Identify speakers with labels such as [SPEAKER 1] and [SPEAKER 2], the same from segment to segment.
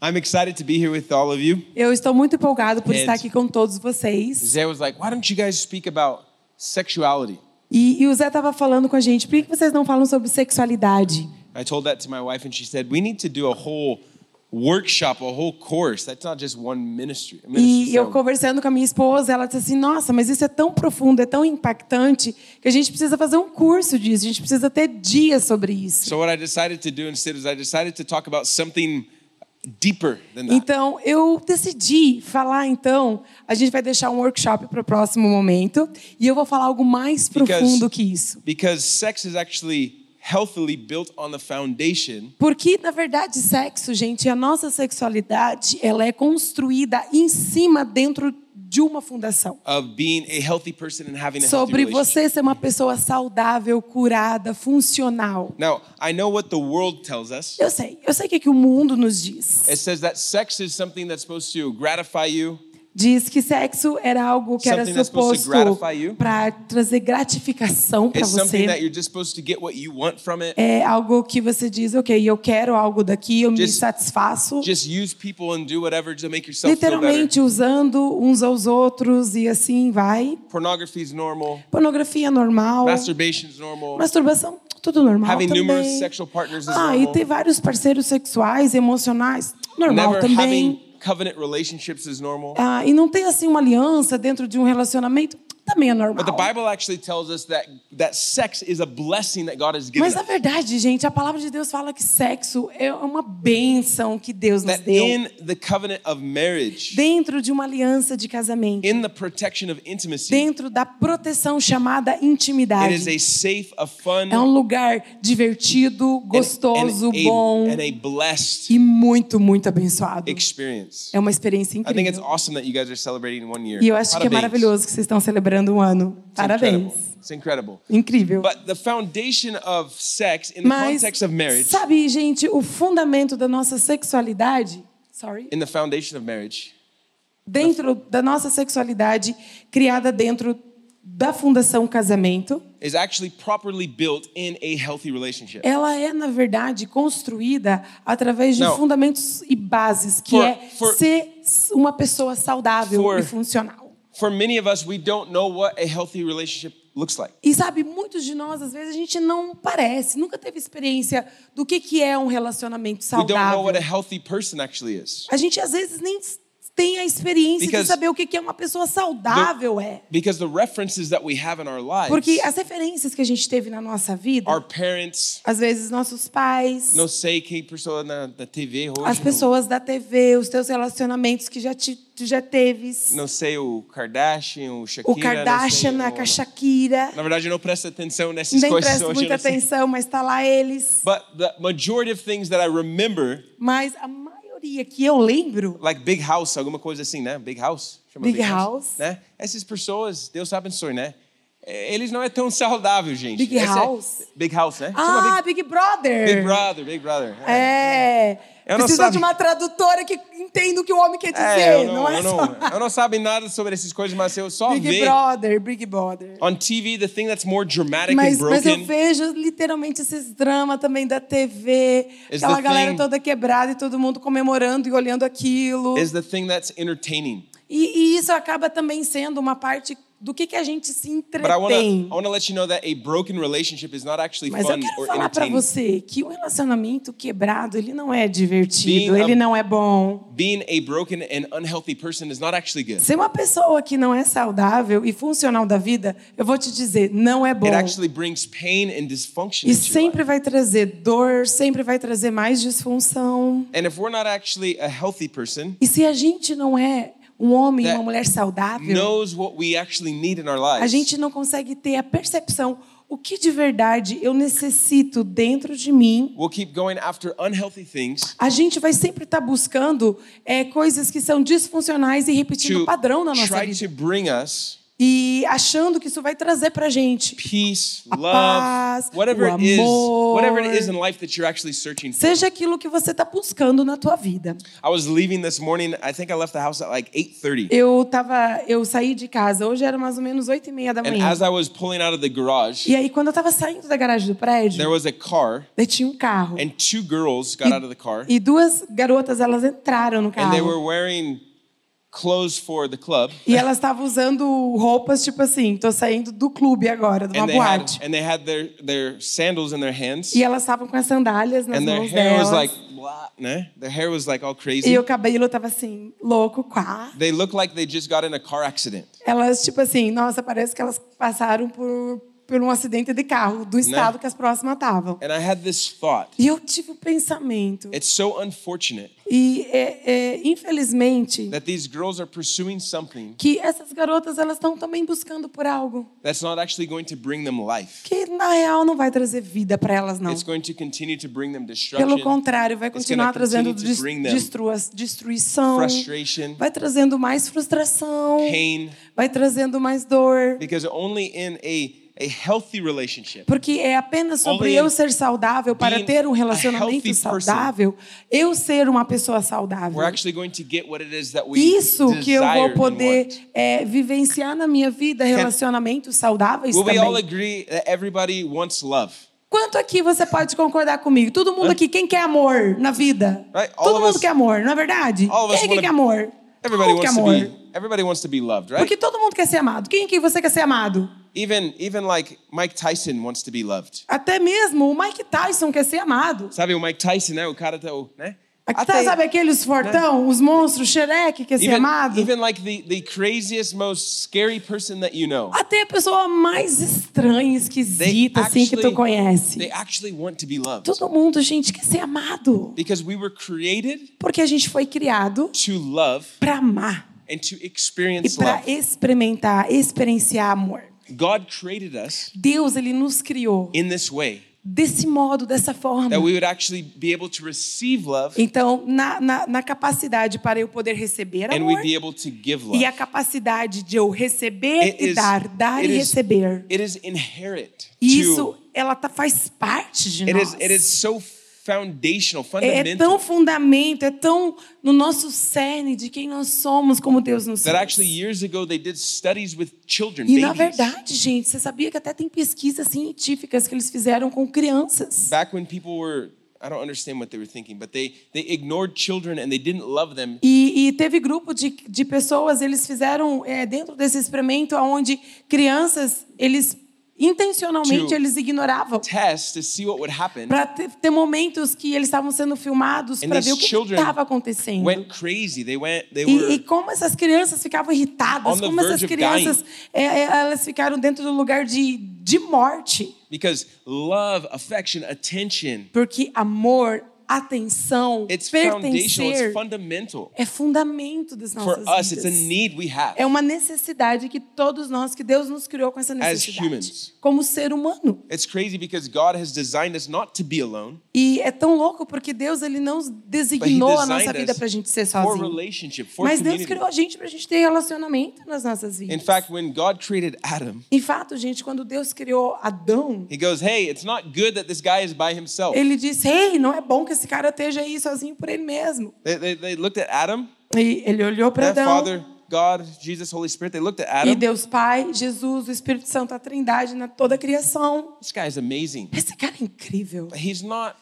[SPEAKER 1] I'm excited to be here with all of you.
[SPEAKER 2] Eu estou muito empolgado por
[SPEAKER 1] Ed.
[SPEAKER 2] estar aqui com todos vocês.
[SPEAKER 1] Zay was like, why don't you guys speak about sexuality?
[SPEAKER 2] E, e o Zé estava falando com a gente, por que que vocês não falam sobre sexualidade?
[SPEAKER 1] I told that to my wife, and she said, we need to do a whole workshop, a whole course. That's not just one ministry. a ministry
[SPEAKER 2] E eu
[SPEAKER 1] sermon."
[SPEAKER 2] conversando com a minha esposa, ela disse assim: Nossa, mas isso é tão profundo, é tão impactante, que a gente precisa fazer um curso disso, a gente precisa ter dias sobre isso.
[SPEAKER 1] so what I decided to do instead is I decided to talk about something deeper than that.
[SPEAKER 2] Então, eu decidi falar, então, a gente vai deixar um workshop para o próximo momento, e eu vou falar algo mais
[SPEAKER 1] Because-
[SPEAKER 2] profundo que isso.
[SPEAKER 1] Because sex is actually healthily built on the foundation
[SPEAKER 2] Porque, na verdade, sexo, gente, a nossa sexualidade, ela é construída em cima, dentro de uma fundação.
[SPEAKER 1] of being a healthy person and having a healthy
[SPEAKER 2] Sobre
[SPEAKER 1] relationship.
[SPEAKER 2] você ser uma pessoa saudável, curada, funcional.
[SPEAKER 1] Now, I know what the world tells us.
[SPEAKER 2] Eu sei, eu sei o que, que o mundo nos diz.
[SPEAKER 1] It says that sex is something that's supposed to gratify you,
[SPEAKER 2] Diz que sexo era algo que era
[SPEAKER 1] Something that's supposed to
[SPEAKER 2] suposto
[SPEAKER 1] gratify you.
[SPEAKER 2] para trazer gratificação para
[SPEAKER 1] It's something that
[SPEAKER 2] você.
[SPEAKER 1] you're just supposed to get what you want from it.
[SPEAKER 2] É algo que você diz, ok, eu quero algo daqui, eu me
[SPEAKER 1] Just-
[SPEAKER 2] satisfaço.
[SPEAKER 1] Just use people and do whatever to make yourself feel better.
[SPEAKER 2] Literalmente usando uns aos outros e assim vai.
[SPEAKER 1] Pornography is normal.
[SPEAKER 2] Pornografia normal.
[SPEAKER 1] Masturbation is normal.
[SPEAKER 2] Masturbação, tudo normal
[SPEAKER 1] Having
[SPEAKER 2] também.
[SPEAKER 1] numerous sexual partners is
[SPEAKER 2] ah,
[SPEAKER 1] normal.
[SPEAKER 2] e ter vários parceiros sexuais, emocionais, normal
[SPEAKER 1] Never
[SPEAKER 2] também.
[SPEAKER 1] having covenant relationships is normal.
[SPEAKER 2] Ah, e não ter assim uma aliança dentro de um relacionamento, também é normal.
[SPEAKER 1] But the Bible actually tells us that that sex is a blessing that God has given
[SPEAKER 2] Mas
[SPEAKER 1] us.
[SPEAKER 2] na verdade, gente, a palavra de Deus fala que sexo é uma bênção que Deus nos
[SPEAKER 1] That
[SPEAKER 2] deu
[SPEAKER 1] in the covenant of marriage,
[SPEAKER 2] dentro de uma aliança de casamento,
[SPEAKER 1] in the protection of intimacy,
[SPEAKER 2] dentro da proteção chamada
[SPEAKER 1] it is a
[SPEAKER 2] intimidade.
[SPEAKER 1] safe, a fun,
[SPEAKER 2] É um lugar divertido,
[SPEAKER 1] and, and
[SPEAKER 2] gostoso,
[SPEAKER 1] a,
[SPEAKER 2] bom
[SPEAKER 1] and a blessed
[SPEAKER 2] e muito, muito abençoado.
[SPEAKER 1] experience.
[SPEAKER 2] É uma experiência
[SPEAKER 1] I think it's
[SPEAKER 2] incrível.
[SPEAKER 1] awesome that you guys are celebrating one year.
[SPEAKER 2] E eu acho que é
[SPEAKER 1] Parabéns.
[SPEAKER 2] maravilhoso que vocês estão celebrando um ano.
[SPEAKER 1] It's incredible.
[SPEAKER 2] Parabéns.
[SPEAKER 1] It's incredible.
[SPEAKER 2] Incrível.
[SPEAKER 1] But the foundation of sex in the
[SPEAKER 2] Mas,
[SPEAKER 1] context of marriage,
[SPEAKER 2] sabe, gente, o fundamento da nossa sexualidade, sorry,
[SPEAKER 1] in the foundation of marriage,
[SPEAKER 2] dentro da nossa sexualidade criada dentro da fundação casamento,
[SPEAKER 1] is actually properly built in a healthy relationship.
[SPEAKER 2] ela é na verdade construída através de
[SPEAKER 1] Não.
[SPEAKER 2] fundamentos e bases que
[SPEAKER 1] For-
[SPEAKER 2] é
[SPEAKER 1] for-
[SPEAKER 2] ser uma pessoa saudável
[SPEAKER 1] For-
[SPEAKER 2] e funcional.
[SPEAKER 1] For many of us, we don't know what a healthy relationship looks like.
[SPEAKER 2] E sabe, muitos de nós, às vezes, a gente não parece, nunca teve experiência do que, que é um relacionamento
[SPEAKER 1] We don't know
[SPEAKER 2] saudável.
[SPEAKER 1] what a healthy person actually is.
[SPEAKER 2] A gente, às vezes, nem tem a experiência
[SPEAKER 1] Because-
[SPEAKER 2] de saber o que, que é uma pessoa saudável é.
[SPEAKER 1] Because the references that we have in our lives,
[SPEAKER 2] Porque as referências que a gente teve na nossa vida,
[SPEAKER 1] our parents,
[SPEAKER 2] às vezes, nossos pais,
[SPEAKER 1] não sei quem pessoa na, na TV hoje,
[SPEAKER 2] as pessoas da TV, os teus relacionamentos que já te, tu já teves,
[SPEAKER 1] não, não sei o Kardashian, o Shakira,
[SPEAKER 2] o Kardashian,
[SPEAKER 1] não sei,
[SPEAKER 2] a
[SPEAKER 1] o-
[SPEAKER 2] Shakira.
[SPEAKER 1] Na verdade, eu não presto atenção nessas
[SPEAKER 2] Nem
[SPEAKER 1] coisas
[SPEAKER 2] presto
[SPEAKER 1] hoje. eu
[SPEAKER 2] muita
[SPEAKER 1] não sei.
[SPEAKER 2] atenção, mas tá lá eles.
[SPEAKER 1] But the majority of things that I remember,
[SPEAKER 2] Mas a maioria que eu lembro
[SPEAKER 1] like Big House, alguma coisa assim, né? Big House. chama
[SPEAKER 2] Big House.
[SPEAKER 1] Né? Essas pessoas, Deus abençoe, né? Eh, Eles não é tão saudável, gente.
[SPEAKER 2] Big
[SPEAKER 1] Esse é-
[SPEAKER 2] House?
[SPEAKER 1] Big House, né? Chama
[SPEAKER 2] Ah, Big, Brother.
[SPEAKER 1] Big, Big Brother, Big Brother.
[SPEAKER 2] É.
[SPEAKER 1] Eu não
[SPEAKER 2] Precisa
[SPEAKER 1] sabe-
[SPEAKER 2] de uma tradutora que entenda o que o homem quer dizer,
[SPEAKER 1] É, eu
[SPEAKER 2] não,
[SPEAKER 1] não,
[SPEAKER 2] é
[SPEAKER 1] eu,
[SPEAKER 2] só.
[SPEAKER 1] não, eu não sabe nada sobre essas coisas, mas eu só
[SPEAKER 2] Big
[SPEAKER 1] vejo
[SPEAKER 2] Brother, Big Brother.
[SPEAKER 1] on TV the thing that's more dramatic
[SPEAKER 2] Mas,
[SPEAKER 1] and
[SPEAKER 2] mas eu
[SPEAKER 1] broken
[SPEAKER 2] vejo literalmente esses dramas também da TV,
[SPEAKER 1] Is
[SPEAKER 2] aquela
[SPEAKER 1] the
[SPEAKER 2] galera
[SPEAKER 1] thing-
[SPEAKER 2] toda quebrada e todo mundo comemorando e olhando aquilo.
[SPEAKER 1] is the thing that's entertaining.
[SPEAKER 2] E, e isso acaba também sendo uma parte do que, que a gente se
[SPEAKER 1] But I want to
[SPEAKER 2] entretém.
[SPEAKER 1] I want to let you know that a broken relationship is not actually
[SPEAKER 2] Mas eu
[SPEAKER 1] fun
[SPEAKER 2] quero
[SPEAKER 1] or
[SPEAKER 2] falar pra
[SPEAKER 1] entertaining.
[SPEAKER 2] você que o relacionamento quebrado, ele não é divertido,
[SPEAKER 1] Being a-
[SPEAKER 2] ele não é bom.
[SPEAKER 1] Being a broken and unhealthy person is not actually good.
[SPEAKER 2] Ser uma pessoa que não é saudável e funcional da vida, eu vou te dizer, não é bom.
[SPEAKER 1] It actually brings pain and dysfunction.
[SPEAKER 2] E
[SPEAKER 1] into your life.
[SPEAKER 2] sempre vai trazer dor, sempre vai trazer mais disfunção.
[SPEAKER 1] And if we're not actually a healthy person,
[SPEAKER 2] E se a gente não é um homem,
[SPEAKER 1] That
[SPEAKER 2] uma mulher saudável,
[SPEAKER 1] knows what we actually need in our
[SPEAKER 2] a
[SPEAKER 1] lives,
[SPEAKER 2] gente não consegue ter a percepção o que de verdade eu necessito dentro de mim.
[SPEAKER 1] we'll keep going after unhealthy things
[SPEAKER 2] A gente vai sempre tá estar buscando é, coisas que são disfuncionais e repetindo
[SPEAKER 1] to
[SPEAKER 2] o padrão na nossa
[SPEAKER 1] try
[SPEAKER 2] vida.
[SPEAKER 1] to bring us
[SPEAKER 2] e achando que isso vai trazer pra gente
[SPEAKER 1] peace,
[SPEAKER 2] A
[SPEAKER 1] love,
[SPEAKER 2] paz,
[SPEAKER 1] whatever
[SPEAKER 2] o
[SPEAKER 1] it is, whatever it
[SPEAKER 2] amor.
[SPEAKER 1] is in life that you're actually searching for.
[SPEAKER 2] seja aquilo que você está buscando na tua vida.
[SPEAKER 1] I was leaving this morning. I think I left the house at like 8:30.
[SPEAKER 2] Eu tava, eu saí de casa, hoje era mais ou menos oito e meia da
[SPEAKER 1] And
[SPEAKER 2] manhã.
[SPEAKER 1] as I was pulling out of the garage,
[SPEAKER 2] E aí quando eu tava saindo da garagem do prédio,
[SPEAKER 1] there was a car
[SPEAKER 2] daí tinha um carro
[SPEAKER 1] and two girls got out of the car
[SPEAKER 2] e duas garotas elas entraram no
[SPEAKER 1] and they
[SPEAKER 2] carro
[SPEAKER 1] were wearing clothes for the club
[SPEAKER 2] e elas estavam usando roupas tipo assim, tô saindo do clube agora, de uma
[SPEAKER 1] and they had
[SPEAKER 2] boate.
[SPEAKER 1] and they had their their sandals in their hands
[SPEAKER 2] E elas estavam com as sandálias nas
[SPEAKER 1] and their
[SPEAKER 2] mãos
[SPEAKER 1] hair was
[SPEAKER 2] delas.
[SPEAKER 1] like blah, né? Their hair was like all
[SPEAKER 2] E
[SPEAKER 1] crazy.
[SPEAKER 2] o cabelo tava assim, louco, quá.
[SPEAKER 1] They looked like they just got in a car accident.
[SPEAKER 2] Elas, tipo assim, nossa, parece que elas passaram por, por um acidente de carro
[SPEAKER 1] Né?
[SPEAKER 2] do estado que as próximas estavam.
[SPEAKER 1] And I had this thought.
[SPEAKER 2] E eu tive um pensamento.
[SPEAKER 1] It's so unfortunate
[SPEAKER 2] E, é, é, infelizmente,
[SPEAKER 1] that these girls are pursuing something
[SPEAKER 2] que essas garotas, elas estão também buscando por algo
[SPEAKER 1] that's not actually going to bring them life.
[SPEAKER 2] que, na real, não vai trazer vida para elas, não.
[SPEAKER 1] It's going to continue to bring them destruction,
[SPEAKER 2] Pelo contrário, vai
[SPEAKER 1] It's
[SPEAKER 2] continuar
[SPEAKER 1] gonna
[SPEAKER 2] trazendo
[SPEAKER 1] continue to
[SPEAKER 2] des-
[SPEAKER 1] bring them
[SPEAKER 2] destrua- destruição,
[SPEAKER 1] frustration,
[SPEAKER 2] vai trazendo mais frustração,
[SPEAKER 1] pain,
[SPEAKER 2] vai trazendo mais dor.
[SPEAKER 1] because only in a, a healthy relationship
[SPEAKER 2] Porque é apenas sobre
[SPEAKER 1] Only
[SPEAKER 2] eu ser saudável para
[SPEAKER 1] being
[SPEAKER 2] ter um
[SPEAKER 1] a
[SPEAKER 2] relacionamento
[SPEAKER 1] healthy person.
[SPEAKER 2] saudável, eu ser uma pessoa
[SPEAKER 1] we're
[SPEAKER 2] saudável.
[SPEAKER 1] actually going to get what it is that we
[SPEAKER 2] Isso que eu
[SPEAKER 1] desire
[SPEAKER 2] vou
[SPEAKER 1] and
[SPEAKER 2] poder
[SPEAKER 1] want.
[SPEAKER 2] é, vivenciar na minha vida relacionamentos saudáveis
[SPEAKER 1] Will we all
[SPEAKER 2] também.
[SPEAKER 1] agree that everybody wants love?
[SPEAKER 2] Quanto aqui você pode concordar comigo? Todo mundo aqui, quem quer amor na vida?
[SPEAKER 1] Right, all
[SPEAKER 2] Todo
[SPEAKER 1] of
[SPEAKER 2] mundo
[SPEAKER 1] us-
[SPEAKER 2] quer amor, não é verdade?
[SPEAKER 1] all of us
[SPEAKER 2] Quem aqui
[SPEAKER 1] wanna-
[SPEAKER 2] quer amor? Todo
[SPEAKER 1] Everybody
[SPEAKER 2] mundo quer
[SPEAKER 1] wants to
[SPEAKER 2] amor.
[SPEAKER 1] be everybody wants to be loved, right?
[SPEAKER 2] Porque todo mundo quer ser amado. Quem aqui você quer ser amado?
[SPEAKER 1] Even even like Mike Tyson wants to be loved.
[SPEAKER 2] Até mesmo o Mike Tyson quer ser amado.
[SPEAKER 1] Sabe o Mike Tyson, né? O cara tá, o- né?
[SPEAKER 2] Aqui
[SPEAKER 1] Até- né?
[SPEAKER 2] tá, sabe aqueles fortão, os monstros, Shrek quer ser
[SPEAKER 1] even,
[SPEAKER 2] amado?
[SPEAKER 1] even like the, the craziest, most scary person that you know.
[SPEAKER 2] Até a pessoa mais estranha, esquisita, assim, que tu
[SPEAKER 1] they
[SPEAKER 2] conhece.
[SPEAKER 1] actually want to be loved.
[SPEAKER 2] Todo mundo, gente, quer ser amado.
[SPEAKER 1] Because we were created
[SPEAKER 2] Porque a gente foi criado
[SPEAKER 1] to love
[SPEAKER 2] pra amar
[SPEAKER 1] and to
[SPEAKER 2] e
[SPEAKER 1] experience
[SPEAKER 2] pra
[SPEAKER 1] love.
[SPEAKER 2] experimentar, experienciar amor.
[SPEAKER 1] God created us
[SPEAKER 2] Deus, ele nos criou
[SPEAKER 1] in this way
[SPEAKER 2] desse modo, dessa forma.
[SPEAKER 1] that we would actually be able to receive love
[SPEAKER 2] Então, na, na, na capacidade para eu poder receber
[SPEAKER 1] and
[SPEAKER 2] amor
[SPEAKER 1] we'd be able to give love.
[SPEAKER 2] e a capacidade de eu receber
[SPEAKER 1] It
[SPEAKER 2] e
[SPEAKER 1] is-
[SPEAKER 2] dar, dar
[SPEAKER 1] it
[SPEAKER 2] e
[SPEAKER 1] is-
[SPEAKER 2] receber.
[SPEAKER 1] It is inherent
[SPEAKER 2] E
[SPEAKER 1] to
[SPEAKER 2] isso, ela tá, faz parte de
[SPEAKER 1] it
[SPEAKER 2] nós.
[SPEAKER 1] is it is so foundational,
[SPEAKER 2] É, é tão
[SPEAKER 1] fundamental
[SPEAKER 2] fundamento, é tão no nosso cerne de quem nós somos, como Deus nos
[SPEAKER 1] that
[SPEAKER 2] fez.
[SPEAKER 1] actually years ago they did studies with children,
[SPEAKER 2] E na
[SPEAKER 1] babies.
[SPEAKER 2] verdade, gente, você sabia que até tem pesquisas científicas que eles fizeram com crianças.
[SPEAKER 1] back when people were I don't understand what they were thinking, but they they ignored children and they didn't love them.
[SPEAKER 2] E, e teve grupo de, de pessoas, eles fizeram é, dentro desse experimento onde crianças, eles intencionalmente
[SPEAKER 1] To
[SPEAKER 2] eles ignoravam
[SPEAKER 1] Test to see what would happen.
[SPEAKER 2] para ter, ter momentos que eles estavam sendo filmados
[SPEAKER 1] And
[SPEAKER 2] para
[SPEAKER 1] these
[SPEAKER 2] ver o que
[SPEAKER 1] children
[SPEAKER 2] estava acontecendo.
[SPEAKER 1] Went crazy. They went they
[SPEAKER 2] E, e
[SPEAKER 1] were
[SPEAKER 2] como essas crianças ficavam
[SPEAKER 1] On
[SPEAKER 2] irritadas,
[SPEAKER 1] the
[SPEAKER 2] como essas
[SPEAKER 1] verge of
[SPEAKER 2] crianças é, é, elas ficaram dentro do lugar de, de morte.
[SPEAKER 1] because love, affection, attention,
[SPEAKER 2] Porque amor, atenção,
[SPEAKER 1] it's foundational, it's
[SPEAKER 2] pertencer
[SPEAKER 1] fundamental.
[SPEAKER 2] é fundamento das
[SPEAKER 1] For
[SPEAKER 2] nossas
[SPEAKER 1] us, it's a
[SPEAKER 2] vidas.
[SPEAKER 1] need we have.
[SPEAKER 2] É uma necessidade que todos nós, que Deus nos criou com essa
[SPEAKER 1] humans.
[SPEAKER 2] necessidade. Como ser humano.
[SPEAKER 1] It's crazy because God has designed us not to be alone,
[SPEAKER 2] E é tão louco porque Deus ele não
[SPEAKER 1] but he
[SPEAKER 2] designou a nossa
[SPEAKER 1] designed
[SPEAKER 2] vida
[SPEAKER 1] us
[SPEAKER 2] pra gente ser
[SPEAKER 1] for
[SPEAKER 2] sozinho.
[SPEAKER 1] relationship, for
[SPEAKER 2] Mas Deus
[SPEAKER 1] community.
[SPEAKER 2] criou a gente pra gente ter relacionamento nas nossas
[SPEAKER 1] In
[SPEAKER 2] vidas.
[SPEAKER 1] fact, when God created Adam,
[SPEAKER 2] Em fato, gente, quando Deus criou Adão,
[SPEAKER 1] he goes, "Hey, it's not good that this guy is by himself."
[SPEAKER 2] ele disse: Ei, não é bom que esse cara esteja aí sozinho por ele mesmo.
[SPEAKER 1] They, they, they looked at Adam
[SPEAKER 2] E ele olhou para
[SPEAKER 1] Yeah,
[SPEAKER 2] Adão.
[SPEAKER 1] Father, God, Jesus, Holy Spirit, they looked at
[SPEAKER 2] E
[SPEAKER 1] Adam.
[SPEAKER 2] Deus Pai, Jesus, o Espírito Santo, a Trindade na toda a criação.
[SPEAKER 1] This guy is amazing.
[SPEAKER 2] Esse cara é incrível.
[SPEAKER 1] But he's not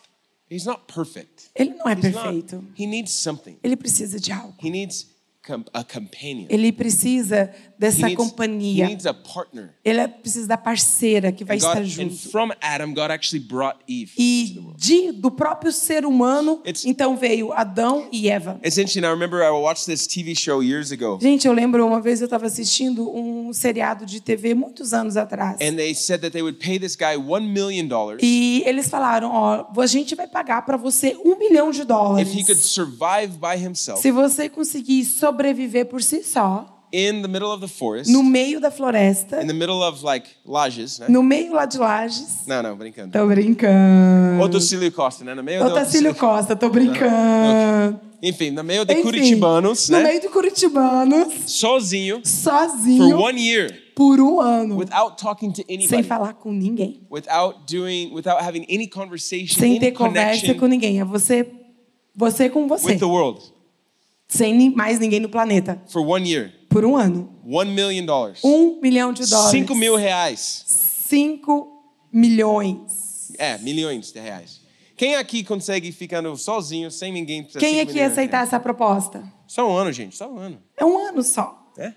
[SPEAKER 1] he's not perfect.
[SPEAKER 2] Ele não é
[SPEAKER 1] He's not-
[SPEAKER 2] perfeito.
[SPEAKER 1] he needs something.
[SPEAKER 2] Ele precisa de algo.
[SPEAKER 1] He needs com- a companion.
[SPEAKER 2] Ele precisa
[SPEAKER 1] he,
[SPEAKER 2] dessa
[SPEAKER 1] needs, he
[SPEAKER 2] companhia.
[SPEAKER 1] needs a partner.
[SPEAKER 2] Ele é- precisa da parceira que vai
[SPEAKER 1] And, God-
[SPEAKER 2] estar
[SPEAKER 1] and
[SPEAKER 2] junto.
[SPEAKER 1] from Adam, God actually brought Eve into the
[SPEAKER 2] E
[SPEAKER 1] world.
[SPEAKER 2] de, do próprio ser humano,
[SPEAKER 1] It's-
[SPEAKER 2] então veio Adão e Eva.
[SPEAKER 1] It's interesting. I remember I watched this TV show years ago,
[SPEAKER 2] Gente, eu lembro uma vez eu estava assistindo um seriado de TV muitos anos atrás.
[SPEAKER 1] and they said that they would pay this guy one million dollars
[SPEAKER 2] E eles falaram, ó, a gente vai pagar para você um milhão de
[SPEAKER 1] if he could
[SPEAKER 2] dólares.
[SPEAKER 1] survive by himself
[SPEAKER 2] Se você conseguir sobreviver por si só,
[SPEAKER 1] in the middle of the forest,
[SPEAKER 2] no meio da floresta,
[SPEAKER 1] in the middle of like lajes, né?
[SPEAKER 2] no meio lá de Lages.
[SPEAKER 1] Não, não, brincando.
[SPEAKER 2] Tô brincando.
[SPEAKER 1] Ou do Cílio Costa, né? No meio
[SPEAKER 2] Ô,
[SPEAKER 1] do-
[SPEAKER 2] Tacílio Costa, tô brincando.
[SPEAKER 1] Enfim, no meio de
[SPEAKER 2] Enfim,
[SPEAKER 1] curitibanos,
[SPEAKER 2] no
[SPEAKER 1] né?
[SPEAKER 2] meio de curitibanos,
[SPEAKER 1] Sozinho, for
[SPEAKER 2] sozinho,
[SPEAKER 1] one year.
[SPEAKER 2] por um ano,
[SPEAKER 1] without talking to anybody,
[SPEAKER 2] sem falar com ninguém,
[SPEAKER 1] without doing, without having any conversation,
[SPEAKER 2] sem
[SPEAKER 1] any
[SPEAKER 2] ter conversa
[SPEAKER 1] connection
[SPEAKER 2] com ninguém. É você, você com você,
[SPEAKER 1] with the world
[SPEAKER 2] sem ni- mais ninguém no planeta,
[SPEAKER 1] for one year.
[SPEAKER 2] por um ano.
[SPEAKER 1] One million dollars.
[SPEAKER 2] Um milhão de dólares.
[SPEAKER 1] Cinco mil reais.
[SPEAKER 2] Cinco milhões.
[SPEAKER 1] É, milhões de reais. Quem aqui consegue ficando sozinho, sem ninguém? precisa de
[SPEAKER 2] Quem
[SPEAKER 1] cinco
[SPEAKER 2] aqui ia
[SPEAKER 1] milhões né? de
[SPEAKER 2] aceitar
[SPEAKER 1] reais?
[SPEAKER 2] essa proposta?
[SPEAKER 1] Só um ano, gente. Só um ano.
[SPEAKER 2] É um ano só.
[SPEAKER 1] É.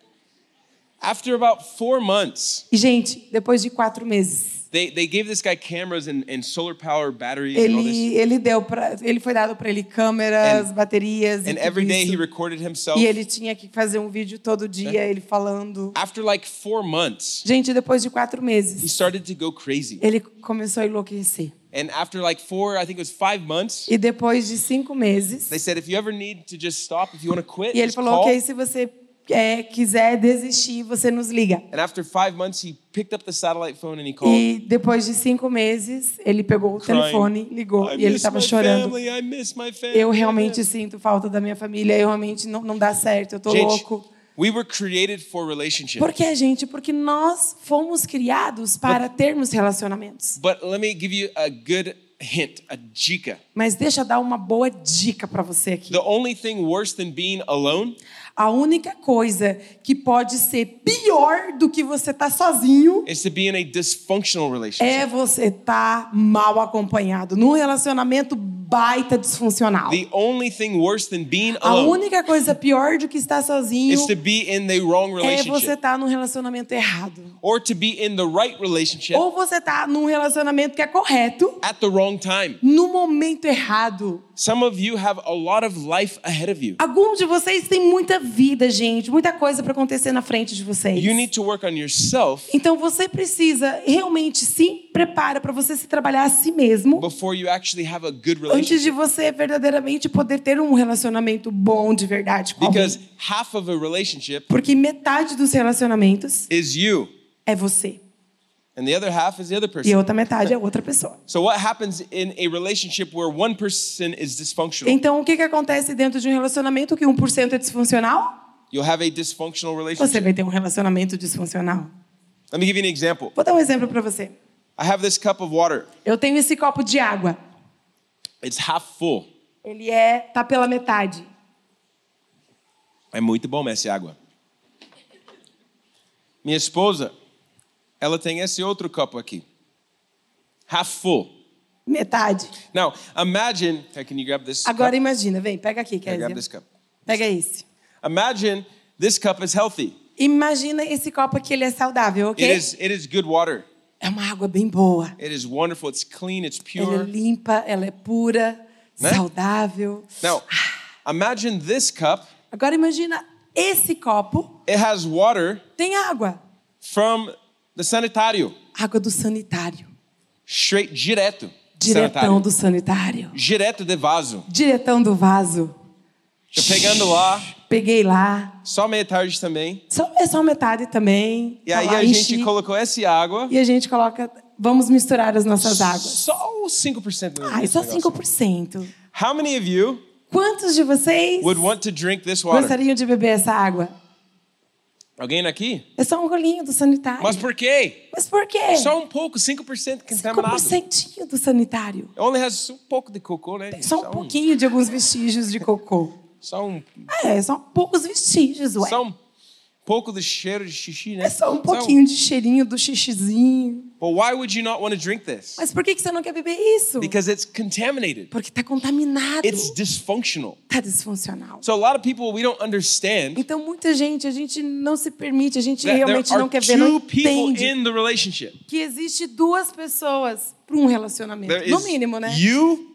[SPEAKER 1] After about four months,
[SPEAKER 2] E, gente, depois de quatro meses,
[SPEAKER 1] They, they gave this guy cameras and, and solar power batteries and all this.
[SPEAKER 2] ele, ele deu para ele foi dado para ele câmeras,
[SPEAKER 1] And-
[SPEAKER 2] baterias e
[SPEAKER 1] And
[SPEAKER 2] tudo
[SPEAKER 1] every day he
[SPEAKER 2] isso.
[SPEAKER 1] recorded himself.
[SPEAKER 2] E ele tinha que fazer um vídeo todo dia,
[SPEAKER 1] né?
[SPEAKER 2] ele falando.
[SPEAKER 1] After like four months,
[SPEAKER 2] Gente, depois de quatro
[SPEAKER 1] he
[SPEAKER 2] meses,
[SPEAKER 1] started to go crazy.
[SPEAKER 2] ele começou a enlouquecer.
[SPEAKER 1] And after like four, I think it was five months,
[SPEAKER 2] E depois de cinco meses,
[SPEAKER 1] they said, if you ever need to just stop, if you want to quit,
[SPEAKER 2] e ele
[SPEAKER 1] just
[SPEAKER 2] falou:
[SPEAKER 1] call.
[SPEAKER 2] Ok, se você é, quiser desistir, você nos liga.
[SPEAKER 1] And after five months, he picked up the satellite phone and he called.
[SPEAKER 2] E depois de cinco meses, ele pegou o
[SPEAKER 1] crying,
[SPEAKER 2] telefone, ligou
[SPEAKER 1] "I
[SPEAKER 2] e ele
[SPEAKER 1] miss
[SPEAKER 2] estava
[SPEAKER 1] my
[SPEAKER 2] chorando.
[SPEAKER 1] family, I miss my family,
[SPEAKER 2] Eu
[SPEAKER 1] I
[SPEAKER 2] realmente
[SPEAKER 1] miss-"
[SPEAKER 2] sinto falta da minha família, eu realmente não, não dá certo, eu tô
[SPEAKER 1] Gente,
[SPEAKER 2] louco.
[SPEAKER 1] we were created for relationship.
[SPEAKER 2] Por quê, gente? Porque nós fomos criados para termos relacionamentos.
[SPEAKER 1] But let me give you a good hint, a dica.
[SPEAKER 2] Mas deixa eu dar uma boa dica para você aqui.
[SPEAKER 1] The only thing worse than being alone
[SPEAKER 2] A única coisa que pode ser pior do que você estar sozinho
[SPEAKER 1] is to be in a dysfunctional relationship.
[SPEAKER 2] é você estar mal acompanhado, num relacionamento baita disfuncional.
[SPEAKER 1] The only thing worse than being
[SPEAKER 2] A
[SPEAKER 1] alone
[SPEAKER 2] única coisa pior do que estar sozinho
[SPEAKER 1] is to be in the wrong
[SPEAKER 2] é você
[SPEAKER 1] relationship
[SPEAKER 2] estar num relacionamento errado.
[SPEAKER 1] or to be in the right relationship
[SPEAKER 2] Ou você tá num relacionamento que é correto
[SPEAKER 1] at the wrong time.
[SPEAKER 2] no momento errado.
[SPEAKER 1] Some of you have a lot of life ahead of you.
[SPEAKER 2] Alguns de vocês têm muita vida, gente, muita coisa para acontecer na frente de vocês.
[SPEAKER 1] You need to work on yourself
[SPEAKER 2] Então você precisa realmente se prepara para você se trabalhar a si mesmo
[SPEAKER 1] before you actually have a good
[SPEAKER 2] antes
[SPEAKER 1] relationship
[SPEAKER 2] de você verdadeiramente poder ter um relacionamento bom de verdade com alguém.
[SPEAKER 1] because half of a relationship
[SPEAKER 2] Porque metade dos relacionamentos
[SPEAKER 1] is you
[SPEAKER 2] é você
[SPEAKER 1] and the other half is the other
[SPEAKER 2] e a
[SPEAKER 1] person.
[SPEAKER 2] outra metade é outra pessoa.
[SPEAKER 1] So what happens in a relationship where one person is dysfunctional?
[SPEAKER 2] Então o que que acontece dentro de um relacionamento que 1% é disfuncional?
[SPEAKER 1] You'll have a dysfunctional
[SPEAKER 2] Você
[SPEAKER 1] relationship.
[SPEAKER 2] vai ter um relacionamento disfuncional.
[SPEAKER 1] Let me give you an example.
[SPEAKER 2] Vou dar um exemplo para você.
[SPEAKER 1] I have this cup of water.
[SPEAKER 2] Eu tenho esse copo de água.
[SPEAKER 1] It's half full.
[SPEAKER 2] Ele é tá pela metade.
[SPEAKER 1] É muito bom essa água. Minha esposa, ela tem esse outro copo aqui. Half full.
[SPEAKER 2] Metade.
[SPEAKER 1] Now, imagine, hey, can you grab this
[SPEAKER 2] Agora
[SPEAKER 1] cup?
[SPEAKER 2] imagina, vem, pega aqui,
[SPEAKER 1] Can I grab
[SPEAKER 2] Kézia.
[SPEAKER 1] this cup.
[SPEAKER 2] Pega esse.
[SPEAKER 1] Imagine this cup is healthy.
[SPEAKER 2] Imagina esse copo aqui, ele é saudável,
[SPEAKER 1] It
[SPEAKER 2] ok?
[SPEAKER 1] is it is good water.
[SPEAKER 2] É uma água bem boa.
[SPEAKER 1] It is wonderful. It's clean, it's
[SPEAKER 2] Ela é
[SPEAKER 1] pure.
[SPEAKER 2] limpa, ela é pura,
[SPEAKER 1] Né?
[SPEAKER 2] saudável.
[SPEAKER 1] Now, imagine this cup.
[SPEAKER 2] Agora imagina esse copo
[SPEAKER 1] It has water
[SPEAKER 2] tem água,
[SPEAKER 1] from the sanitário.
[SPEAKER 2] água do sanitário,
[SPEAKER 1] Straight direto.
[SPEAKER 2] diretão
[SPEAKER 1] Sanitário.
[SPEAKER 2] do sanitário,
[SPEAKER 1] Direto de vaso.
[SPEAKER 2] diretão do vaso.
[SPEAKER 1] Já pegando lá,
[SPEAKER 2] Peguei lá,
[SPEAKER 1] só meia tarde também.
[SPEAKER 2] só é só metade também.
[SPEAKER 1] E
[SPEAKER 2] tá
[SPEAKER 1] aí
[SPEAKER 2] lá,
[SPEAKER 1] a gente
[SPEAKER 2] enchi.
[SPEAKER 1] colocou essa água.
[SPEAKER 2] e a gente coloca, vamos misturar as nossas águas.
[SPEAKER 1] Só os 5% do
[SPEAKER 2] Ai,
[SPEAKER 1] desse
[SPEAKER 2] só
[SPEAKER 1] negócio.
[SPEAKER 2] 5%.
[SPEAKER 1] How many of you
[SPEAKER 2] Quantos de vocês
[SPEAKER 1] would want to drink this water?
[SPEAKER 2] gostariam de beber essa água?
[SPEAKER 1] Alguém aqui?
[SPEAKER 2] É só um golinho do sanitário.
[SPEAKER 1] Mas por quê?
[SPEAKER 2] Mas por quê?
[SPEAKER 1] Só um pouco, 5% contaminado.
[SPEAKER 2] 5% do sanitário.
[SPEAKER 1] Only has um pouco de cocô, né?
[SPEAKER 2] Só um pouquinho de alguns vestígios de cocô.
[SPEAKER 1] Só um,
[SPEAKER 2] É, só poucos vestígios, ué.
[SPEAKER 1] só um pouco de cheiro de xixi, né?
[SPEAKER 2] É só um pouquinho de cheirinho do xixizinho.
[SPEAKER 1] But why would you not want to drink this?
[SPEAKER 2] Mas por que que você não quer beber isso?
[SPEAKER 1] Because it's contaminated.
[SPEAKER 2] Porque tá contaminado.
[SPEAKER 1] It's dysfunctional.
[SPEAKER 2] Tá disfuncional.
[SPEAKER 1] So a lot of people we don't understand
[SPEAKER 2] Então, muita gente, a gente não se permite, a gente
[SPEAKER 1] that there
[SPEAKER 2] realmente não
[SPEAKER 1] are
[SPEAKER 2] quer ver, não
[SPEAKER 1] two people
[SPEAKER 2] entende
[SPEAKER 1] in the relationship.
[SPEAKER 2] que existe duas pessoas para um relacionamento.
[SPEAKER 1] There
[SPEAKER 2] no
[SPEAKER 1] is
[SPEAKER 2] mínimo, né?
[SPEAKER 1] you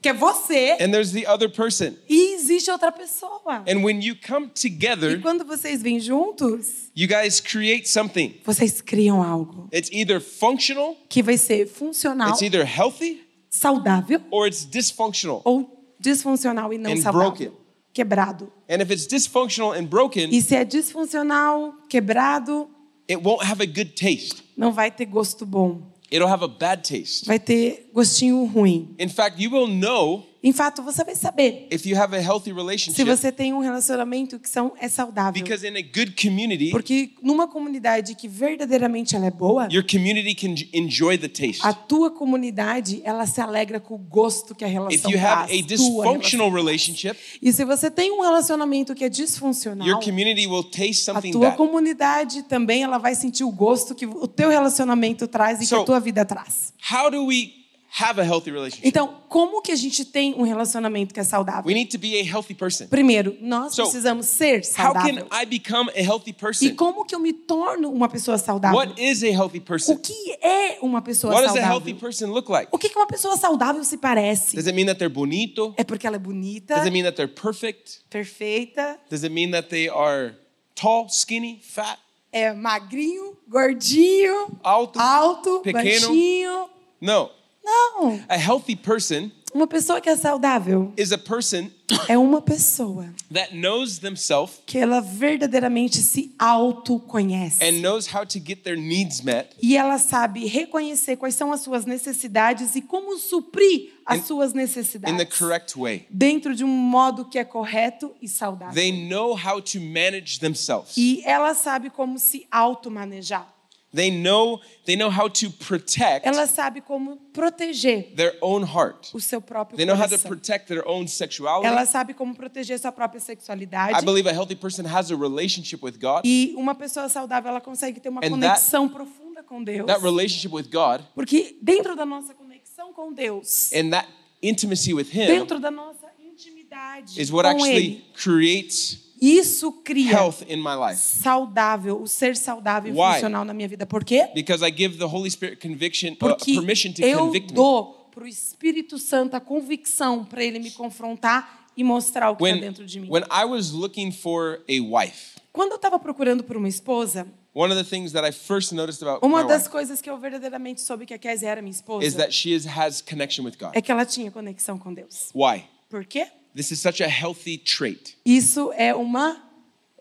[SPEAKER 2] Que é você
[SPEAKER 1] and there's the other person.
[SPEAKER 2] e existe outra pessoa.
[SPEAKER 1] And when you come
[SPEAKER 2] E
[SPEAKER 1] together,
[SPEAKER 2] quando vocês vêm juntos,
[SPEAKER 1] you guys create something.
[SPEAKER 2] vocês criam algo
[SPEAKER 1] It's either functional,
[SPEAKER 2] que vai ser funcional,
[SPEAKER 1] it's either healthy,
[SPEAKER 2] saudável
[SPEAKER 1] or it's dysfunctional.
[SPEAKER 2] ou disfuncional e não
[SPEAKER 1] And
[SPEAKER 2] saudável.
[SPEAKER 1] broken.
[SPEAKER 2] Quebrado.
[SPEAKER 1] And if it's dysfunctional and broken,
[SPEAKER 2] E se é disfuncional, quebrado,
[SPEAKER 1] it won't have a good taste.
[SPEAKER 2] não vai ter gosto bom.
[SPEAKER 1] It'll have a bad taste.
[SPEAKER 2] Vai ter gostinho ruim.
[SPEAKER 1] In fact, you will know
[SPEAKER 2] Em fato, você vai saber
[SPEAKER 1] if you have a healthy
[SPEAKER 2] se
[SPEAKER 1] relationship
[SPEAKER 2] você tem um relacionamento que são, é saudável.
[SPEAKER 1] because in a good community,
[SPEAKER 2] Porque numa comunidade que verdadeiramente ela é boa,
[SPEAKER 1] your community can j- enjoy the taste.
[SPEAKER 2] a tua comunidade ela se alegra com o gosto que a
[SPEAKER 1] If
[SPEAKER 2] relação
[SPEAKER 1] you have a
[SPEAKER 2] faz. tua relação.
[SPEAKER 1] dysfunctional relationship,
[SPEAKER 2] E se você tem um relacionamento que é disfuncional,
[SPEAKER 1] your community will taste
[SPEAKER 2] a
[SPEAKER 1] something
[SPEAKER 2] tua
[SPEAKER 1] bad.
[SPEAKER 2] comunidade também ela vai sentir o gosto que o teu relacionamento traz e que
[SPEAKER 1] So-
[SPEAKER 2] a tua vida traz.
[SPEAKER 1] How do we have a healthy relationship?
[SPEAKER 2] Então, como que a gente tem um relacionamento que é saudável?
[SPEAKER 1] We need to be a healthy person.
[SPEAKER 2] Primeiro, nós
[SPEAKER 1] So,
[SPEAKER 2] precisamos ser
[SPEAKER 1] How can
[SPEAKER 2] saudável.
[SPEAKER 1] I become a healthy
[SPEAKER 2] E
[SPEAKER 1] person?
[SPEAKER 2] como que eu me torno uma pessoa saudável?
[SPEAKER 1] What is a healthy
[SPEAKER 2] O
[SPEAKER 1] person?
[SPEAKER 2] que é uma pessoa
[SPEAKER 1] What does a healthy
[SPEAKER 2] saudável?
[SPEAKER 1] person look like?
[SPEAKER 2] O que que uma pessoa saudável se parece?
[SPEAKER 1] Does it mean that they're bonito?
[SPEAKER 2] É porque ela é bonita,
[SPEAKER 1] Does it mean that they're perfect?
[SPEAKER 2] perfeita,
[SPEAKER 1] Does it mean that they are tall, skinny, fat?
[SPEAKER 2] é magrinho, gordinho,
[SPEAKER 1] Alto,
[SPEAKER 2] alto
[SPEAKER 1] pequeno.
[SPEAKER 2] baixinho.
[SPEAKER 1] No.
[SPEAKER 2] Não.
[SPEAKER 1] A healthy person
[SPEAKER 2] Uma pessoa que é saudável
[SPEAKER 1] is a person
[SPEAKER 2] é uma pessoa
[SPEAKER 1] that knows themselves
[SPEAKER 2] que ela verdadeiramente se autoconhece.
[SPEAKER 1] and knows how to get their needs met
[SPEAKER 2] E ela sabe reconhecer quais são as suas necessidades e como suprir as
[SPEAKER 1] In-
[SPEAKER 2] suas
[SPEAKER 1] in the
[SPEAKER 2] necessidades
[SPEAKER 1] correct way.
[SPEAKER 2] dentro de um modo que é correto e saudável.
[SPEAKER 1] They know how to manage themselves.
[SPEAKER 2] E ela sabe como se automanejar.
[SPEAKER 1] They know they know how to protect
[SPEAKER 2] Ela sabe como proteger
[SPEAKER 1] their own heart.
[SPEAKER 2] o seu próprio
[SPEAKER 1] They know how to
[SPEAKER 2] coração.
[SPEAKER 1] protect their own
[SPEAKER 2] Ela
[SPEAKER 1] sexuality.
[SPEAKER 2] sabe como proteger sua própria
[SPEAKER 1] I
[SPEAKER 2] sexualidade.
[SPEAKER 1] believe a healthy person has a relationship with God.
[SPEAKER 2] E uma pessoa saudável, ela consegue ter uma
[SPEAKER 1] And
[SPEAKER 2] conexão profunda com Deus.
[SPEAKER 1] That relationship with God
[SPEAKER 2] Porque dentro da nossa conexão com Deus,
[SPEAKER 1] and that intimacy with Him
[SPEAKER 2] dentro da nossa intimidade
[SPEAKER 1] is
[SPEAKER 2] com
[SPEAKER 1] what actually
[SPEAKER 2] Ele,
[SPEAKER 1] creates
[SPEAKER 2] isso cria
[SPEAKER 1] health in my life
[SPEAKER 2] saudável, o ser saudável e
[SPEAKER 1] Why?
[SPEAKER 2] funcional na minha vida. Por quê?
[SPEAKER 1] because I give the Holy Spirit conviction uh,
[SPEAKER 2] Porque
[SPEAKER 1] permission to
[SPEAKER 2] eu
[SPEAKER 1] convict me.
[SPEAKER 2] dou para o Espírito Santo a convicção para Ele me confrontar e mostrar o que está
[SPEAKER 1] When,
[SPEAKER 2] dentro de mim.
[SPEAKER 1] when I was looking for a wife,
[SPEAKER 2] Quando eu estava procurando por uma esposa,
[SPEAKER 1] one of the things that I first noticed about
[SPEAKER 2] Uma
[SPEAKER 1] my
[SPEAKER 2] das
[SPEAKER 1] wife
[SPEAKER 2] coisas que eu verdadeiramente soube que a Kézia era minha
[SPEAKER 1] is
[SPEAKER 2] esposa
[SPEAKER 1] that she is, has connection with God.
[SPEAKER 2] é que ela tinha conexão com Deus.
[SPEAKER 1] Why?
[SPEAKER 2] Por quê?
[SPEAKER 1] This is such a healthy trait.
[SPEAKER 2] Isso é uma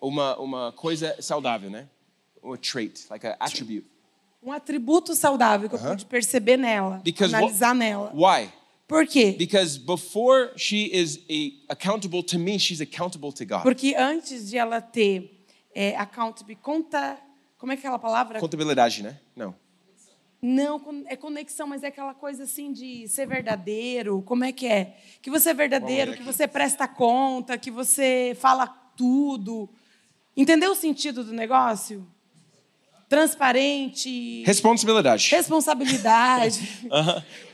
[SPEAKER 1] Uma, uma coisa saudável, né? A trait, like an attribute.
[SPEAKER 2] um atributo saudável que eu pude perceber nela,
[SPEAKER 1] Uh-huh. Because what-
[SPEAKER 2] analisar nela.
[SPEAKER 1] Why?
[SPEAKER 2] Por quê?
[SPEAKER 1] Because before she is a, accountable to me, she's accountable to God.
[SPEAKER 2] Porque antes de ela ter é, account conta, como é que é aquela palavra?
[SPEAKER 1] Contabilidade, né? Não.
[SPEAKER 2] Não, con- é conexão, mas é aquela coisa assim de ser verdadeiro. Como é que é? Que você é
[SPEAKER 1] Vamos
[SPEAKER 2] verdadeiro,
[SPEAKER 1] ver
[SPEAKER 2] que
[SPEAKER 1] aqui.
[SPEAKER 2] você presta conta, que você fala tudo. Entendeu o sentido do negócio? Transparente,
[SPEAKER 1] Responsabilidade.
[SPEAKER 2] responsabilidade.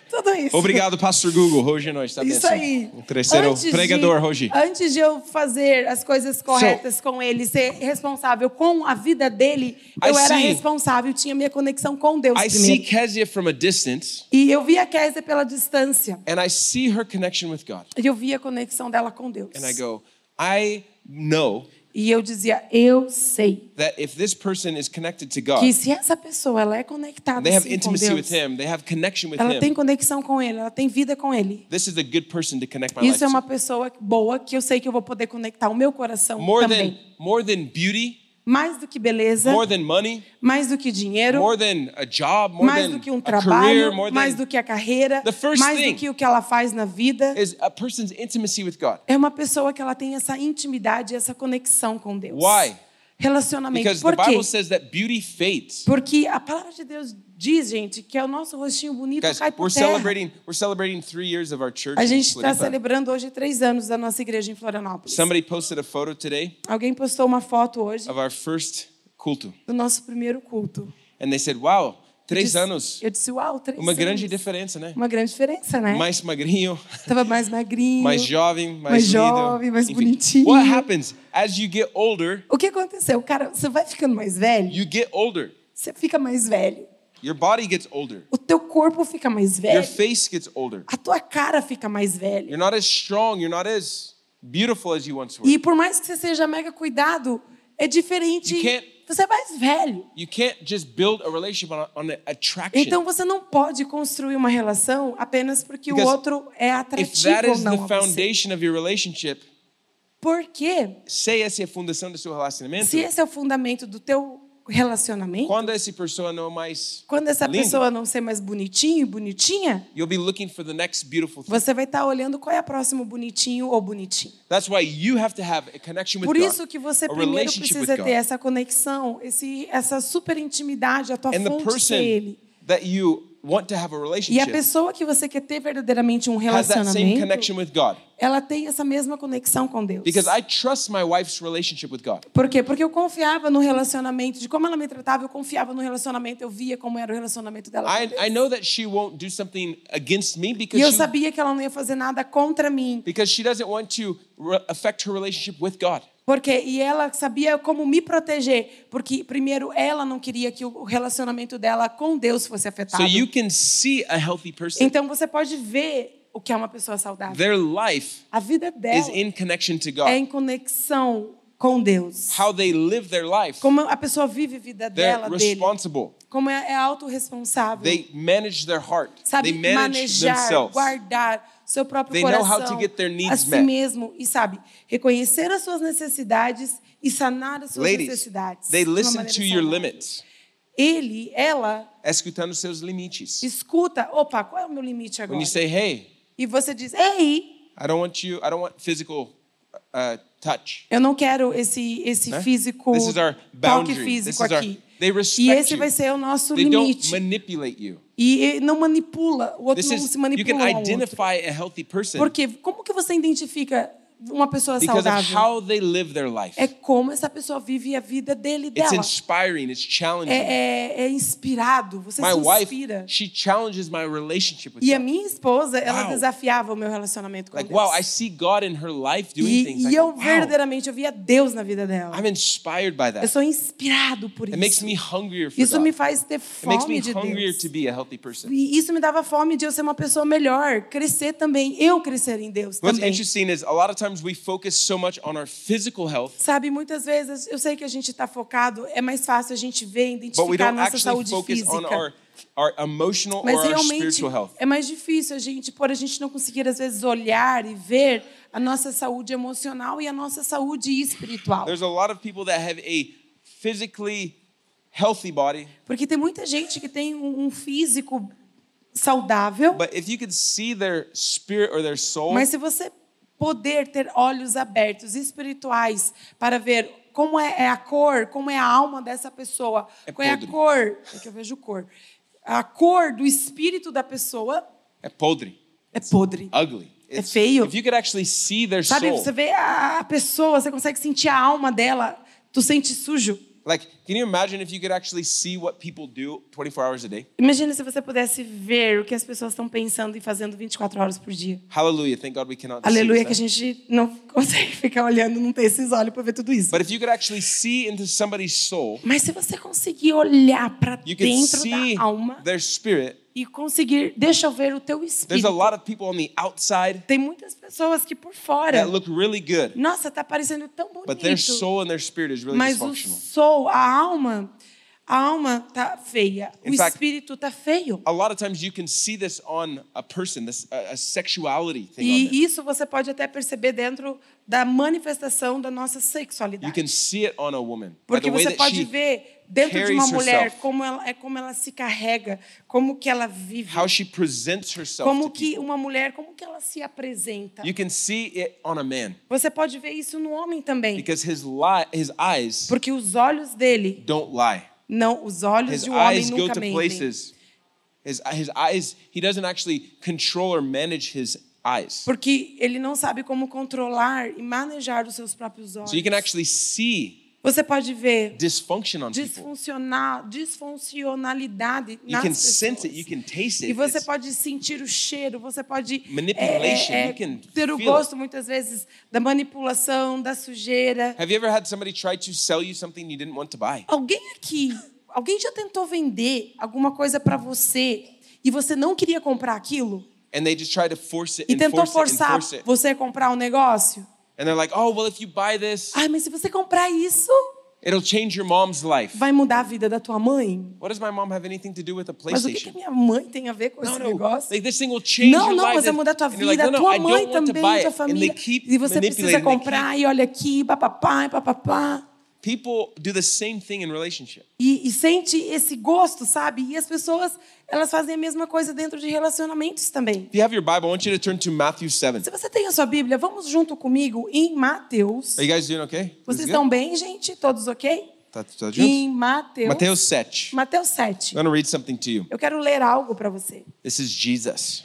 [SPEAKER 2] Tudo isso.
[SPEAKER 1] Obrigado, Pastor Google. Hoje nós está
[SPEAKER 2] Isso aí.
[SPEAKER 1] O terceiro
[SPEAKER 2] Antes de- Ah,
[SPEAKER 1] pregador hoje.
[SPEAKER 2] Antes de eu fazer as coisas corretas com ele, ser responsável com a vida dele,
[SPEAKER 1] I
[SPEAKER 2] eu era
[SPEAKER 1] see.
[SPEAKER 2] responsável, tinha minha conexão com Deus
[SPEAKER 1] I
[SPEAKER 2] primeiro.
[SPEAKER 1] see Kezia from a distance,
[SPEAKER 2] E eu vi a Kézia pela distância.
[SPEAKER 1] and I see her connection with God.
[SPEAKER 2] E eu vi a conexão dela com Deus.
[SPEAKER 1] And I go, I know
[SPEAKER 2] E eu dizia, eu sei
[SPEAKER 1] that if this person is connected to God,
[SPEAKER 2] que se essa pessoa ela é conectada
[SPEAKER 1] they have
[SPEAKER 2] sim, com
[SPEAKER 1] intimacy with
[SPEAKER 2] Deus,
[SPEAKER 1] Him, they have connection with
[SPEAKER 2] ela tem
[SPEAKER 1] Him.
[SPEAKER 2] conexão com Ele, ela tem vida com Ele.
[SPEAKER 1] This is a good person to connect my life
[SPEAKER 2] Isso é
[SPEAKER 1] to.
[SPEAKER 2] uma pessoa boa que eu sei que eu vou poder conectar o meu coração
[SPEAKER 1] More
[SPEAKER 2] também.
[SPEAKER 1] than more than beauty,
[SPEAKER 2] mais do que beleza,
[SPEAKER 1] more than money,
[SPEAKER 2] mais do que dinheiro,
[SPEAKER 1] more than a job, more
[SPEAKER 2] mais
[SPEAKER 1] than
[SPEAKER 2] do que um
[SPEAKER 1] a career,
[SPEAKER 2] trabalho,
[SPEAKER 1] more
[SPEAKER 2] mais
[SPEAKER 1] than
[SPEAKER 2] do que a carreira,
[SPEAKER 1] The first
[SPEAKER 2] mais
[SPEAKER 1] thing
[SPEAKER 2] do que o que ela faz na vida.
[SPEAKER 1] is a person's intimacy with God.
[SPEAKER 2] É uma pessoa que ela tem essa intimidade, essa conexão com Deus.
[SPEAKER 1] Why?
[SPEAKER 2] Relacionamento.
[SPEAKER 1] Because the
[SPEAKER 2] Por quê?
[SPEAKER 1] Bible says that beauty fades.
[SPEAKER 2] Porque a palavra de Deus diz, gente, que é o nosso rostinho bonito
[SPEAKER 1] Guys,
[SPEAKER 2] cai por
[SPEAKER 1] we're
[SPEAKER 2] terra.
[SPEAKER 1] celebrating we're celebrating three years of our church.
[SPEAKER 2] A
[SPEAKER 1] in
[SPEAKER 2] gente está
[SPEAKER 1] Floripa.
[SPEAKER 2] celebrando hoje três anos da nossa igreja em Florianópolis.
[SPEAKER 1] Somebody posted a photo today
[SPEAKER 2] Alguém postou uma foto hoje
[SPEAKER 1] of our first culto,
[SPEAKER 2] do nosso primeiro culto.
[SPEAKER 1] and they said, "Wow,
[SPEAKER 2] Eu
[SPEAKER 1] três
[SPEAKER 2] disse-
[SPEAKER 1] anos,
[SPEAKER 2] Eu disse, uau, três
[SPEAKER 1] uma
[SPEAKER 2] anos.
[SPEAKER 1] grande diferença, né?
[SPEAKER 2] Uma grande diferença, né?
[SPEAKER 1] Mais magrinho,
[SPEAKER 2] Tava mais magrinho.
[SPEAKER 1] mais jovem, mais,
[SPEAKER 2] Mais
[SPEAKER 1] lindo.
[SPEAKER 2] jovem, mais
[SPEAKER 1] Enfim.
[SPEAKER 2] bonitinho.
[SPEAKER 1] What happens as you get older?
[SPEAKER 2] O que aconteceu? Cara, você vai ficando mais velho,
[SPEAKER 1] You get older.
[SPEAKER 2] você fica mais velho.
[SPEAKER 1] Your body gets older.
[SPEAKER 2] O teu corpo fica mais
[SPEAKER 1] Your
[SPEAKER 2] velho.
[SPEAKER 1] face gets older.
[SPEAKER 2] A tua cara fica mais velha.
[SPEAKER 1] You're not as strong. You're not as beautiful as you once were.
[SPEAKER 2] E por mais que você seja mega cuidado, é diferente.
[SPEAKER 1] You can't-
[SPEAKER 2] Você é mais velho.
[SPEAKER 1] You can't just build a relationship on, on attraction.
[SPEAKER 2] Então você não pode construir uma relação apenas porque o
[SPEAKER 1] Because
[SPEAKER 2] outro é
[SPEAKER 1] if
[SPEAKER 2] atrativo
[SPEAKER 1] that
[SPEAKER 2] ou
[SPEAKER 1] is the
[SPEAKER 2] não a você.
[SPEAKER 1] foundation of your relationship,
[SPEAKER 2] Porque
[SPEAKER 1] se essa é a fundação do seu relacionamento,
[SPEAKER 2] se esse é o fundamento do teu relacionamento,
[SPEAKER 1] Quando essa pessoa não é mais
[SPEAKER 2] quando essa
[SPEAKER 1] linda,
[SPEAKER 2] pessoa não ser mais bonitinho e bonitinha,
[SPEAKER 1] you'll be looking for the next beautiful thing.
[SPEAKER 2] você vai estar olhando qual é o próximo bonitinho ou bonitinho.
[SPEAKER 1] That's why you have to have a connection with
[SPEAKER 2] Por isso
[SPEAKER 1] God.
[SPEAKER 2] que você
[SPEAKER 1] a
[SPEAKER 2] primeiro
[SPEAKER 1] relationship
[SPEAKER 2] precisa
[SPEAKER 1] with God.
[SPEAKER 2] ter essa conexão, esse, essa super intimidade, a tua
[SPEAKER 1] And the
[SPEAKER 2] fonte ser
[SPEAKER 1] person
[SPEAKER 2] ele.
[SPEAKER 1] that you want to have a
[SPEAKER 2] E a
[SPEAKER 1] relationship
[SPEAKER 2] pessoa que você quer ter verdadeiramente um
[SPEAKER 1] has that same
[SPEAKER 2] relacionamento,
[SPEAKER 1] connection with God.
[SPEAKER 2] ela tem essa mesma conexão com Deus.
[SPEAKER 1] Because I trust my wife's relationship with God.
[SPEAKER 2] Por quê? Porque eu confiava no relacionamento, de como ela me tratava, eu confiava no relacionamento, eu via como era o relacionamento dela. com
[SPEAKER 1] I,
[SPEAKER 2] Deus.
[SPEAKER 1] I know that she won't do something against me
[SPEAKER 2] E eu
[SPEAKER 1] because she,
[SPEAKER 2] sabia que ela não ia fazer nada contra mim,
[SPEAKER 1] because she doesn't want to re- affect her relationship with God.
[SPEAKER 2] porque e ela sabia como me proteger, porque primeiro ela não queria que o relacionamento dela com Deus fosse
[SPEAKER 1] So
[SPEAKER 2] afetado.
[SPEAKER 1] you can see a healthy person.
[SPEAKER 2] Então você pode ver o que é uma pessoa saudável.
[SPEAKER 1] Their life
[SPEAKER 2] A vida
[SPEAKER 1] is
[SPEAKER 2] dela
[SPEAKER 1] in connection to
[SPEAKER 2] é
[SPEAKER 1] God.
[SPEAKER 2] em conexão com Deus.
[SPEAKER 1] How they live their life.
[SPEAKER 2] Como a pessoa vive a vida
[SPEAKER 1] They're
[SPEAKER 2] dela, dele.
[SPEAKER 1] responsible.
[SPEAKER 2] Como é, é autorresponsável.
[SPEAKER 1] They manage their heart. They
[SPEAKER 2] sabe
[SPEAKER 1] manage
[SPEAKER 2] manejar,
[SPEAKER 1] themselves.
[SPEAKER 2] guardar seu próprio
[SPEAKER 1] They know
[SPEAKER 2] coração,
[SPEAKER 1] how to get their needs
[SPEAKER 2] a si
[SPEAKER 1] met.
[SPEAKER 2] mesmo e sabe reconhecer as suas necessidades e sanar as suas
[SPEAKER 1] Ladies,
[SPEAKER 2] necessidades.
[SPEAKER 1] they
[SPEAKER 2] de uma
[SPEAKER 1] listen
[SPEAKER 2] maneira
[SPEAKER 1] to your
[SPEAKER 2] saudável.
[SPEAKER 1] limits.
[SPEAKER 2] Ele, ela
[SPEAKER 1] Escutando seus limites.
[SPEAKER 2] escuta. Opa, qual é o meu limite agora?
[SPEAKER 1] When you say, hey,
[SPEAKER 2] E você diz, ei,
[SPEAKER 1] I don't want you, I don't want physical uh, touch.
[SPEAKER 2] eu não quero esse esse
[SPEAKER 1] né?
[SPEAKER 2] físico,
[SPEAKER 1] This is our
[SPEAKER 2] toque
[SPEAKER 1] boundary. This
[SPEAKER 2] físico
[SPEAKER 1] is our,
[SPEAKER 2] aqui.
[SPEAKER 1] they
[SPEAKER 2] E
[SPEAKER 1] respect
[SPEAKER 2] esse
[SPEAKER 1] you.
[SPEAKER 2] vai ser o nosso
[SPEAKER 1] They don't
[SPEAKER 2] limite.
[SPEAKER 1] manipulate you.
[SPEAKER 2] E eh, não manipula, o outro
[SPEAKER 1] This
[SPEAKER 2] não
[SPEAKER 1] is
[SPEAKER 2] se
[SPEAKER 1] you
[SPEAKER 2] manipula
[SPEAKER 1] can
[SPEAKER 2] um ao outro.
[SPEAKER 1] identify a healthy person
[SPEAKER 2] Porque como que você identifica uma pessoa
[SPEAKER 1] because of
[SPEAKER 2] saudável?
[SPEAKER 1] how they live their life.
[SPEAKER 2] é como essa pessoa vive a vida dele e
[SPEAKER 1] It's
[SPEAKER 2] dela.
[SPEAKER 1] inspiring. It's challenging.
[SPEAKER 2] É, é, é inspirado, você
[SPEAKER 1] My
[SPEAKER 2] se
[SPEAKER 1] wife,
[SPEAKER 2] inspira.
[SPEAKER 1] she challenges my relationship with
[SPEAKER 2] E a
[SPEAKER 1] God.
[SPEAKER 2] minha esposa, ela
[SPEAKER 1] Wow.
[SPEAKER 2] desafiava o meu relacionamento com
[SPEAKER 1] Like,
[SPEAKER 2] Deus.
[SPEAKER 1] wow, I see God in her life doing things.
[SPEAKER 2] e,
[SPEAKER 1] I
[SPEAKER 2] e
[SPEAKER 1] go,
[SPEAKER 2] eu
[SPEAKER 1] wow,
[SPEAKER 2] verdadeiramente eu via Deus na vida dela.
[SPEAKER 1] I'm inspired by
[SPEAKER 2] Eu
[SPEAKER 1] that.
[SPEAKER 2] sou inspirado por
[SPEAKER 1] It makes
[SPEAKER 2] isso.
[SPEAKER 1] me hungrier for
[SPEAKER 2] Isso
[SPEAKER 1] God.
[SPEAKER 2] me
[SPEAKER 1] It
[SPEAKER 2] faz ter
[SPEAKER 1] makes me
[SPEAKER 2] fome de
[SPEAKER 1] hungrier
[SPEAKER 2] Deus.
[SPEAKER 1] to be a healthy person.
[SPEAKER 2] E isso me dava fome de eu ser uma pessoa melhor, crescer também, eu crescer em Deus
[SPEAKER 1] What's
[SPEAKER 2] também.
[SPEAKER 1] interesting is a lot of times we focus so much on our physical health,
[SPEAKER 2] Sabe, muitas vezes eu sei que a gente está focado, é mais fácil a gente ver,
[SPEAKER 1] but we
[SPEAKER 2] identificar a
[SPEAKER 1] don't
[SPEAKER 2] nossa
[SPEAKER 1] actually
[SPEAKER 2] saúde
[SPEAKER 1] focus
[SPEAKER 2] física.
[SPEAKER 1] on our, our emotional
[SPEAKER 2] Mas
[SPEAKER 1] or our
[SPEAKER 2] realmente
[SPEAKER 1] spiritual health.
[SPEAKER 2] é mais difícil a gente, por a gente não conseguir às vezes olhar e ver a nossa saúde emocional e a nossa saúde espiritual.
[SPEAKER 1] There's a lot of people that have a physically healthy body,
[SPEAKER 2] Porque tem muita gente que tem um, um físico saudável,
[SPEAKER 1] but if you could see their spirit or their soul,
[SPEAKER 2] mas se você poder ter olhos abertos espirituais para ver como é, é a cor, como é a alma dessa pessoa,
[SPEAKER 1] É
[SPEAKER 2] qual é a
[SPEAKER 1] podre.
[SPEAKER 2] cor, é que eu vejo cor, a cor do espírito da pessoa
[SPEAKER 1] é eh, podre,
[SPEAKER 2] é podre.
[SPEAKER 1] ugly. It's-
[SPEAKER 2] feio.
[SPEAKER 1] If you could actually see their
[SPEAKER 2] Sabe,
[SPEAKER 1] soul,
[SPEAKER 2] você vê a a pessoa, você consegue sentir a alma dela, tu sente sujo.
[SPEAKER 1] like, can you imagine if you could actually see what people do 24 hours a day?
[SPEAKER 2] Imagina se você pudesse ver o que as pessoas estão pensando e fazendo 24 horas por dia.
[SPEAKER 1] Hallelujah! Thank God we cannot. see
[SPEAKER 2] Aleluia, que a
[SPEAKER 1] that.
[SPEAKER 2] gente não consegue ficar olhando, não ter esses olhos para ver tudo isso.
[SPEAKER 1] But if you could actually see into somebody's soul,
[SPEAKER 2] Mas se você conseguir olhar para
[SPEAKER 1] you could
[SPEAKER 2] dentro
[SPEAKER 1] see
[SPEAKER 2] da alma
[SPEAKER 1] their spirit.
[SPEAKER 2] e conseguir, deixa eu ver o teu
[SPEAKER 1] There's a
[SPEAKER 2] espírito.
[SPEAKER 1] lot of people on the outside
[SPEAKER 2] Tem muitas pessoas que por fora,
[SPEAKER 1] that look really good,
[SPEAKER 2] nossa, tá parecendo tão
[SPEAKER 1] but their
[SPEAKER 2] bonito,
[SPEAKER 1] soul and their spirit is really
[SPEAKER 2] mas o
[SPEAKER 1] dysfunctional.
[SPEAKER 2] sou, a alma, a alma tá feia, o
[SPEAKER 1] In fact,
[SPEAKER 2] espírito tá feio.
[SPEAKER 1] a lot of times you can see this on a person, this a, a sexuality thing. on them.
[SPEAKER 2] E isso você pode até perceber dentro da manifestação da nossa
[SPEAKER 1] You
[SPEAKER 2] sexualidade.
[SPEAKER 1] can see it on a woman by
[SPEAKER 2] e Porque
[SPEAKER 1] the way
[SPEAKER 2] você
[SPEAKER 1] that
[SPEAKER 2] pode
[SPEAKER 1] she,
[SPEAKER 2] ver dentro de uma
[SPEAKER 1] carries
[SPEAKER 2] mulher
[SPEAKER 1] herself.
[SPEAKER 2] como ela, é como ela se carrega, como que ela vive,
[SPEAKER 1] how she presents herself.
[SPEAKER 2] como
[SPEAKER 1] to
[SPEAKER 2] que
[SPEAKER 1] people.
[SPEAKER 2] uma mulher, como que ela se apresenta.
[SPEAKER 1] You can see it on a man
[SPEAKER 2] Você pode ver isso no homem também,
[SPEAKER 1] because his li- his eyes
[SPEAKER 2] porque os olhos dele,
[SPEAKER 1] don't lie.
[SPEAKER 2] não, os olhos
[SPEAKER 1] His
[SPEAKER 2] de um homem
[SPEAKER 1] eyes go
[SPEAKER 2] nunca
[SPEAKER 1] to
[SPEAKER 2] mentem.
[SPEAKER 1] places. His, his eyes, he doesn't actually control or manage his eyes.
[SPEAKER 2] Porque ele não sabe como controlar e manejar os seus próprios olhos.
[SPEAKER 1] So you can actually see
[SPEAKER 2] Você pode ver
[SPEAKER 1] dysfunction on people.
[SPEAKER 2] disfuncional, disfuncionalidade
[SPEAKER 1] You
[SPEAKER 2] nas
[SPEAKER 1] can
[SPEAKER 2] pessoas.
[SPEAKER 1] sense it, you can taste
[SPEAKER 2] E
[SPEAKER 1] it.
[SPEAKER 2] você
[SPEAKER 1] It's-
[SPEAKER 2] pode sentir o cheiro, você pode
[SPEAKER 1] Manipulation,
[SPEAKER 2] é, é, é,
[SPEAKER 1] you can
[SPEAKER 2] ter o
[SPEAKER 1] feel
[SPEAKER 2] gosto muitas vezes da manipulação, da sujeira.
[SPEAKER 1] Have you ever had somebody try to sell you something you didn't want to buy?
[SPEAKER 2] Alguém aqui, alguém já tentou vender alguma coisa para você e você não queria comprar aquilo
[SPEAKER 1] And they just try to force it
[SPEAKER 2] e
[SPEAKER 1] and
[SPEAKER 2] tentou
[SPEAKER 1] force it and
[SPEAKER 2] forçar
[SPEAKER 1] force it.
[SPEAKER 2] você a comprar um negócio?
[SPEAKER 1] And they're like, oh, well, if you buy this,
[SPEAKER 2] Ai, mas se você comprar isso,
[SPEAKER 1] it'll change your mom's life.
[SPEAKER 2] vai mudar a vida da tua mãe.
[SPEAKER 1] What does my mom have anything to do with a
[SPEAKER 2] Mas o que, que
[SPEAKER 1] PlayStation?
[SPEAKER 2] a minha mãe tem a ver com
[SPEAKER 1] No,
[SPEAKER 2] esse
[SPEAKER 1] no.
[SPEAKER 2] negócio?
[SPEAKER 1] Like, this thing will change
[SPEAKER 2] não,
[SPEAKER 1] your
[SPEAKER 2] não,
[SPEAKER 1] life.
[SPEAKER 2] mas vai mudar a tua
[SPEAKER 1] And
[SPEAKER 2] vida,
[SPEAKER 1] you're like,
[SPEAKER 2] a
[SPEAKER 1] no, no,
[SPEAKER 2] tua
[SPEAKER 1] I don't
[SPEAKER 2] mãe
[SPEAKER 1] want to buy
[SPEAKER 2] também, tua
[SPEAKER 1] it. And they
[SPEAKER 2] família.
[SPEAKER 1] keep
[SPEAKER 2] E você
[SPEAKER 1] manipulating,
[SPEAKER 2] precisa
[SPEAKER 1] they keep
[SPEAKER 2] comprar, e olha aqui, papapá, e papapá.
[SPEAKER 1] people do the same thing in relationship.
[SPEAKER 2] E, e sente esse gosto, sabe? E as pessoas, elas fazem a mesma coisa dentro de relacionamentos também.
[SPEAKER 1] If you have your Bible, I want you to turn to Matthew 7.
[SPEAKER 2] Se você tem a sua Bíblia, vamos junto comigo em Mateus.
[SPEAKER 1] Are you guys doing okay? This
[SPEAKER 2] Vocês
[SPEAKER 1] is
[SPEAKER 2] estão bem, gente? Todos ok?
[SPEAKER 1] good? Tá, tá juntos?
[SPEAKER 2] Em Mateus,
[SPEAKER 1] Mateus 7.
[SPEAKER 2] Mateus 7.
[SPEAKER 1] I'm going to read something to you.
[SPEAKER 2] Eu quero ler algo para você.
[SPEAKER 1] This is Jesus.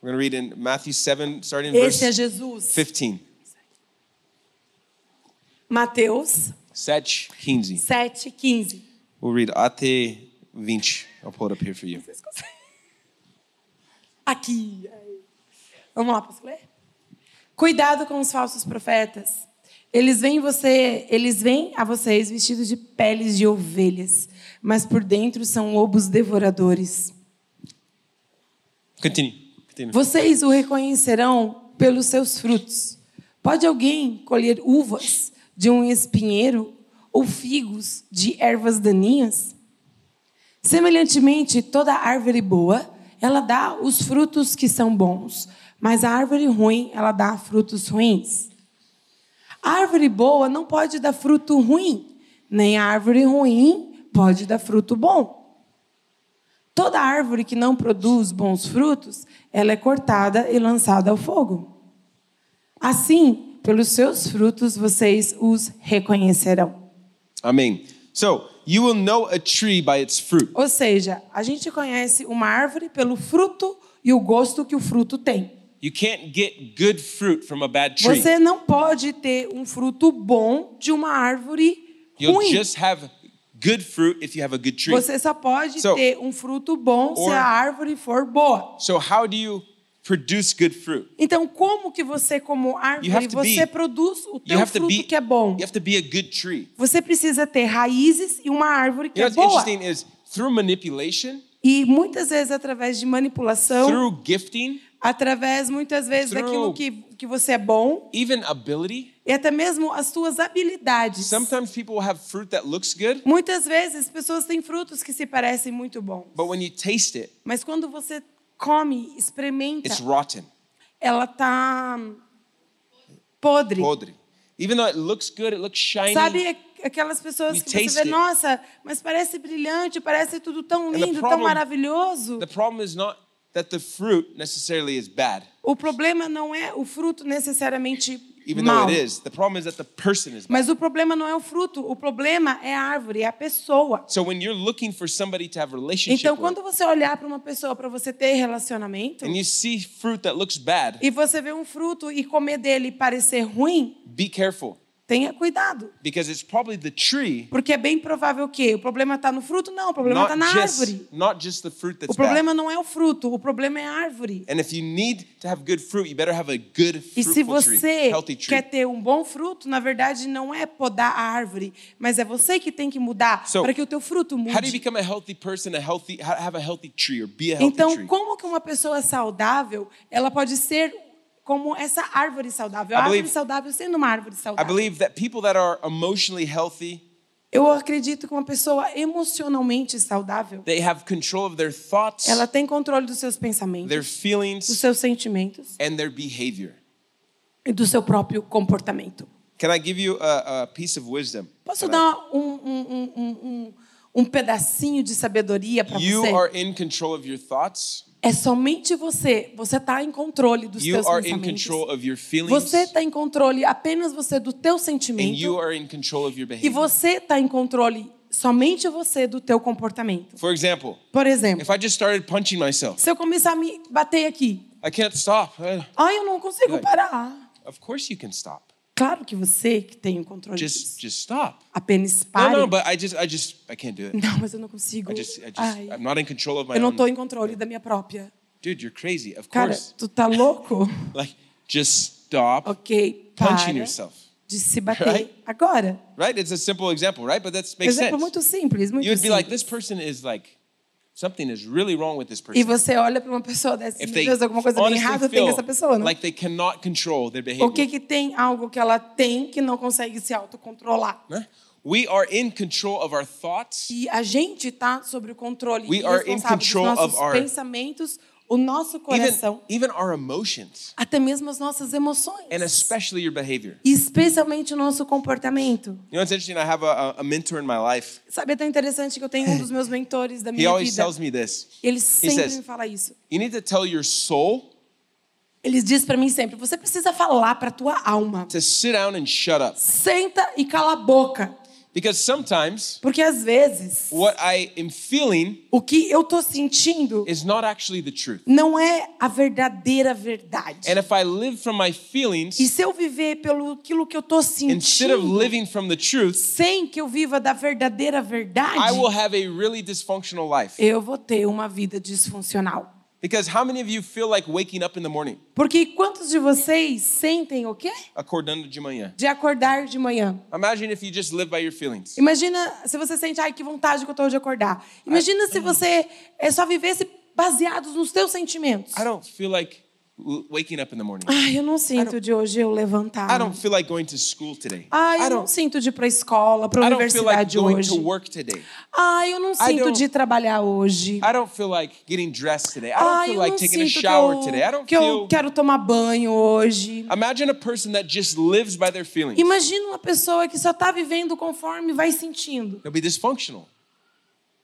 [SPEAKER 1] We're going to read in Matthew 7, starting in
[SPEAKER 2] Esse
[SPEAKER 1] verse
[SPEAKER 2] é Jesus.
[SPEAKER 1] 15.
[SPEAKER 2] Mateus
[SPEAKER 1] 7, 15.
[SPEAKER 2] 7, 15.
[SPEAKER 1] We'll read até 20. I'll pull it up here for you.
[SPEAKER 2] Vocês conseguem? Aqui. aí. Vamos lá, posso ler? Cuidado com os falsos profetas. Eles vêm você, eles vêm a vocês vestidos de peles de ovelhas, mas por dentro são lobos devoradores.
[SPEAKER 1] Continue. Continue.
[SPEAKER 2] Vocês o reconhecerão pelos seus frutos. Pode alguém colher uvas de um espinheiro ou figos de ervas daninhas? Semelhantemente, toda árvore boa, ela dá os frutos que são bons, mas a árvore ruim, ela dá frutos ruins. A árvore boa não pode dar fruto ruim, nem a árvore ruim pode dar fruto bom. Toda árvore que não produz bons frutos, ela é cortada e lançada ao fogo. Assim, pelos seus frutos vocês os reconhecerão.
[SPEAKER 1] Amém. So, you will know a tree by its fruit.
[SPEAKER 2] Ou seja, a gente conhece uma árvore pelo fruto e o gosto que o fruto tem.
[SPEAKER 1] You can't get good fruit from a bad tree.
[SPEAKER 2] Você não pode ter um fruto bom de uma árvore
[SPEAKER 1] You'll
[SPEAKER 2] ruim.
[SPEAKER 1] just have good fruit if you have a good tree.
[SPEAKER 2] Você só pode
[SPEAKER 1] So-
[SPEAKER 2] ter um fruto bom se
[SPEAKER 1] Or-
[SPEAKER 2] a árvore for boa.
[SPEAKER 1] So, how do you produce good fruit?
[SPEAKER 2] Então, como que você, como
[SPEAKER 1] You have
[SPEAKER 2] árvore,
[SPEAKER 1] to
[SPEAKER 2] você
[SPEAKER 1] be-
[SPEAKER 2] produz o
[SPEAKER 1] You
[SPEAKER 2] teu
[SPEAKER 1] have to
[SPEAKER 2] um fruto
[SPEAKER 1] be
[SPEAKER 2] que é bom?
[SPEAKER 1] You have to be a good tree.
[SPEAKER 2] Você precisa ter raízes e uma árvore que
[SPEAKER 1] You know
[SPEAKER 2] é
[SPEAKER 1] what's
[SPEAKER 2] boa.
[SPEAKER 1] interesting is through manipulation,
[SPEAKER 2] E muitas vezes através de manipulação,
[SPEAKER 1] through gifting,
[SPEAKER 2] através muitas vezes
[SPEAKER 1] through-
[SPEAKER 2] daquilo que, que você é bom
[SPEAKER 1] even ability,
[SPEAKER 2] e até mesmo as suas habilidades.
[SPEAKER 1] sometimes people will have fruit that looks good,
[SPEAKER 2] Muitas vezes pessoas têm frutos que se parecem muito bons,
[SPEAKER 1] but when you taste it,
[SPEAKER 2] mas quando você come, experimenta,
[SPEAKER 1] it's rotten,
[SPEAKER 2] ela tá podre.
[SPEAKER 1] podre. Even though it looks good, it looks shiny.
[SPEAKER 2] Sabe aqu- aquelas pessoas
[SPEAKER 1] You
[SPEAKER 2] que você
[SPEAKER 1] taste
[SPEAKER 2] vê,
[SPEAKER 1] it.
[SPEAKER 2] nossa, mas parece brilhante, parece tudo tão
[SPEAKER 1] the
[SPEAKER 2] lindo, tão
[SPEAKER 1] problem-
[SPEAKER 2] maravilhoso.
[SPEAKER 1] The problem is not that the fruit necessarily is bad,
[SPEAKER 2] O problema não é o fruto necessariamente
[SPEAKER 1] even
[SPEAKER 2] mau.
[SPEAKER 1] though it is. The problem is that the person is bad.
[SPEAKER 2] Mas o problema não é o fruto, o problema é a árvore, é a pessoa.
[SPEAKER 1] So when you're looking for somebody to have a relationship
[SPEAKER 2] Então,
[SPEAKER 1] with,
[SPEAKER 2] quando você olhar para uma pessoa para você ter relacionamento
[SPEAKER 1] and you see fruit that looks bad,
[SPEAKER 2] e você vê um fruto e comer dele e parecer ruim,
[SPEAKER 1] be careful
[SPEAKER 2] tenha cuidado,
[SPEAKER 1] because it's probably the tree,
[SPEAKER 2] porque é bem provável que o problema está no fruto, não, o problema está
[SPEAKER 1] not
[SPEAKER 2] na árvore.
[SPEAKER 1] just not just the fruit
[SPEAKER 2] O
[SPEAKER 1] that's bad.
[SPEAKER 2] problema não é o fruto, o problema é a árvore.
[SPEAKER 1] And if you need to have good fruit, you better have a good
[SPEAKER 2] E se
[SPEAKER 1] fruitful tree,
[SPEAKER 2] você
[SPEAKER 1] healthy tree.
[SPEAKER 2] quer ter um bom fruto, na verdade não é podar a árvore, mas é você que tem que mudar
[SPEAKER 1] So,
[SPEAKER 2] para que o teu fruto
[SPEAKER 1] How do you
[SPEAKER 2] mude.
[SPEAKER 1] become a healthy person? A healthy, how to have a healthy tree or be a healthy
[SPEAKER 2] Então,
[SPEAKER 1] tree?
[SPEAKER 2] como que uma pessoa saudável, ela pode ser como essa árvore saudável? A
[SPEAKER 1] I believe-
[SPEAKER 2] árvore saudável sendo uma árvore
[SPEAKER 1] I
[SPEAKER 2] saudável.
[SPEAKER 1] believe that people that are emotionally healthy,
[SPEAKER 2] Eu acredito que uma pessoa emocionalmente saudável,
[SPEAKER 1] they have control of their thoughts,
[SPEAKER 2] ela tem controle dos seus
[SPEAKER 1] their
[SPEAKER 2] pensamentos, dos
[SPEAKER 1] feelings,
[SPEAKER 2] seus sentimentos
[SPEAKER 1] and their behavior.
[SPEAKER 2] e do seu próprio comportamento.
[SPEAKER 1] Can I give you a, a piece of wisdom?
[SPEAKER 2] Posso
[SPEAKER 1] tonight?
[SPEAKER 2] dar um, um, um, um, um- um pedacinho de sabedoria para
[SPEAKER 1] You
[SPEAKER 2] você?
[SPEAKER 1] are in control of your thoughts.
[SPEAKER 2] É somente você. Você está em controle dos
[SPEAKER 1] You
[SPEAKER 2] seus
[SPEAKER 1] are in
[SPEAKER 2] pensamentos.
[SPEAKER 1] control of your feelings.
[SPEAKER 2] Você está em controle apenas você do teu
[SPEAKER 1] And you
[SPEAKER 2] sentimento.
[SPEAKER 1] are in control of your
[SPEAKER 2] E
[SPEAKER 1] behavior.
[SPEAKER 2] você está em controle somente você do teu comportamento.
[SPEAKER 1] For example,
[SPEAKER 2] Por exemplo,
[SPEAKER 1] if I just started punching myself,
[SPEAKER 2] se eu começar a me bater aqui,
[SPEAKER 1] I can't stop. Uh,
[SPEAKER 2] ai, eu não consigo
[SPEAKER 1] Vai.
[SPEAKER 2] parar.
[SPEAKER 1] Of course you can stop.
[SPEAKER 2] Claro que você que tem o controle disso.
[SPEAKER 1] Just just stop.
[SPEAKER 2] Apenas
[SPEAKER 1] No,
[SPEAKER 2] pare.
[SPEAKER 1] no, but I just I just I can't do it.
[SPEAKER 2] Não, mas eu não consigo.
[SPEAKER 1] I just I just
[SPEAKER 2] Ai,
[SPEAKER 1] I'm not in control of my
[SPEAKER 2] eu não estou
[SPEAKER 1] own.
[SPEAKER 2] em controle da minha própria.
[SPEAKER 1] Dude, you're crazy. Of
[SPEAKER 2] Cara,
[SPEAKER 1] course.
[SPEAKER 2] tu tá louco?
[SPEAKER 1] Like just stop
[SPEAKER 2] Ok,
[SPEAKER 1] punching
[SPEAKER 2] para
[SPEAKER 1] yourself.
[SPEAKER 2] de se bater
[SPEAKER 1] Right?
[SPEAKER 2] agora.
[SPEAKER 1] Right? It's a simple example, right? But that makes
[SPEAKER 2] Exemplo
[SPEAKER 1] sense.
[SPEAKER 2] muito simples, muito
[SPEAKER 1] You would be like,
[SPEAKER 2] simples.
[SPEAKER 1] this person is like something is really wrong with this
[SPEAKER 2] E
[SPEAKER 1] person.
[SPEAKER 2] você olha para uma pessoa dessa e
[SPEAKER 1] If
[SPEAKER 2] diz,
[SPEAKER 1] they
[SPEAKER 2] meu Deus, alguma coisa bem
[SPEAKER 1] honestly
[SPEAKER 2] errada tem
[SPEAKER 1] feel
[SPEAKER 2] com essa pessoa, não?
[SPEAKER 1] like they cannot control their behavior.
[SPEAKER 2] o que que tem algo que ela tem que não consegue se autocontrolar?
[SPEAKER 1] né? We are in control of our thoughts.
[SPEAKER 2] E a gente tá sobre o controle
[SPEAKER 1] We
[SPEAKER 2] e
[SPEAKER 1] are in
[SPEAKER 2] responsável dos
[SPEAKER 1] control
[SPEAKER 2] nossos
[SPEAKER 1] of our-
[SPEAKER 2] pensamentos o nosso
[SPEAKER 1] even,
[SPEAKER 2] coração,
[SPEAKER 1] even our emotions,
[SPEAKER 2] até mesmo as nossas emoções.
[SPEAKER 1] and especially your behavior.
[SPEAKER 2] E especialmente o nosso comportamento.
[SPEAKER 1] You know, it's interesting. I have a, a- a mentor in my life.
[SPEAKER 2] Sabe, é tão interessante que eu tenho um dos meus mentores da
[SPEAKER 1] He
[SPEAKER 2] minha
[SPEAKER 1] always
[SPEAKER 2] vida.
[SPEAKER 1] tells me this.
[SPEAKER 2] Ele sempre
[SPEAKER 1] says-
[SPEAKER 2] me fala isso.
[SPEAKER 1] You need to tell your soul
[SPEAKER 2] Ele diz pra mim sempre: você precisa falar pra tua alma.
[SPEAKER 1] to sit down and shut up.
[SPEAKER 2] Senta e cala a boca.
[SPEAKER 1] Because sometimes
[SPEAKER 2] Porque às vezes
[SPEAKER 1] what I am feeling
[SPEAKER 2] o que eu tô sentindo
[SPEAKER 1] is not actually the truth.
[SPEAKER 2] não é a verdadeira verdade.
[SPEAKER 1] And if I live from my feelings
[SPEAKER 2] E se eu viver pelo aquilo que eu tô
[SPEAKER 1] instead of
[SPEAKER 2] sentindo,
[SPEAKER 1] living from the truth,
[SPEAKER 2] sem que eu viva da verdadeira
[SPEAKER 1] I
[SPEAKER 2] verdade,
[SPEAKER 1] will have a really dysfunctional life.
[SPEAKER 2] eu vou ter uma vida disfuncional.
[SPEAKER 1] Because how many of you feel like waking up in the morning?
[SPEAKER 2] Porque quantos de vocês sentem o quê?
[SPEAKER 1] Acordando de manhã.
[SPEAKER 2] De acordar de manhã.
[SPEAKER 1] Imagine if you just live by your feelings.
[SPEAKER 2] Imagina se você sente, ai, que vontade que eu tô de acordar. Imagina se você é só vivesse baseados nos teus sentimentos.
[SPEAKER 1] I don't feel like l- waking up in the morning.
[SPEAKER 2] Ai, eu não sinto de hoje eu levantar.
[SPEAKER 1] I don't feel like going to school today.
[SPEAKER 2] Ai,
[SPEAKER 1] I
[SPEAKER 2] eu não
[SPEAKER 1] don't
[SPEAKER 2] sinto de ir pra escola, pra
[SPEAKER 1] I don't feel like
[SPEAKER 2] universidade
[SPEAKER 1] going
[SPEAKER 2] hoje.
[SPEAKER 1] to work today.
[SPEAKER 2] Ai, eu não sinto
[SPEAKER 1] don't-
[SPEAKER 2] de trabalhar hoje.
[SPEAKER 1] I don't feel like getting dressed today. Ah, I don't
[SPEAKER 2] Ai,
[SPEAKER 1] feel
[SPEAKER 2] Ah, eu
[SPEAKER 1] like
[SPEAKER 2] não
[SPEAKER 1] taking a
[SPEAKER 2] sinto que
[SPEAKER 1] shower um today. I
[SPEAKER 2] eu,
[SPEAKER 1] don't
[SPEAKER 2] que eu
[SPEAKER 1] feel
[SPEAKER 2] quero tomar banho hoje.
[SPEAKER 1] Imagine a person that just lives by their feelings.
[SPEAKER 2] Imagina uma pessoa que só tá vivendo conforme vai sentindo.
[SPEAKER 1] They'll be dysfunctional.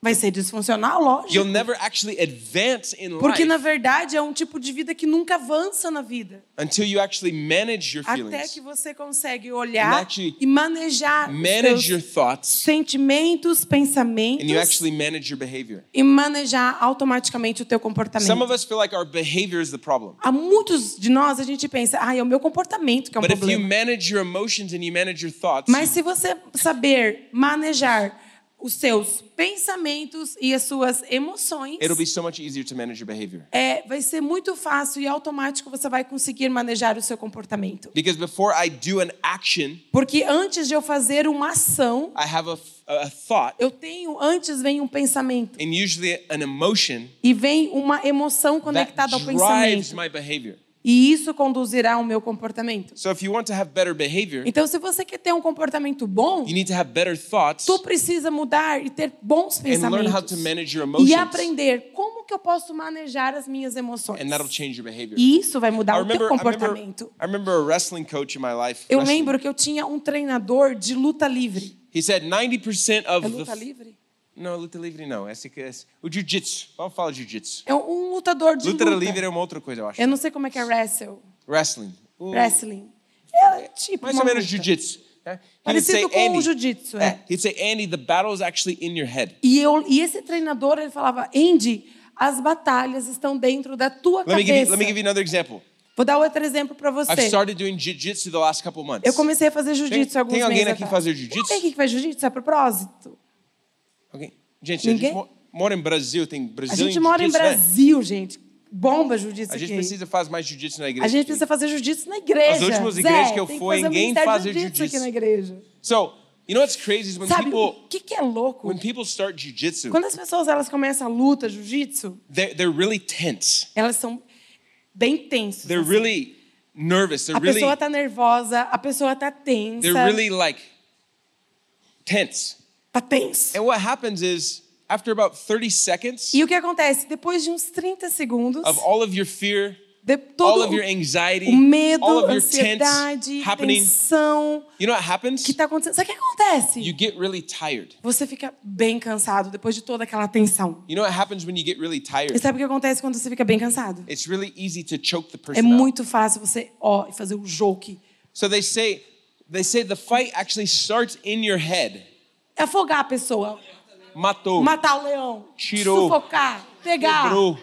[SPEAKER 2] Vai ser disfuncional, lógico.
[SPEAKER 1] You'll never actually advance in
[SPEAKER 2] Porque, na
[SPEAKER 1] life
[SPEAKER 2] verdade, é um tipo de vida que nunca avança na vida.
[SPEAKER 1] until you actually manage your
[SPEAKER 2] Até que
[SPEAKER 1] feelings,
[SPEAKER 2] você consegue
[SPEAKER 1] And
[SPEAKER 2] olhar
[SPEAKER 1] actually
[SPEAKER 2] e manejar os
[SPEAKER 1] manage your
[SPEAKER 2] seus
[SPEAKER 1] thoughts,
[SPEAKER 2] sentimentos,
[SPEAKER 1] and you
[SPEAKER 2] pensamentos
[SPEAKER 1] actually manage your behavior.
[SPEAKER 2] e manejar automaticamente o teu
[SPEAKER 1] Some of
[SPEAKER 2] comportamento.
[SPEAKER 1] us feel like our behavior is the problem.
[SPEAKER 2] Há muitos de nós, a gente pensa, ah, é o meu comportamento que é um
[SPEAKER 1] But if you
[SPEAKER 2] problema.
[SPEAKER 1] manage your emotions and you manage your thoughts,
[SPEAKER 2] Mas se você saber manejar os seus pensamentos e as suas emoções,
[SPEAKER 1] it'll be so much easier to manage your behavior.
[SPEAKER 2] é, vai ser muito fácil e automático você vai conseguir manejar o seu comportamento.
[SPEAKER 1] Because before I do an action,
[SPEAKER 2] Porque antes de eu fazer uma ação,
[SPEAKER 1] I have a, f- a thought
[SPEAKER 2] eu tenho, antes vem um pensamento.
[SPEAKER 1] and usually an emotion
[SPEAKER 2] E vem uma emoção
[SPEAKER 1] that
[SPEAKER 2] conectada ao
[SPEAKER 1] drives
[SPEAKER 2] pensamento.
[SPEAKER 1] my behavior.
[SPEAKER 2] E isso conduzirá ao meu comportamento.
[SPEAKER 1] So if you want to have better behavior,
[SPEAKER 2] Então, se você quer ter um comportamento bom,
[SPEAKER 1] you need to have better thoughts
[SPEAKER 2] tu precisa mudar e ter bons
[SPEAKER 1] and learn how to
[SPEAKER 2] pensamentos.
[SPEAKER 1] manage your
[SPEAKER 2] E
[SPEAKER 1] emotions.
[SPEAKER 2] aprender como que eu posso manejar as minhas emoções.
[SPEAKER 1] and that'll change your behavior.
[SPEAKER 2] E isso vai mudar
[SPEAKER 1] I
[SPEAKER 2] o teu
[SPEAKER 1] remember, I remember,
[SPEAKER 2] comportamento.
[SPEAKER 1] I remember a wrestling coach in my life.
[SPEAKER 2] Eu
[SPEAKER 1] wrestling.
[SPEAKER 2] lembro que eu tinha um treinador de luta livre.
[SPEAKER 1] He said 90% of
[SPEAKER 2] É
[SPEAKER 1] the.
[SPEAKER 2] luta livre?
[SPEAKER 1] Não, luta livre não. Esse que é esse- o jiu-jitsu. Vamos falar de jiu-jitsu.
[SPEAKER 2] É um lutador de
[SPEAKER 1] Luta,
[SPEAKER 2] luta.
[SPEAKER 1] livre é uma outra coisa, eu acho.
[SPEAKER 2] Eu não sei como é que é wrestle,
[SPEAKER 1] Wrestling. O-
[SPEAKER 2] wrestling. É tipo
[SPEAKER 1] Mais
[SPEAKER 2] uma
[SPEAKER 1] ou menos
[SPEAKER 2] luta.
[SPEAKER 1] jiu-jitsu. né? He would
[SPEAKER 2] Parecido
[SPEAKER 1] say,
[SPEAKER 2] com
[SPEAKER 1] Andy,
[SPEAKER 2] o jiu-jitsu,
[SPEAKER 1] é,
[SPEAKER 2] é.
[SPEAKER 1] he'd say, Andy, the battle is actually in your head.
[SPEAKER 2] E, eu, e esse treinador, ele falava, Andy, as batalhas estão dentro da tua
[SPEAKER 1] Let me, give you,
[SPEAKER 2] cabeça.
[SPEAKER 1] let me give you another example.
[SPEAKER 2] Vou dar outro exemplo pra
[SPEAKER 1] I've
[SPEAKER 2] você.
[SPEAKER 1] started doing jiu-jitsu the last couple months.
[SPEAKER 2] Eu comecei a fazer
[SPEAKER 1] Tem-
[SPEAKER 2] jiu-jitsu
[SPEAKER 1] tem
[SPEAKER 2] alguns
[SPEAKER 1] alguém
[SPEAKER 2] meses
[SPEAKER 1] aqui
[SPEAKER 2] atrás.
[SPEAKER 1] fazer jiu-jitsu?
[SPEAKER 2] Tem alguém que faz jiu-jitsu É a propósito?
[SPEAKER 1] Ok? Gente, a gente
[SPEAKER 2] Ninguém?
[SPEAKER 1] mo- mora em Brasil, tem
[SPEAKER 2] A
[SPEAKER 1] Brasil
[SPEAKER 2] gente mora em Brasil, gente. Bomba jiu-jitsu
[SPEAKER 1] né? A gente
[SPEAKER 2] aqui.
[SPEAKER 1] precisa fazer mais jiu-jitsu na igreja.
[SPEAKER 2] A gente
[SPEAKER 1] querido.
[SPEAKER 2] precisa fazer jiu-jitsu na igreja.
[SPEAKER 1] As últimas
[SPEAKER 2] Zé,
[SPEAKER 1] igrejas que eu
[SPEAKER 2] tem
[SPEAKER 1] fui,
[SPEAKER 2] fazer um
[SPEAKER 1] ninguém
[SPEAKER 2] ministério de
[SPEAKER 1] fazia
[SPEAKER 2] jiu-jitsu aqui
[SPEAKER 1] jiu-jitsu.
[SPEAKER 2] na igreja.
[SPEAKER 1] So, you know what's crazy is when
[SPEAKER 2] Sabe,
[SPEAKER 1] people
[SPEAKER 2] o que, que é louco?
[SPEAKER 1] when people start jujitsu,
[SPEAKER 2] Quando as pessoas elas começam a luta, jiu-jitsu,
[SPEAKER 1] they're, they're really tense.
[SPEAKER 2] elas são bem tensas.
[SPEAKER 1] They're
[SPEAKER 2] assim.
[SPEAKER 1] really nervous. They're
[SPEAKER 2] A
[SPEAKER 1] really
[SPEAKER 2] pessoa tá nervosa, a pessoa tá tensa.
[SPEAKER 1] they're really like tense.
[SPEAKER 2] Tá tensa.
[SPEAKER 1] And what happens is after about 30 seconds
[SPEAKER 2] E o que acontece? Depois de uns 30 segundos,
[SPEAKER 1] of all of your fear,
[SPEAKER 2] de,
[SPEAKER 1] all
[SPEAKER 2] todo
[SPEAKER 1] of your anxiety,
[SPEAKER 2] o medo,
[SPEAKER 1] all of your
[SPEAKER 2] ansiedade,
[SPEAKER 1] tense happening,
[SPEAKER 2] tensão
[SPEAKER 1] you know what
[SPEAKER 2] que
[SPEAKER 1] happens?
[SPEAKER 2] tá acontecendo. Sabe o que
[SPEAKER 1] You
[SPEAKER 2] acontece?
[SPEAKER 1] get really tired.
[SPEAKER 2] Você fica bem cansado depois de toda aquela tensão.
[SPEAKER 1] You know what happens when you get really
[SPEAKER 2] E
[SPEAKER 1] tired?
[SPEAKER 2] sabe o que acontece quando você fica bem cansado?
[SPEAKER 1] It's really easy to choke the
[SPEAKER 2] É
[SPEAKER 1] person out.
[SPEAKER 2] muito fácil você, ó, fazer o joke.
[SPEAKER 1] So they say they say the fight actually starts in your head.
[SPEAKER 2] Afogar a pessoa,
[SPEAKER 1] Matou.
[SPEAKER 2] matar o leão,
[SPEAKER 1] Tirou.
[SPEAKER 2] sufocar, pegar.
[SPEAKER 1] Quebrou.
[SPEAKER 2] Ju-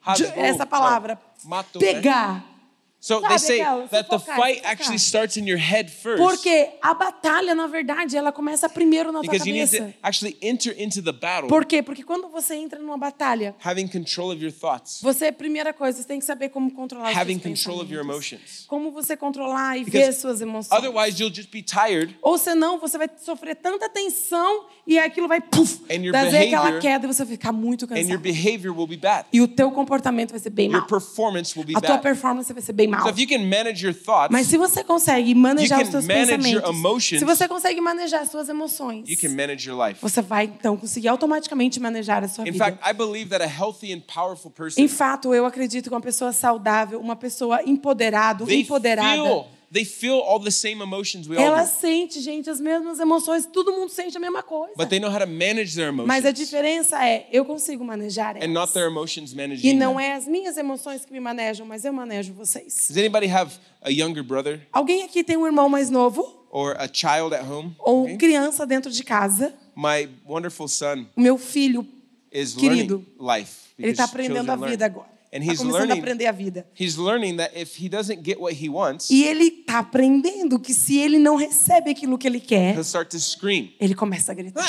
[SPEAKER 1] Rasgou.
[SPEAKER 2] Essa palavra.
[SPEAKER 1] Matou, né?
[SPEAKER 2] pegar.
[SPEAKER 1] So they
[SPEAKER 2] Sabe
[SPEAKER 1] say
[SPEAKER 2] aquela?
[SPEAKER 1] that the
[SPEAKER 2] Sufocar,
[SPEAKER 1] fight
[SPEAKER 2] sufocar.
[SPEAKER 1] actually starts in your head first.
[SPEAKER 2] Porque a batalha, na verdade, ela começa primeiro na tua
[SPEAKER 1] Because you need to
[SPEAKER 2] cabeça.
[SPEAKER 1] actually enter into the battle
[SPEAKER 2] Por quê? Porque quando você entra numa batalha,
[SPEAKER 1] having control of your thoughts.
[SPEAKER 2] Você, primeira coisa, você tem que saber como controlar os
[SPEAKER 1] Having
[SPEAKER 2] seus
[SPEAKER 1] control of your
[SPEAKER 2] pensamentos.
[SPEAKER 1] emotions.
[SPEAKER 2] Como você controlar e ver
[SPEAKER 1] Because
[SPEAKER 2] suas emoções.
[SPEAKER 1] Otherwise, you'll just be tired
[SPEAKER 2] Ou senão, você vai sofrer tanta tensão e aquilo vai puff,
[SPEAKER 1] And your
[SPEAKER 2] trazer aquela
[SPEAKER 1] behavior-
[SPEAKER 2] queda e você vai ficar muito
[SPEAKER 1] and your
[SPEAKER 2] cansado.
[SPEAKER 1] behavior will be bad.
[SPEAKER 2] E o teu comportamento vai ser bem
[SPEAKER 1] Your
[SPEAKER 2] mal.
[SPEAKER 1] performance will be
[SPEAKER 2] A tua
[SPEAKER 1] bad.
[SPEAKER 2] performance vai ser bem final.
[SPEAKER 1] So if you can manage your thoughts,
[SPEAKER 2] Mas se você consegue manejar
[SPEAKER 1] You
[SPEAKER 2] os
[SPEAKER 1] can
[SPEAKER 2] seus
[SPEAKER 1] manage your
[SPEAKER 2] pensamentos,
[SPEAKER 1] emotions.
[SPEAKER 2] se você consegue manejar as suas emoções,
[SPEAKER 1] you can manage your life.
[SPEAKER 2] você vai então conseguir automaticamente manejar a sua
[SPEAKER 1] In
[SPEAKER 2] vida.
[SPEAKER 1] fact, I believe that a healthy and powerful person
[SPEAKER 2] em fato, eu acredito que uma pessoa saudável, uma pessoa empoderado,
[SPEAKER 1] they
[SPEAKER 2] empoderada,
[SPEAKER 1] feel they feel all the same emotions we
[SPEAKER 2] ela
[SPEAKER 1] all do,
[SPEAKER 2] sente, gente, as mesmas emoções, todo mundo sente a mesma coisa.
[SPEAKER 1] but they know how to manage their
[SPEAKER 2] Mas a
[SPEAKER 1] emotions
[SPEAKER 2] diferença é, eu consigo manejar
[SPEAKER 1] and not
[SPEAKER 2] elas.
[SPEAKER 1] their emotions
[SPEAKER 2] E
[SPEAKER 1] managing
[SPEAKER 2] não
[SPEAKER 1] them.
[SPEAKER 2] é as minhas emoções que me manejam, mas eu manejo vocês.
[SPEAKER 1] Does anybody have a younger brother
[SPEAKER 2] Alguém aqui tem um irmão mais novo
[SPEAKER 1] or a child at home?
[SPEAKER 2] ou
[SPEAKER 1] Okay.
[SPEAKER 2] criança dentro de casa?
[SPEAKER 1] My wonderful son
[SPEAKER 2] O meu filho,
[SPEAKER 1] is
[SPEAKER 2] Querido,
[SPEAKER 1] learning life.
[SPEAKER 2] ele está
[SPEAKER 1] because
[SPEAKER 2] aprendendo
[SPEAKER 1] children
[SPEAKER 2] a
[SPEAKER 1] learn.
[SPEAKER 2] vida agora.
[SPEAKER 1] And
[SPEAKER 2] Está
[SPEAKER 1] he's
[SPEAKER 2] começando a
[SPEAKER 1] learning,
[SPEAKER 2] aprender a vida.
[SPEAKER 1] he's learning that if he doesn't get what he wants,
[SPEAKER 2] E ele está aprendendo que se ele não recebe aquilo que ele quer,
[SPEAKER 1] he'll start to scream.
[SPEAKER 2] ele começa a gritar.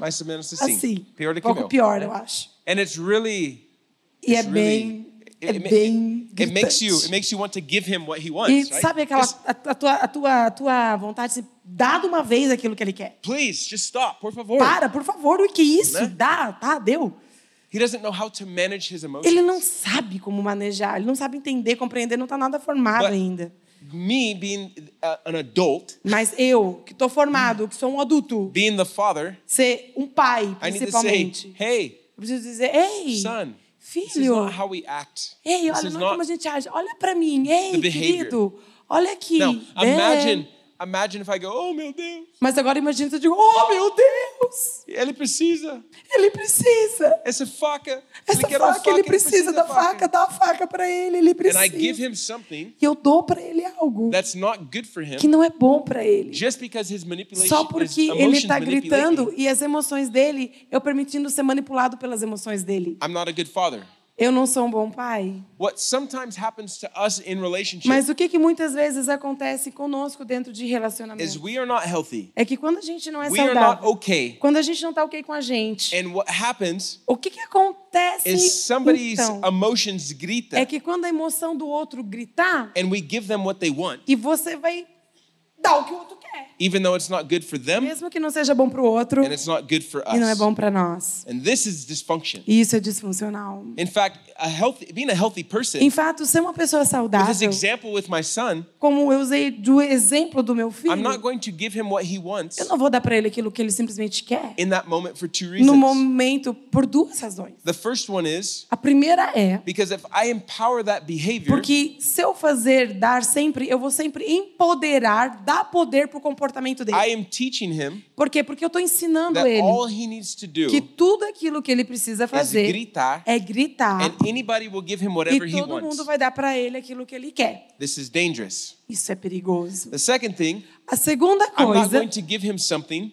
[SPEAKER 1] Mais ou menos assim.
[SPEAKER 2] Assim,
[SPEAKER 1] Pior do
[SPEAKER 2] um
[SPEAKER 1] que
[SPEAKER 2] pouco
[SPEAKER 1] meu.
[SPEAKER 2] Ah! pior, eu acho.
[SPEAKER 1] And it's really
[SPEAKER 2] E é
[SPEAKER 1] it's really-
[SPEAKER 2] bem, é
[SPEAKER 1] ma-
[SPEAKER 2] bem
[SPEAKER 1] it, it makes you it
[SPEAKER 2] gritante.
[SPEAKER 1] makes you want to give him what he wants,
[SPEAKER 2] E
[SPEAKER 1] right?
[SPEAKER 2] sabe aquela
[SPEAKER 1] Just,
[SPEAKER 2] a, a tua, a, tua, a tua vontade de dar de uma vez aquilo que ele quer?
[SPEAKER 1] please, just stop, por favor.
[SPEAKER 2] Para, por favor, o que isso?
[SPEAKER 1] Né?
[SPEAKER 2] Dá, tá, deu.
[SPEAKER 1] He doesn't know how to manage his emotions.
[SPEAKER 2] Ele não sabe como manejar, ele não sabe entender, compreender, não está nada formado
[SPEAKER 1] But-
[SPEAKER 2] ainda.
[SPEAKER 1] Me being uh, an adult,
[SPEAKER 2] Mas eu, que estou formado, que sou um adulto,
[SPEAKER 1] being the father,
[SPEAKER 2] ser um pai,
[SPEAKER 1] I need to say,
[SPEAKER 2] principalmente,
[SPEAKER 1] hey,
[SPEAKER 2] eu preciso dizer, ei,
[SPEAKER 1] son, this is
[SPEAKER 2] filho,
[SPEAKER 1] not how we act.
[SPEAKER 2] ei,
[SPEAKER 1] this
[SPEAKER 2] olha,
[SPEAKER 1] is
[SPEAKER 2] não é como a
[SPEAKER 1] not.
[SPEAKER 2] gente age, olha para mim, ei,
[SPEAKER 1] the behavior.
[SPEAKER 2] querido, olha aqui.
[SPEAKER 1] Now,
[SPEAKER 2] É.
[SPEAKER 1] imagine, imagine if I go, oh meu Deus,
[SPEAKER 2] Mas agora imagina, eu digo, oh meu Deus,
[SPEAKER 1] ele precisa,
[SPEAKER 2] ele precisa.
[SPEAKER 1] essa faca,
[SPEAKER 2] Essa
[SPEAKER 1] ele quer uma
[SPEAKER 2] faca, ele precisa da
[SPEAKER 1] faca.
[SPEAKER 2] faca, dá a faca para ele, ele
[SPEAKER 1] And I give
[SPEAKER 2] precisa.
[SPEAKER 1] him something
[SPEAKER 2] E eu dou para ele algo
[SPEAKER 1] that's not good for him
[SPEAKER 2] que não é bom para ele.
[SPEAKER 1] just because his manipulation
[SPEAKER 2] Só
[SPEAKER 1] his
[SPEAKER 2] porque ele
[SPEAKER 1] emotions
[SPEAKER 2] está
[SPEAKER 1] manipulate
[SPEAKER 2] gritando
[SPEAKER 1] me.
[SPEAKER 2] e as emoções dele, eu permitindo ser manipulado pelas emoções dele.
[SPEAKER 1] I'm not a good father.
[SPEAKER 2] Eu não sou um bom pai.
[SPEAKER 1] What sometimes happens to us in relationships
[SPEAKER 2] Mas o que, que muitas vezes acontece conosco dentro de
[SPEAKER 1] is
[SPEAKER 2] relacionamento
[SPEAKER 1] we are not healthy.
[SPEAKER 2] é que quando a gente não é
[SPEAKER 1] We are not
[SPEAKER 2] saudável,
[SPEAKER 1] okay.
[SPEAKER 2] quando a gente não está ok com a gente,
[SPEAKER 1] And what happens
[SPEAKER 2] o que, que acontece
[SPEAKER 1] is somebody's
[SPEAKER 2] então?
[SPEAKER 1] emotions grita
[SPEAKER 2] É que quando a emoção do outro gritar,
[SPEAKER 1] and we give them what they want,
[SPEAKER 2] e você vai dar o que o outro quer,
[SPEAKER 1] even though it's not good for them
[SPEAKER 2] mesmo que não seja bom para o outro
[SPEAKER 1] and it's not good for us.
[SPEAKER 2] e não é bom para nós.
[SPEAKER 1] And this is dysfunction.
[SPEAKER 2] E isso é disfuncional.
[SPEAKER 1] In fact, a healthy, being a healthy person,
[SPEAKER 2] Em fato, ser uma pessoa
[SPEAKER 1] with this
[SPEAKER 2] saudável
[SPEAKER 1] example with my son,
[SPEAKER 2] como eu usei do exemplo do meu filho,
[SPEAKER 1] I'm not going to give him what he wants
[SPEAKER 2] eu não vou dar para ele aquilo que ele simplesmente quer.
[SPEAKER 1] in that moment for two
[SPEAKER 2] No
[SPEAKER 1] reasons.
[SPEAKER 2] momento, por duas razões.
[SPEAKER 1] The first one is
[SPEAKER 2] A primeira é
[SPEAKER 1] because if I empower that behavior,
[SPEAKER 2] porque se eu fazer dar sempre, eu vou sempre empoderar, dar poder pro comportamento
[SPEAKER 1] I
[SPEAKER 2] dele.
[SPEAKER 1] am teaching him
[SPEAKER 2] Por quê? Porque eu tô ensinando
[SPEAKER 1] that all
[SPEAKER 2] ele
[SPEAKER 1] he needs to do
[SPEAKER 2] que tudo aquilo que ele precisa
[SPEAKER 1] is
[SPEAKER 2] fazer
[SPEAKER 1] gritar,
[SPEAKER 2] é gritar
[SPEAKER 1] and anybody will give him whatever
[SPEAKER 2] e
[SPEAKER 1] he
[SPEAKER 2] todo mundo
[SPEAKER 1] wants.
[SPEAKER 2] vai dar para ele aquilo que ele quer.
[SPEAKER 1] This is dangerous.
[SPEAKER 2] Isso é perigoso.
[SPEAKER 1] The second thing,
[SPEAKER 2] A segunda
[SPEAKER 1] I'm not
[SPEAKER 2] coisa
[SPEAKER 1] going to give him something.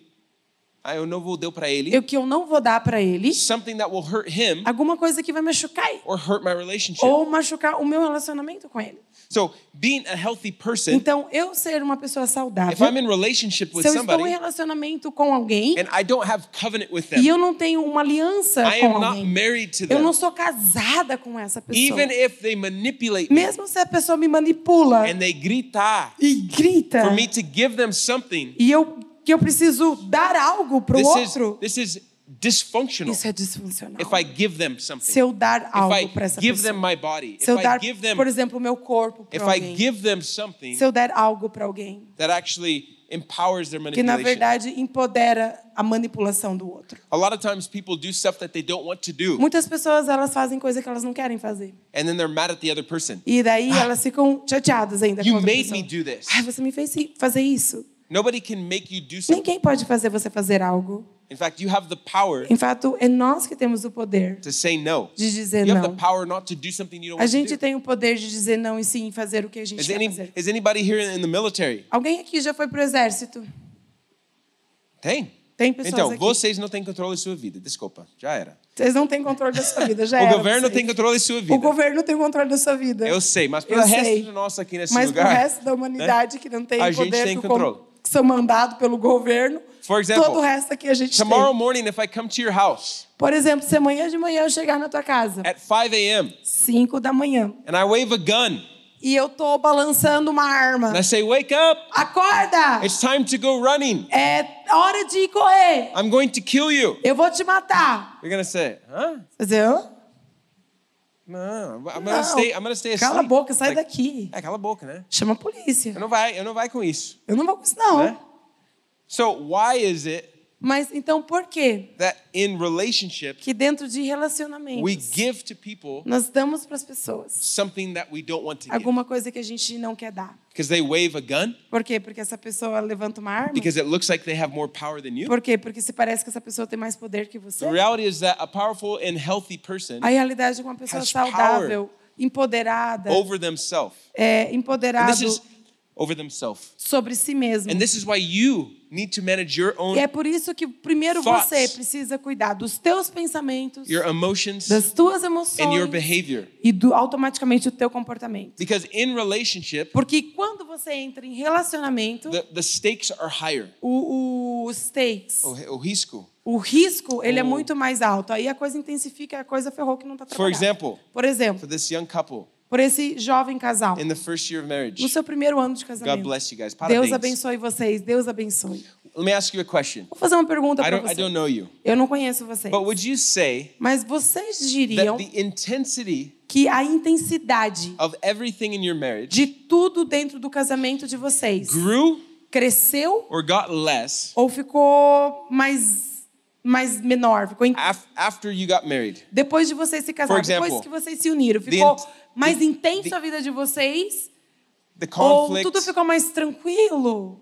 [SPEAKER 1] Ah, eu não vou dar para ele.
[SPEAKER 2] é que eu não vou dar para ele
[SPEAKER 1] Something that will hurt him
[SPEAKER 2] alguma coisa que vai machucar ele.
[SPEAKER 1] or hurt my relationship.
[SPEAKER 2] ou machucar o meu relacionamento com ele.
[SPEAKER 1] So, being a healthy person,
[SPEAKER 2] Então, eu ser uma pessoa saudável,
[SPEAKER 1] if I'm in relationship with
[SPEAKER 2] se eu estou em
[SPEAKER 1] somebody
[SPEAKER 2] relacionamento com alguém
[SPEAKER 1] and I don't have covenant with
[SPEAKER 2] e
[SPEAKER 1] them,
[SPEAKER 2] eu não tenho uma aliança
[SPEAKER 1] I am
[SPEAKER 2] com
[SPEAKER 1] not
[SPEAKER 2] alguém,
[SPEAKER 1] married to
[SPEAKER 2] eu não
[SPEAKER 1] them,
[SPEAKER 2] sou casada com essa pessoa,
[SPEAKER 1] even if they manipulate me
[SPEAKER 2] mesmo se a pessoa me manipula
[SPEAKER 1] and they gritar,
[SPEAKER 2] e grita
[SPEAKER 1] for me to give them something,
[SPEAKER 2] e eu que eu preciso dar algo pro
[SPEAKER 1] this is,
[SPEAKER 2] outro,
[SPEAKER 1] this is dysfunctional.
[SPEAKER 2] isso é disfuncional.
[SPEAKER 1] If I give them
[SPEAKER 2] Se
[SPEAKER 1] something,
[SPEAKER 2] eu dar
[SPEAKER 1] if
[SPEAKER 2] algo
[SPEAKER 1] I
[SPEAKER 2] para essa
[SPEAKER 1] give
[SPEAKER 2] pessoa,
[SPEAKER 1] them my body, if
[SPEAKER 2] se eu
[SPEAKER 1] I
[SPEAKER 2] dar,
[SPEAKER 1] give them,
[SPEAKER 2] por exemplo, o meu corpo
[SPEAKER 1] if
[SPEAKER 2] para
[SPEAKER 1] I
[SPEAKER 2] alguém,
[SPEAKER 1] give them something
[SPEAKER 2] se eu der algo para alguém,
[SPEAKER 1] that actually empowers their
[SPEAKER 2] que na
[SPEAKER 1] manipulation.
[SPEAKER 2] verdade empodera a manipulação do outro.
[SPEAKER 1] A lot of times people do stuff that they don't want to do,
[SPEAKER 2] Muitas pessoas elas fazem coisa que elas não querem fazer.
[SPEAKER 1] and then they're mad at the other person.
[SPEAKER 2] E daí elas ficam chateadas ainda
[SPEAKER 1] Ah. You
[SPEAKER 2] com outra
[SPEAKER 1] made
[SPEAKER 2] pessoa.
[SPEAKER 1] me do this.
[SPEAKER 2] Ai, você me fez i- fazer isso.
[SPEAKER 1] Nobody can make you do something.
[SPEAKER 2] Ninguém pode fazer você fazer algo.
[SPEAKER 1] In fact, you have the power
[SPEAKER 2] Em fato, é nós que temos o poder
[SPEAKER 1] to say no.
[SPEAKER 2] de dizer
[SPEAKER 1] You have the
[SPEAKER 2] não.
[SPEAKER 1] power not to do something you don't
[SPEAKER 2] A
[SPEAKER 1] want to
[SPEAKER 2] gente
[SPEAKER 1] do.
[SPEAKER 2] tem o poder de dizer não e sim fazer o que a gente
[SPEAKER 1] Is,
[SPEAKER 2] quer
[SPEAKER 1] any,
[SPEAKER 2] fazer.
[SPEAKER 1] is anybody here in the military?
[SPEAKER 2] Alguém aqui já foi pro exército?
[SPEAKER 1] Tem.
[SPEAKER 2] Tem pessoas
[SPEAKER 1] então,
[SPEAKER 2] aqui.
[SPEAKER 1] vocês não têm controle da sua vida. Desculpa, já era.
[SPEAKER 2] Vocês não têm controle da sua vida, já
[SPEAKER 1] O
[SPEAKER 2] era
[SPEAKER 1] governo
[SPEAKER 2] vocês.
[SPEAKER 1] tem controle de sua
[SPEAKER 2] O
[SPEAKER 1] vida.
[SPEAKER 2] governo tem controle da sua vida.
[SPEAKER 1] Eu sei, mas pelo
[SPEAKER 2] Eu
[SPEAKER 1] resto
[SPEAKER 2] sei.
[SPEAKER 1] de nós aqui nesse
[SPEAKER 2] Mas pro
[SPEAKER 1] lugar. né?
[SPEAKER 2] resto da humanidade que não tem
[SPEAKER 1] A gente
[SPEAKER 2] poder,
[SPEAKER 1] tem
[SPEAKER 2] que,
[SPEAKER 1] controle.
[SPEAKER 2] com- que são mandados pelo governo,
[SPEAKER 1] For example,
[SPEAKER 2] todo o resto aqui a gente
[SPEAKER 1] Tomorrow
[SPEAKER 2] tem.
[SPEAKER 1] morning, if I come to your house
[SPEAKER 2] Por exemplo, se amanhã de manhã eu chegar na tua casa,
[SPEAKER 1] at 5 a.m.
[SPEAKER 2] 5 da manhã,
[SPEAKER 1] and I wave a gun
[SPEAKER 2] e eu tô balançando uma arma,
[SPEAKER 1] and I say, Wake up!
[SPEAKER 2] acorda!
[SPEAKER 1] It's time to go running.
[SPEAKER 2] É hora de ir correr!
[SPEAKER 1] I'm going to kill you.
[SPEAKER 2] Eu vou te matar!
[SPEAKER 1] You're going to say, Huh?
[SPEAKER 2] Você, "Hã?
[SPEAKER 1] Não, I'm
[SPEAKER 2] Não.
[SPEAKER 1] gonna stay, I'm gonna stay asleep.
[SPEAKER 2] Cala a boca, sai
[SPEAKER 1] Like,
[SPEAKER 2] daqui.
[SPEAKER 1] É, cala a boca, né?
[SPEAKER 2] Chama a
[SPEAKER 1] Eu
[SPEAKER 2] polícia.
[SPEAKER 1] não vai, eu não vai com isso,
[SPEAKER 2] Eu não vou com isso, não.
[SPEAKER 1] né? So why is it
[SPEAKER 2] Mas então por quê?
[SPEAKER 1] that in relationships
[SPEAKER 2] Que dentro de
[SPEAKER 1] we
[SPEAKER 2] relacionamentos,
[SPEAKER 1] give to people
[SPEAKER 2] nós damos para as pessoas
[SPEAKER 1] something that we don't want to give?
[SPEAKER 2] alguma coisa que a gente não quer dar.
[SPEAKER 1] Because they wave a gun?
[SPEAKER 2] Por quê? Porque essa pessoa levanta uma arma?
[SPEAKER 1] Because it looks like they have more power than you?
[SPEAKER 2] Por quê? Porque se parece que essa pessoa tem mais poder que você.
[SPEAKER 1] The reality is that a powerful and healthy person
[SPEAKER 2] A realidade é que uma pessoa
[SPEAKER 1] Has
[SPEAKER 2] saudável, empoderada,
[SPEAKER 1] over themselves.
[SPEAKER 2] é,
[SPEAKER 1] And
[SPEAKER 2] empoderado
[SPEAKER 1] this is over themselves.
[SPEAKER 2] sobre si mesmo.
[SPEAKER 1] And this is why you need to manage your
[SPEAKER 2] E é
[SPEAKER 1] own
[SPEAKER 2] por isso que primeiro
[SPEAKER 1] Thoughts.
[SPEAKER 2] você precisa cuidar dos teus pensamentos,
[SPEAKER 1] your emotions
[SPEAKER 2] das tuas
[SPEAKER 1] and your
[SPEAKER 2] emoções
[SPEAKER 1] behavior.
[SPEAKER 2] e do, automaticamente o teu comportamento.
[SPEAKER 1] Because in relationship,
[SPEAKER 2] Porque quando você entra em relacionamento,
[SPEAKER 1] the, the stakes are higher.
[SPEAKER 2] o, o stakes,
[SPEAKER 1] O, o risco.
[SPEAKER 2] o risco, ele é
[SPEAKER 1] O-
[SPEAKER 2] muito mais alto. Aí a coisa intensifica, a coisa ferrou que não está
[SPEAKER 1] Oh. For
[SPEAKER 2] trabalhando.
[SPEAKER 1] example,
[SPEAKER 2] por exemplo,
[SPEAKER 1] for this young couple
[SPEAKER 2] por esse jovem casal,
[SPEAKER 1] in the first year of marriage,
[SPEAKER 2] no seu primeiro ano de
[SPEAKER 1] God
[SPEAKER 2] casamento.
[SPEAKER 1] bless you guys.
[SPEAKER 2] Deus
[SPEAKER 1] Parabéns.
[SPEAKER 2] abençoe vocês, Deus abençoe.
[SPEAKER 1] Let me ask you a question.
[SPEAKER 2] Vou fazer uma pergunta
[SPEAKER 1] I
[SPEAKER 2] para
[SPEAKER 1] don't, I don't
[SPEAKER 2] vocês.
[SPEAKER 1] know you,
[SPEAKER 2] Eu não conheço vocês.
[SPEAKER 1] but would you say
[SPEAKER 2] Mas vocês diriam
[SPEAKER 1] that the intensity
[SPEAKER 2] que a intensidade
[SPEAKER 1] of everything in your marriage
[SPEAKER 2] de tudo dentro do casamento de vocês
[SPEAKER 1] grew
[SPEAKER 2] cresceu
[SPEAKER 1] or got less
[SPEAKER 2] ou ficou mais mais menor, ficou in-
[SPEAKER 1] af- after you got married?
[SPEAKER 2] depois de vocês se
[SPEAKER 1] For
[SPEAKER 2] casarem,
[SPEAKER 1] example,
[SPEAKER 2] depois que vocês se uniram,
[SPEAKER 1] the
[SPEAKER 2] ficou
[SPEAKER 1] int-
[SPEAKER 2] mais
[SPEAKER 1] the-
[SPEAKER 2] intenso
[SPEAKER 1] the-
[SPEAKER 2] a vida de vocês
[SPEAKER 1] The
[SPEAKER 2] ou
[SPEAKER 1] conflict,
[SPEAKER 2] Oh, tudo ficou mais tranquilo?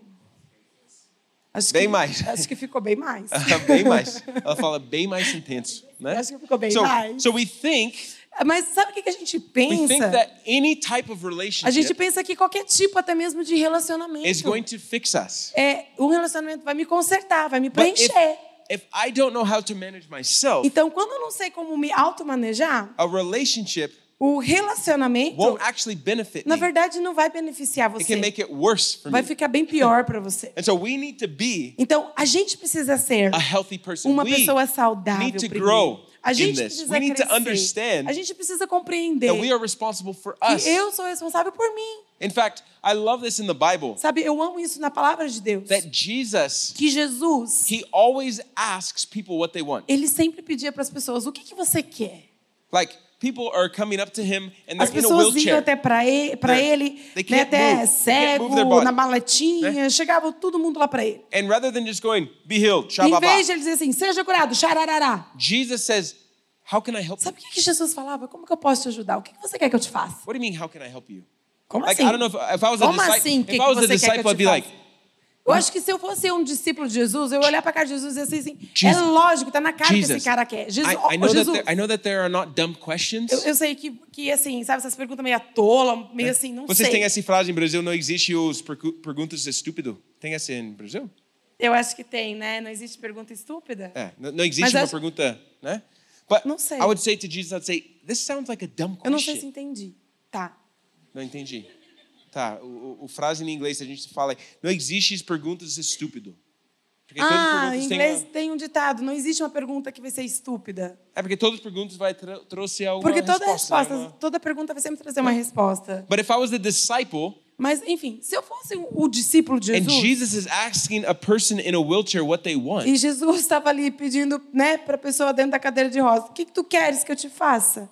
[SPEAKER 2] Acho
[SPEAKER 1] Bem
[SPEAKER 2] que,
[SPEAKER 1] mais.
[SPEAKER 2] Acho que ficou bem mais.
[SPEAKER 1] uh, bem mais. Ela fala bem mais intenso, né?
[SPEAKER 2] Acho que ficou bem
[SPEAKER 1] so,
[SPEAKER 2] mais.
[SPEAKER 1] so we think,
[SPEAKER 2] Mas sabe o que que a gente
[SPEAKER 1] we think
[SPEAKER 2] pensa?
[SPEAKER 1] that any type of
[SPEAKER 2] A gente
[SPEAKER 1] relationship
[SPEAKER 2] pensa que qualquer tipo, até mesmo de relacionamento,
[SPEAKER 1] is going to fix us.
[SPEAKER 2] é, um relacionamento vai me consertar, vai me
[SPEAKER 1] But if,
[SPEAKER 2] preencher.
[SPEAKER 1] if I don't know how to manage myself,
[SPEAKER 2] Então, quando eu não sei como me automanejar,
[SPEAKER 1] a relationship
[SPEAKER 2] o relacionamento,
[SPEAKER 1] won't actually benefit
[SPEAKER 2] na
[SPEAKER 1] me.
[SPEAKER 2] verdade, não vai beneficiar
[SPEAKER 1] It can
[SPEAKER 2] você.
[SPEAKER 1] make it worse for
[SPEAKER 2] Vai
[SPEAKER 1] me.
[SPEAKER 2] ficar bem pior para você.
[SPEAKER 1] And so we need to be
[SPEAKER 2] Então, a gente precisa ser
[SPEAKER 1] a healthy person.
[SPEAKER 2] uma
[SPEAKER 1] we
[SPEAKER 2] pessoa saudável
[SPEAKER 1] need to
[SPEAKER 2] primeiro.
[SPEAKER 1] grow
[SPEAKER 2] A
[SPEAKER 1] in
[SPEAKER 2] gente
[SPEAKER 1] this.
[SPEAKER 2] precisa
[SPEAKER 1] We need to
[SPEAKER 2] crescer.
[SPEAKER 1] understand
[SPEAKER 2] A gente precisa compreender
[SPEAKER 1] that we are responsible for us.
[SPEAKER 2] que E eu sou responsável por mim.
[SPEAKER 1] In fact, I love this in the Bible
[SPEAKER 2] Sabe, eu amo isso na palavra de Deus.
[SPEAKER 1] that Jesus,
[SPEAKER 2] Que Jesus
[SPEAKER 1] he always asks people what they want.
[SPEAKER 2] ele sempre pedia para as pessoas: o que, que você quer?
[SPEAKER 1] Like people are coming up to him and they're
[SPEAKER 2] As
[SPEAKER 1] in a
[SPEAKER 2] pessoas iam
[SPEAKER 1] wheelchair.
[SPEAKER 2] até para ele, pra
[SPEAKER 1] They're-
[SPEAKER 2] ele
[SPEAKER 1] they
[SPEAKER 2] né,
[SPEAKER 1] can't
[SPEAKER 2] até
[SPEAKER 1] move. They can't move their
[SPEAKER 2] cego,
[SPEAKER 1] body, né?
[SPEAKER 2] na maletinha, chegava todo mundo lá para ele.
[SPEAKER 1] And rather than just going, be healed,
[SPEAKER 2] em vez
[SPEAKER 1] shababa,
[SPEAKER 2] de ele dizer assim, seja curado, xararará.
[SPEAKER 1] Jesus says, How can I help you?
[SPEAKER 2] Sabe o que, que Jesus falava? Como que eu posso te ajudar? O que, que você quer que eu te faça?
[SPEAKER 1] What do you mean, how can I help you?
[SPEAKER 2] Como
[SPEAKER 1] Like,
[SPEAKER 2] assim?
[SPEAKER 1] I don't know if, if I was a
[SPEAKER 2] Como
[SPEAKER 1] disciple,
[SPEAKER 2] assim? O que,
[SPEAKER 1] if
[SPEAKER 2] que
[SPEAKER 1] I was a
[SPEAKER 2] você quer que
[SPEAKER 1] disciple,
[SPEAKER 2] eu
[SPEAKER 1] I'd
[SPEAKER 2] te
[SPEAKER 1] be
[SPEAKER 2] faça?
[SPEAKER 1] like,
[SPEAKER 2] eu acho que se eu fosse um discípulo de Jesus, eu ia olhar para cara de Jesus e dizer assim,
[SPEAKER 1] Jesus.
[SPEAKER 2] é lógico, tá na cara que
[SPEAKER 1] Jesus.
[SPEAKER 2] esse cara quer. Jesus,
[SPEAKER 1] I,
[SPEAKER 2] ó,
[SPEAKER 1] I know that
[SPEAKER 2] Jesus,
[SPEAKER 1] there, I know that there are not dumb questions.
[SPEAKER 2] eu, eu sei que, que assim, sabe, essas perguntas meio tola, meio assim, não
[SPEAKER 1] É. Vocês
[SPEAKER 2] sei.
[SPEAKER 1] têm essa frase em Brasil, não existe os percu- perguntas estúpido. Tem essa em Brasil?
[SPEAKER 2] Eu acho que tem, né? Não existe pergunta estúpida.
[SPEAKER 1] É, n- não existe
[SPEAKER 2] Mas
[SPEAKER 1] uma
[SPEAKER 2] acho-
[SPEAKER 1] pergunta, né? But
[SPEAKER 2] Não sei.
[SPEAKER 1] I would say to Jesus, I'd say, this sounds like a dumb question.
[SPEAKER 2] Eu não sei se entendi. Tá.
[SPEAKER 1] Não entendi. Tá, o, o- o frase em inglês a gente fala, não existe as perguntas estúpido. Porque todas as
[SPEAKER 2] ah,
[SPEAKER 1] perguntas
[SPEAKER 2] em
[SPEAKER 1] têm
[SPEAKER 2] inglês
[SPEAKER 1] uma-
[SPEAKER 2] tem, um ditado. Não existe uma pergunta que vai ser estúpida.
[SPEAKER 1] É porque todas as perguntas vai tra trouxe alguma
[SPEAKER 2] Porque toda
[SPEAKER 1] resposta.
[SPEAKER 2] resposta,
[SPEAKER 1] né? É.
[SPEAKER 2] toda pergunta vai sempre trazer uma resposta.
[SPEAKER 1] But if I was a disciple
[SPEAKER 2] Mas, enfim, se eu fosse o o discípulo de
[SPEAKER 1] and
[SPEAKER 2] Jesus,
[SPEAKER 1] Jesus is asking a person in a wheelchair what they want,
[SPEAKER 2] e Jesus estava ali pedindo né, para a pessoa dentro da cadeira de rosa, o que, que tu queres que eu te faça?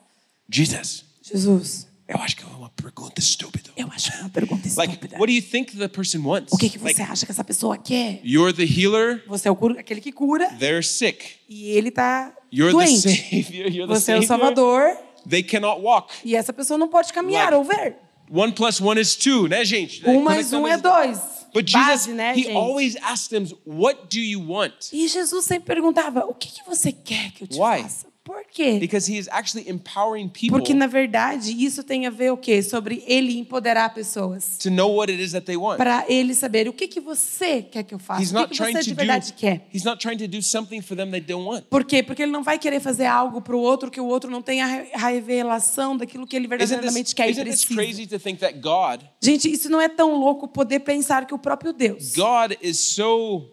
[SPEAKER 1] Jesus,
[SPEAKER 2] Jesus,
[SPEAKER 1] eu acho que é uma pergunta estúpida.
[SPEAKER 2] eu acho que é uma pergunta
[SPEAKER 1] Like,
[SPEAKER 2] estúpida.
[SPEAKER 1] what do you think the person wants?
[SPEAKER 2] o que, que você
[SPEAKER 1] Like,
[SPEAKER 2] acha que essa pessoa quer?
[SPEAKER 1] you're the healer,
[SPEAKER 2] Você é o cura, aquele que cura
[SPEAKER 1] they're sick.
[SPEAKER 2] e ele está
[SPEAKER 1] You're the
[SPEAKER 2] doente.
[SPEAKER 1] savior, you're the
[SPEAKER 2] Você é o
[SPEAKER 1] savior.
[SPEAKER 2] salvador
[SPEAKER 1] They cannot walk.
[SPEAKER 2] e essa pessoa não pode caminhar
[SPEAKER 1] Like-
[SPEAKER 2] ou ver.
[SPEAKER 1] One plus one is two, né, gente?
[SPEAKER 2] Um mais
[SPEAKER 1] Conectando
[SPEAKER 2] um é
[SPEAKER 1] as-
[SPEAKER 2] dois.
[SPEAKER 1] But Jesus,
[SPEAKER 2] Base, né,
[SPEAKER 1] he
[SPEAKER 2] gente?
[SPEAKER 1] always asks them, what do you want?
[SPEAKER 2] E Jesus sempre perguntava, o que, que você quer que eu te
[SPEAKER 1] Why?
[SPEAKER 2] faça? Por quê?
[SPEAKER 1] Because he is actually empowering people
[SPEAKER 2] Porque, na verdade, isso tem a ver o quê? Sobre ele empoderar pessoas.
[SPEAKER 1] to know what it is that they want.
[SPEAKER 2] Para ele saber o que, que você quer que eu faça.
[SPEAKER 1] He's
[SPEAKER 2] o
[SPEAKER 1] not
[SPEAKER 2] que, que
[SPEAKER 1] trying
[SPEAKER 2] você
[SPEAKER 1] to
[SPEAKER 2] de
[SPEAKER 1] do.
[SPEAKER 2] verdade quer.
[SPEAKER 1] He's not trying to do something for them they don't want.
[SPEAKER 2] Por quê? Porque ele não vai querer fazer algo para o outro que o outro não tenha a revelação daquilo que ele
[SPEAKER 1] Isn't this,
[SPEAKER 2] verdadeiramente quer e
[SPEAKER 1] isn't this
[SPEAKER 2] precisa.
[SPEAKER 1] crazy to think that God,
[SPEAKER 2] Gente, isso não é tão louco poder pensar que o próprio Deus.
[SPEAKER 1] God is so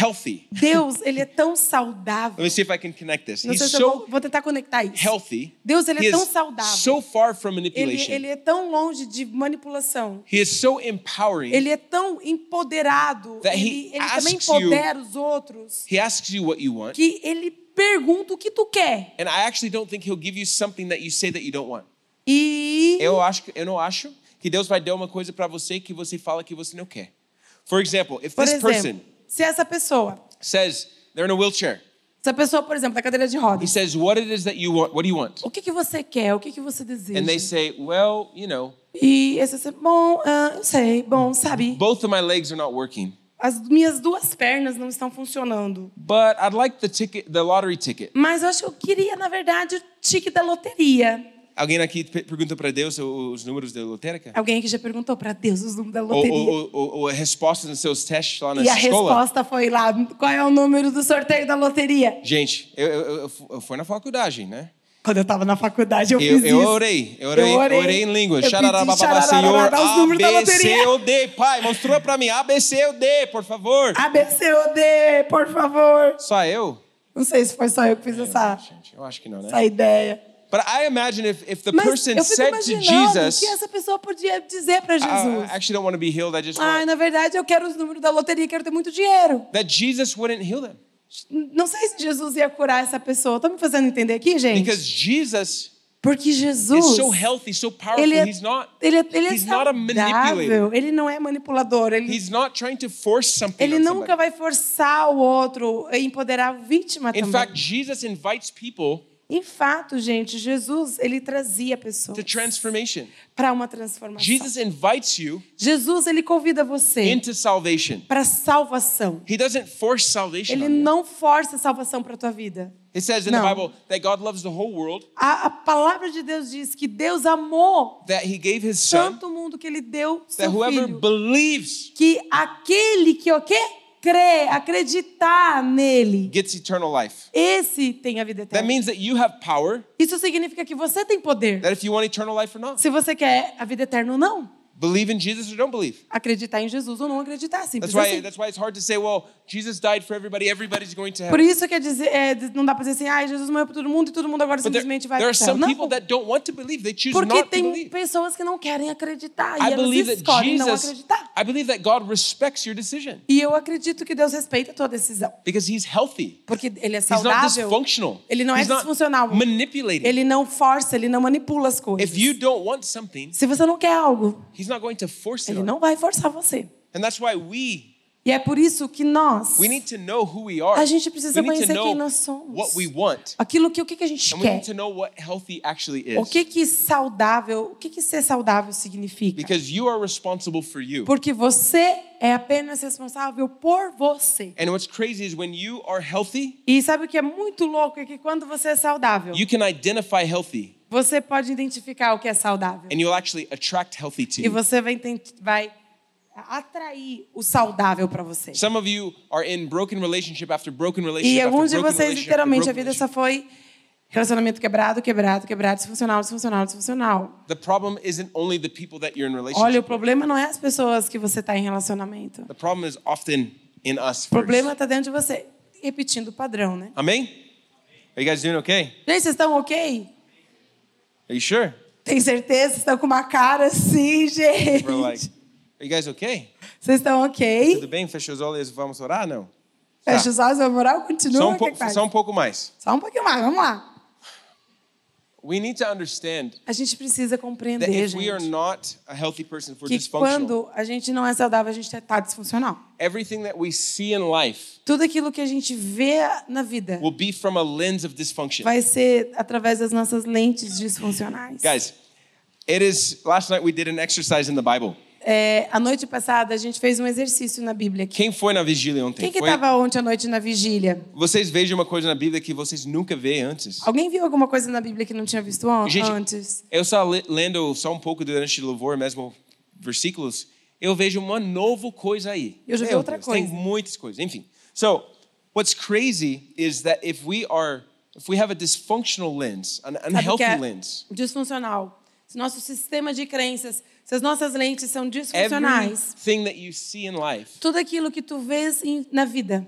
[SPEAKER 1] healthy?
[SPEAKER 2] Deus, ele é tão
[SPEAKER 1] Let
[SPEAKER 2] saudável.
[SPEAKER 1] me see if I can connect this.
[SPEAKER 2] Não sei
[SPEAKER 1] He's
[SPEAKER 2] se eu
[SPEAKER 1] so
[SPEAKER 2] vou, vou tentar conectar isso.
[SPEAKER 1] healthy.
[SPEAKER 2] Deus, ele
[SPEAKER 1] He
[SPEAKER 2] é tão
[SPEAKER 1] is
[SPEAKER 2] saudável.
[SPEAKER 1] so far from
[SPEAKER 2] Ele,
[SPEAKER 1] manipulation.
[SPEAKER 2] ele é tão longe de manipulação.
[SPEAKER 1] He is so empowering.
[SPEAKER 2] Ele é tão empoderado.
[SPEAKER 1] That he
[SPEAKER 2] Ele, ele também
[SPEAKER 1] asks you-
[SPEAKER 2] empodera os outros.
[SPEAKER 1] He asks you what you want.
[SPEAKER 2] Que ele pergunta o que tu quer.
[SPEAKER 1] And I actually don't think he'll give you something that you say that you don't want.
[SPEAKER 2] E
[SPEAKER 1] Eu acho que- eu não acho que Deus vai dar uma coisa para você que você fala que você não quer. For example, if
[SPEAKER 2] Por
[SPEAKER 1] this
[SPEAKER 2] exemplo,
[SPEAKER 1] person
[SPEAKER 2] se essa pessoa,
[SPEAKER 1] says they're in a wheelchair,
[SPEAKER 2] essa pessoa, por exemplo, da cadeira de
[SPEAKER 1] he
[SPEAKER 2] rodas,
[SPEAKER 1] says, "What it is that you want? What do you want?"
[SPEAKER 2] o que, que você quer? O que, que você deseja?
[SPEAKER 1] And they say, "Well, you know,
[SPEAKER 2] E esse assim, bom, ah, eu sei, bom, sabe?
[SPEAKER 1] both of my legs are not working,
[SPEAKER 2] As minhas duas pernas não estão funcionando.
[SPEAKER 1] but I'd like the ticket, the lottery ticket."
[SPEAKER 2] Mas eu acho que eu queria, na verdade, o tique da loteria.
[SPEAKER 1] Alguém aqui pe- pergunta para Deus o- os números da lotérica?
[SPEAKER 2] Alguém que já perguntou pra Deus os números da
[SPEAKER 1] Ou,
[SPEAKER 2] loteria.
[SPEAKER 1] ou, ou- ou- ou a resposta nos seus testes lá na
[SPEAKER 2] e a
[SPEAKER 1] escola?
[SPEAKER 2] resposta foi lá: qual é o número do sorteio da loteria?
[SPEAKER 1] Gente, eu, eu, eu, eu fu- eu fui na faculdade, né?
[SPEAKER 2] Quando eu tava na faculdade, eu,
[SPEAKER 1] Eu,
[SPEAKER 2] fiz
[SPEAKER 1] eu
[SPEAKER 2] isso.
[SPEAKER 1] orei, eu orei,
[SPEAKER 2] Eu
[SPEAKER 1] eu
[SPEAKER 2] orei.
[SPEAKER 1] orei, em língua.
[SPEAKER 2] Eu pedi
[SPEAKER 1] Xararababá, Senhor,
[SPEAKER 2] xarararará, os
[SPEAKER 1] A,
[SPEAKER 2] números da
[SPEAKER 1] B, C,
[SPEAKER 2] loteria.
[SPEAKER 1] O, D. Pai, mostrou pra mim, A, B, C, O, D, por favor.
[SPEAKER 2] A, B, C, O, D, por favor.
[SPEAKER 1] Só eu?
[SPEAKER 2] Não sei se foi só eu que fiz essa,
[SPEAKER 1] Gente, eu acho que não, né?
[SPEAKER 2] essa ideia.
[SPEAKER 1] But I imagine if, if the
[SPEAKER 2] Mas
[SPEAKER 1] person
[SPEAKER 2] eu fico
[SPEAKER 1] said to
[SPEAKER 2] imaginando o
[SPEAKER 1] Jesus, Ah,
[SPEAKER 2] que essa pessoa podia dizer pra
[SPEAKER 1] I
[SPEAKER 2] Jesus. Ah,
[SPEAKER 1] actually don't want to be healed, I just
[SPEAKER 2] Ai,
[SPEAKER 1] want...
[SPEAKER 2] na verdade, eu quero os números da loteria, quero ter muito dinheiro.
[SPEAKER 1] That Jesus wouldn't heal them.
[SPEAKER 2] Não sei se Jesus ia curar essa pessoa. Tá me fazendo entender aqui, gente?
[SPEAKER 1] Because Jesus
[SPEAKER 2] Porque
[SPEAKER 1] is
[SPEAKER 2] Jesus,
[SPEAKER 1] so healthy, so powerful.
[SPEAKER 2] ele é,
[SPEAKER 1] He's not,
[SPEAKER 2] ele é, ele é
[SPEAKER 1] he's not a manipulator.
[SPEAKER 2] saudável, ele não é manipulador, ele,
[SPEAKER 1] He's not trying to force something
[SPEAKER 2] ele
[SPEAKER 1] on
[SPEAKER 2] nunca
[SPEAKER 1] somebody.
[SPEAKER 2] vai forçar o outro e empoderar a vítima
[SPEAKER 1] In
[SPEAKER 2] também.
[SPEAKER 1] fact, Jesus invites people
[SPEAKER 2] em fato, gente, Jesus, ele trazia pessoas
[SPEAKER 1] to transformation.
[SPEAKER 2] para uma transformação.
[SPEAKER 1] Jesus invites you
[SPEAKER 2] Jesus, ele convida você
[SPEAKER 1] into salvation.
[SPEAKER 2] para salvação.
[SPEAKER 1] He doesn't force salvation.
[SPEAKER 2] Ele
[SPEAKER 1] on you.
[SPEAKER 2] não força a salvação para tua vida.
[SPEAKER 1] It says in
[SPEAKER 2] No.
[SPEAKER 1] the Bible that God loves the whole world,
[SPEAKER 2] A, a palavra de Deus diz que Deus amou
[SPEAKER 1] that He gave His Son,
[SPEAKER 2] tanto o mundo que ele deu
[SPEAKER 1] that
[SPEAKER 2] seu
[SPEAKER 1] whoever
[SPEAKER 2] filho.
[SPEAKER 1] believes
[SPEAKER 2] que aquele que o quê? Crê, acreditar nele,
[SPEAKER 1] gets eternal life.
[SPEAKER 2] esse tem a vida
[SPEAKER 1] That
[SPEAKER 2] eterna.
[SPEAKER 1] means that you have power,
[SPEAKER 2] Isso significa que você tem poder.
[SPEAKER 1] that if you want eternal life or not,
[SPEAKER 2] Se você quer a vida eterna ou não,
[SPEAKER 1] believe in Jesus or don't believe.
[SPEAKER 2] acreditar em Jesus ou não acreditar, simples
[SPEAKER 1] That's why,
[SPEAKER 2] assim.
[SPEAKER 1] that's why it's hard to say, well, Jesus died for everybody, everybody's going to
[SPEAKER 2] Por
[SPEAKER 1] heaven.
[SPEAKER 2] isso que é dizer, é, não dá pra dizer assim, ai, Jesus morreu pra todo mundo e todo mundo agora
[SPEAKER 1] But there,
[SPEAKER 2] simplesmente vai
[SPEAKER 1] there are
[SPEAKER 2] pro céu.
[SPEAKER 1] some
[SPEAKER 2] Não,
[SPEAKER 1] people that don't want to believe, they choose
[SPEAKER 2] porque
[SPEAKER 1] not to
[SPEAKER 2] tem
[SPEAKER 1] believe.
[SPEAKER 2] pessoas que não querem acreditar e
[SPEAKER 1] I
[SPEAKER 2] elas
[SPEAKER 1] believe that
[SPEAKER 2] escolhem não
[SPEAKER 1] Jesus,
[SPEAKER 2] acreditar.
[SPEAKER 1] I believe that God respects your decision
[SPEAKER 2] E eu acredito que Deus respeita a tua decisão,
[SPEAKER 1] because He's healthy.
[SPEAKER 2] porque ele é
[SPEAKER 1] He's not
[SPEAKER 2] saudável,
[SPEAKER 1] dysfunctional.
[SPEAKER 2] ele não é
[SPEAKER 1] He's not
[SPEAKER 2] disfuncional.
[SPEAKER 1] manipulating.
[SPEAKER 2] Ele não força, ele não manipula as coisas.
[SPEAKER 1] If you don't want something,
[SPEAKER 2] Se você não quer algo,
[SPEAKER 1] he's not going to force it.
[SPEAKER 2] ele
[SPEAKER 1] On. you.
[SPEAKER 2] não vai forçar você.
[SPEAKER 1] And that's why we
[SPEAKER 2] E é por isso que nós,
[SPEAKER 1] we need to know who we are.
[SPEAKER 2] A gente precisa
[SPEAKER 1] we need to
[SPEAKER 2] conhecer quem
[SPEAKER 1] know
[SPEAKER 2] nós somos.
[SPEAKER 1] what we want.
[SPEAKER 2] aquilo que o que, que a gente
[SPEAKER 1] And we
[SPEAKER 2] quer,
[SPEAKER 1] need to know what healthy actually is.
[SPEAKER 2] o que que saudável, o que que ser saudável significa?
[SPEAKER 1] Because you are responsible for you.
[SPEAKER 2] Porque você é apenas responsável por você.
[SPEAKER 1] And what's crazy is when you are healthy,
[SPEAKER 2] E sabe o que é muito louco é que quando você é saudável,
[SPEAKER 1] you can identify healthy
[SPEAKER 2] você pode identificar o que é saudável
[SPEAKER 1] and you'll actually attract healthy to
[SPEAKER 2] e
[SPEAKER 1] you.
[SPEAKER 2] você vai ten- vai atrair o saudável para você.
[SPEAKER 1] Some of you are in broken relationship after broken
[SPEAKER 2] E
[SPEAKER 1] relationship after
[SPEAKER 2] alguns de
[SPEAKER 1] broken
[SPEAKER 2] vocês,
[SPEAKER 1] relationship after
[SPEAKER 2] literalmente, a
[SPEAKER 1] broken
[SPEAKER 2] vida
[SPEAKER 1] relationship.
[SPEAKER 2] só foi relacionamento quebrado, quebrado, quebrado, disfuncional, disfuncional, disfuncional.
[SPEAKER 1] The problem isn't only the people that you're in
[SPEAKER 2] Olha, o
[SPEAKER 1] relationship. with.
[SPEAKER 2] problema não é as pessoas que você está em relacionamento.
[SPEAKER 1] The problem is often in us
[SPEAKER 2] O problema
[SPEAKER 1] first.
[SPEAKER 2] está dentro de você. Repetindo o padrão, né?
[SPEAKER 1] Amém? Are you guys doing okay?
[SPEAKER 2] Gente, vocês estão ok?
[SPEAKER 1] Are you sure?
[SPEAKER 2] Tem certeza? Vocês estão com uma cara assim, gente?
[SPEAKER 1] We're like, are you guys okay?
[SPEAKER 2] Vocês estão
[SPEAKER 1] Tudo
[SPEAKER 2] ok?
[SPEAKER 1] bem? Fecha os olhos, vamos orar? Não. Tá.
[SPEAKER 2] Fecha os olhos, a moral continua.
[SPEAKER 1] Só um,
[SPEAKER 2] o que
[SPEAKER 1] pouco,
[SPEAKER 2] que faz?
[SPEAKER 1] só um pouco mais.
[SPEAKER 2] Só um pouquinho mais, vamos lá.
[SPEAKER 1] We need to understand
[SPEAKER 2] A gente precisa
[SPEAKER 1] that
[SPEAKER 2] compreender,
[SPEAKER 1] if we are
[SPEAKER 2] gente,
[SPEAKER 1] not a healthy person, if we're
[SPEAKER 2] que
[SPEAKER 1] dysfunctional,
[SPEAKER 2] quando a gente não é saudável, a gente está disfuncional.
[SPEAKER 1] everything that we see in life
[SPEAKER 2] Tudo aquilo que a gente vê na vida
[SPEAKER 1] will be from a lens of dysfunction.
[SPEAKER 2] vai ser através das nossas lentes disfuncionais.
[SPEAKER 1] Guys, it is, last night we did an exercise in the Bible.
[SPEAKER 2] É, a noite passada a gente fez um exercício na Bíblia. aqui.
[SPEAKER 1] Quem foi na vigília ontem?
[SPEAKER 2] Quem que
[SPEAKER 1] Foi-
[SPEAKER 2] estava ontem à noite na vigília?
[SPEAKER 1] Vocês vejam uma coisa na Bíblia que vocês nunca vê antes.
[SPEAKER 2] Alguém viu alguma coisa na Bíblia que não tinha visto an-
[SPEAKER 1] Gente,
[SPEAKER 2] Uh-uh, antes?
[SPEAKER 1] eu só le- lendo só um pouco durante o louvor, mesmo versículos, eu vejo uma nova coisa aí.
[SPEAKER 2] Eu já vi
[SPEAKER 1] Meu
[SPEAKER 2] outra
[SPEAKER 1] Deus, Tem
[SPEAKER 2] coisa.
[SPEAKER 1] muitas coisas, enfim. So, what's crazy is that if we are, if we have a dysfunctional lens, an
[SPEAKER 2] Sabe o que
[SPEAKER 1] unhealthy
[SPEAKER 2] é
[SPEAKER 1] lens,
[SPEAKER 2] disfuncional. Se nosso sistema de crenças, se as nossas lentes são disfuncionais,
[SPEAKER 1] everything that you see in life,
[SPEAKER 2] tudo aquilo que tu vês em- na vida,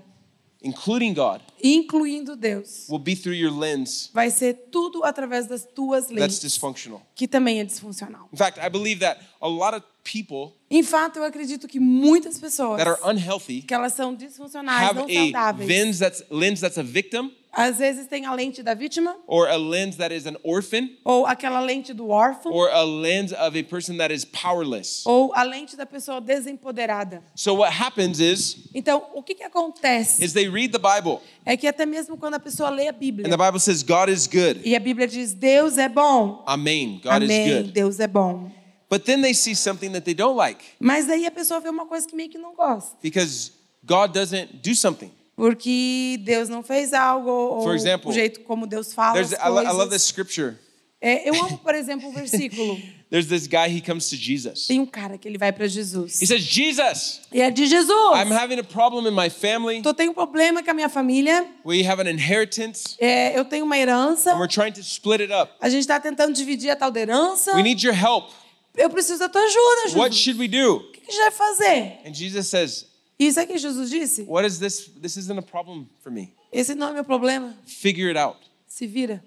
[SPEAKER 1] including God,
[SPEAKER 2] incluindo Deus,
[SPEAKER 1] will be through your lens
[SPEAKER 2] vai ser tudo através das tuas
[SPEAKER 1] that's
[SPEAKER 2] lentes,
[SPEAKER 1] dysfunctional.
[SPEAKER 2] que também é disfuncional.
[SPEAKER 1] In fact, I believe that a lot of people
[SPEAKER 2] Em fato, eu acredito que muitas pessoas
[SPEAKER 1] that are unhealthy
[SPEAKER 2] que elas são disfuncionais,
[SPEAKER 1] have
[SPEAKER 2] não
[SPEAKER 1] a
[SPEAKER 2] saudáveis,
[SPEAKER 1] lens that's, lens that's a victim
[SPEAKER 2] às vezes tem a lente da vítima
[SPEAKER 1] or a lens that is an orphan
[SPEAKER 2] ou aquela lente do órfão
[SPEAKER 1] or a lens of a person that is powerless.
[SPEAKER 2] ou a lente da pessoa desempoderada.
[SPEAKER 1] So what happens is
[SPEAKER 2] Então, o que que acontece
[SPEAKER 1] is they read the Bible
[SPEAKER 2] é que até mesmo quando a pessoa lê a
[SPEAKER 1] and the
[SPEAKER 2] Bíblia
[SPEAKER 1] Bible says God is good.
[SPEAKER 2] e a Bíblia diz Deus é bom,
[SPEAKER 1] Amen. God is
[SPEAKER 2] amém,
[SPEAKER 1] good.
[SPEAKER 2] Deus é bom.
[SPEAKER 1] But then they see something that they don't like
[SPEAKER 2] Mas aí a pessoa vê uma coisa que meio que não gosta,
[SPEAKER 1] because God doesn't do something.
[SPEAKER 2] porque Deus não fez algo ou
[SPEAKER 1] For example,
[SPEAKER 2] o jeito como Deus fala
[SPEAKER 1] There's
[SPEAKER 2] as
[SPEAKER 1] I, lo- I love
[SPEAKER 2] coisas.
[SPEAKER 1] this scripture.
[SPEAKER 2] É, eu amo, por exemplo, um versículo.
[SPEAKER 1] There's this guy he comes to Jesus.
[SPEAKER 2] Tem um cara que ele vai para Jesus
[SPEAKER 1] He says, "Jesus,
[SPEAKER 2] e é de Jesus.
[SPEAKER 1] I'm having a problem in my family.
[SPEAKER 2] Então, eu tenho um problema com a minha família,
[SPEAKER 1] We have an inheritance
[SPEAKER 2] é, eu tenho uma herança,
[SPEAKER 1] and we're trying to split it up.
[SPEAKER 2] a gente está tentando dividir a tal da herança.
[SPEAKER 1] We need your help.
[SPEAKER 2] Eu preciso da tua ajuda,
[SPEAKER 1] What
[SPEAKER 2] Jesus.
[SPEAKER 1] should we do?"
[SPEAKER 2] O que que a gente vai fazer?
[SPEAKER 1] And Jesus says,
[SPEAKER 2] Isso aqui Jesus disse?
[SPEAKER 1] What is this? This isn't a problem for me.
[SPEAKER 2] Esse não é meu problema.
[SPEAKER 1] Figure it out.
[SPEAKER 2] Se vira.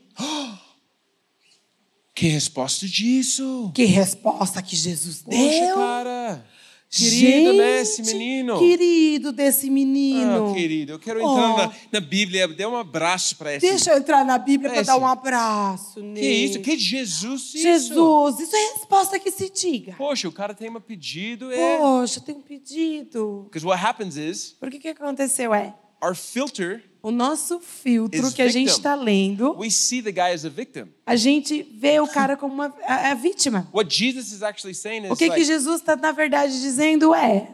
[SPEAKER 1] Que resposta disso?
[SPEAKER 2] Que resposta que Jesus
[SPEAKER 1] Poxa,
[SPEAKER 2] deu.
[SPEAKER 1] cara. Querido, né, esse
[SPEAKER 2] Gente,
[SPEAKER 1] menino?
[SPEAKER 2] Querido desse menino.
[SPEAKER 1] Ah, querido, eu quero
[SPEAKER 2] Oh.
[SPEAKER 1] entrar na, na Bíblia. Dê um abraço para esse.
[SPEAKER 2] Deixa eu entrar na Bíblia para
[SPEAKER 1] É Esse.
[SPEAKER 2] dar um abraço nele.
[SPEAKER 1] Que é isso? Que Jesus isso?
[SPEAKER 2] Jesus, isso é resposta que se diga.
[SPEAKER 1] Poxa, o cara tem um pedido. É...
[SPEAKER 2] Poxa, tem um pedido.
[SPEAKER 1] Because what happens is,
[SPEAKER 2] Porque o que aconteceu é,
[SPEAKER 1] our filter,
[SPEAKER 2] o nosso filtro
[SPEAKER 1] Is
[SPEAKER 2] que a gente
[SPEAKER 1] victim.
[SPEAKER 2] está lendo,
[SPEAKER 1] we see the guy as a victim.
[SPEAKER 2] a gente vê o cara como uma, a, a vítima.
[SPEAKER 1] What Jesus is actually saying
[SPEAKER 2] O
[SPEAKER 1] is,
[SPEAKER 2] que, que
[SPEAKER 1] like,
[SPEAKER 2] Jesus está, na verdade, dizendo é,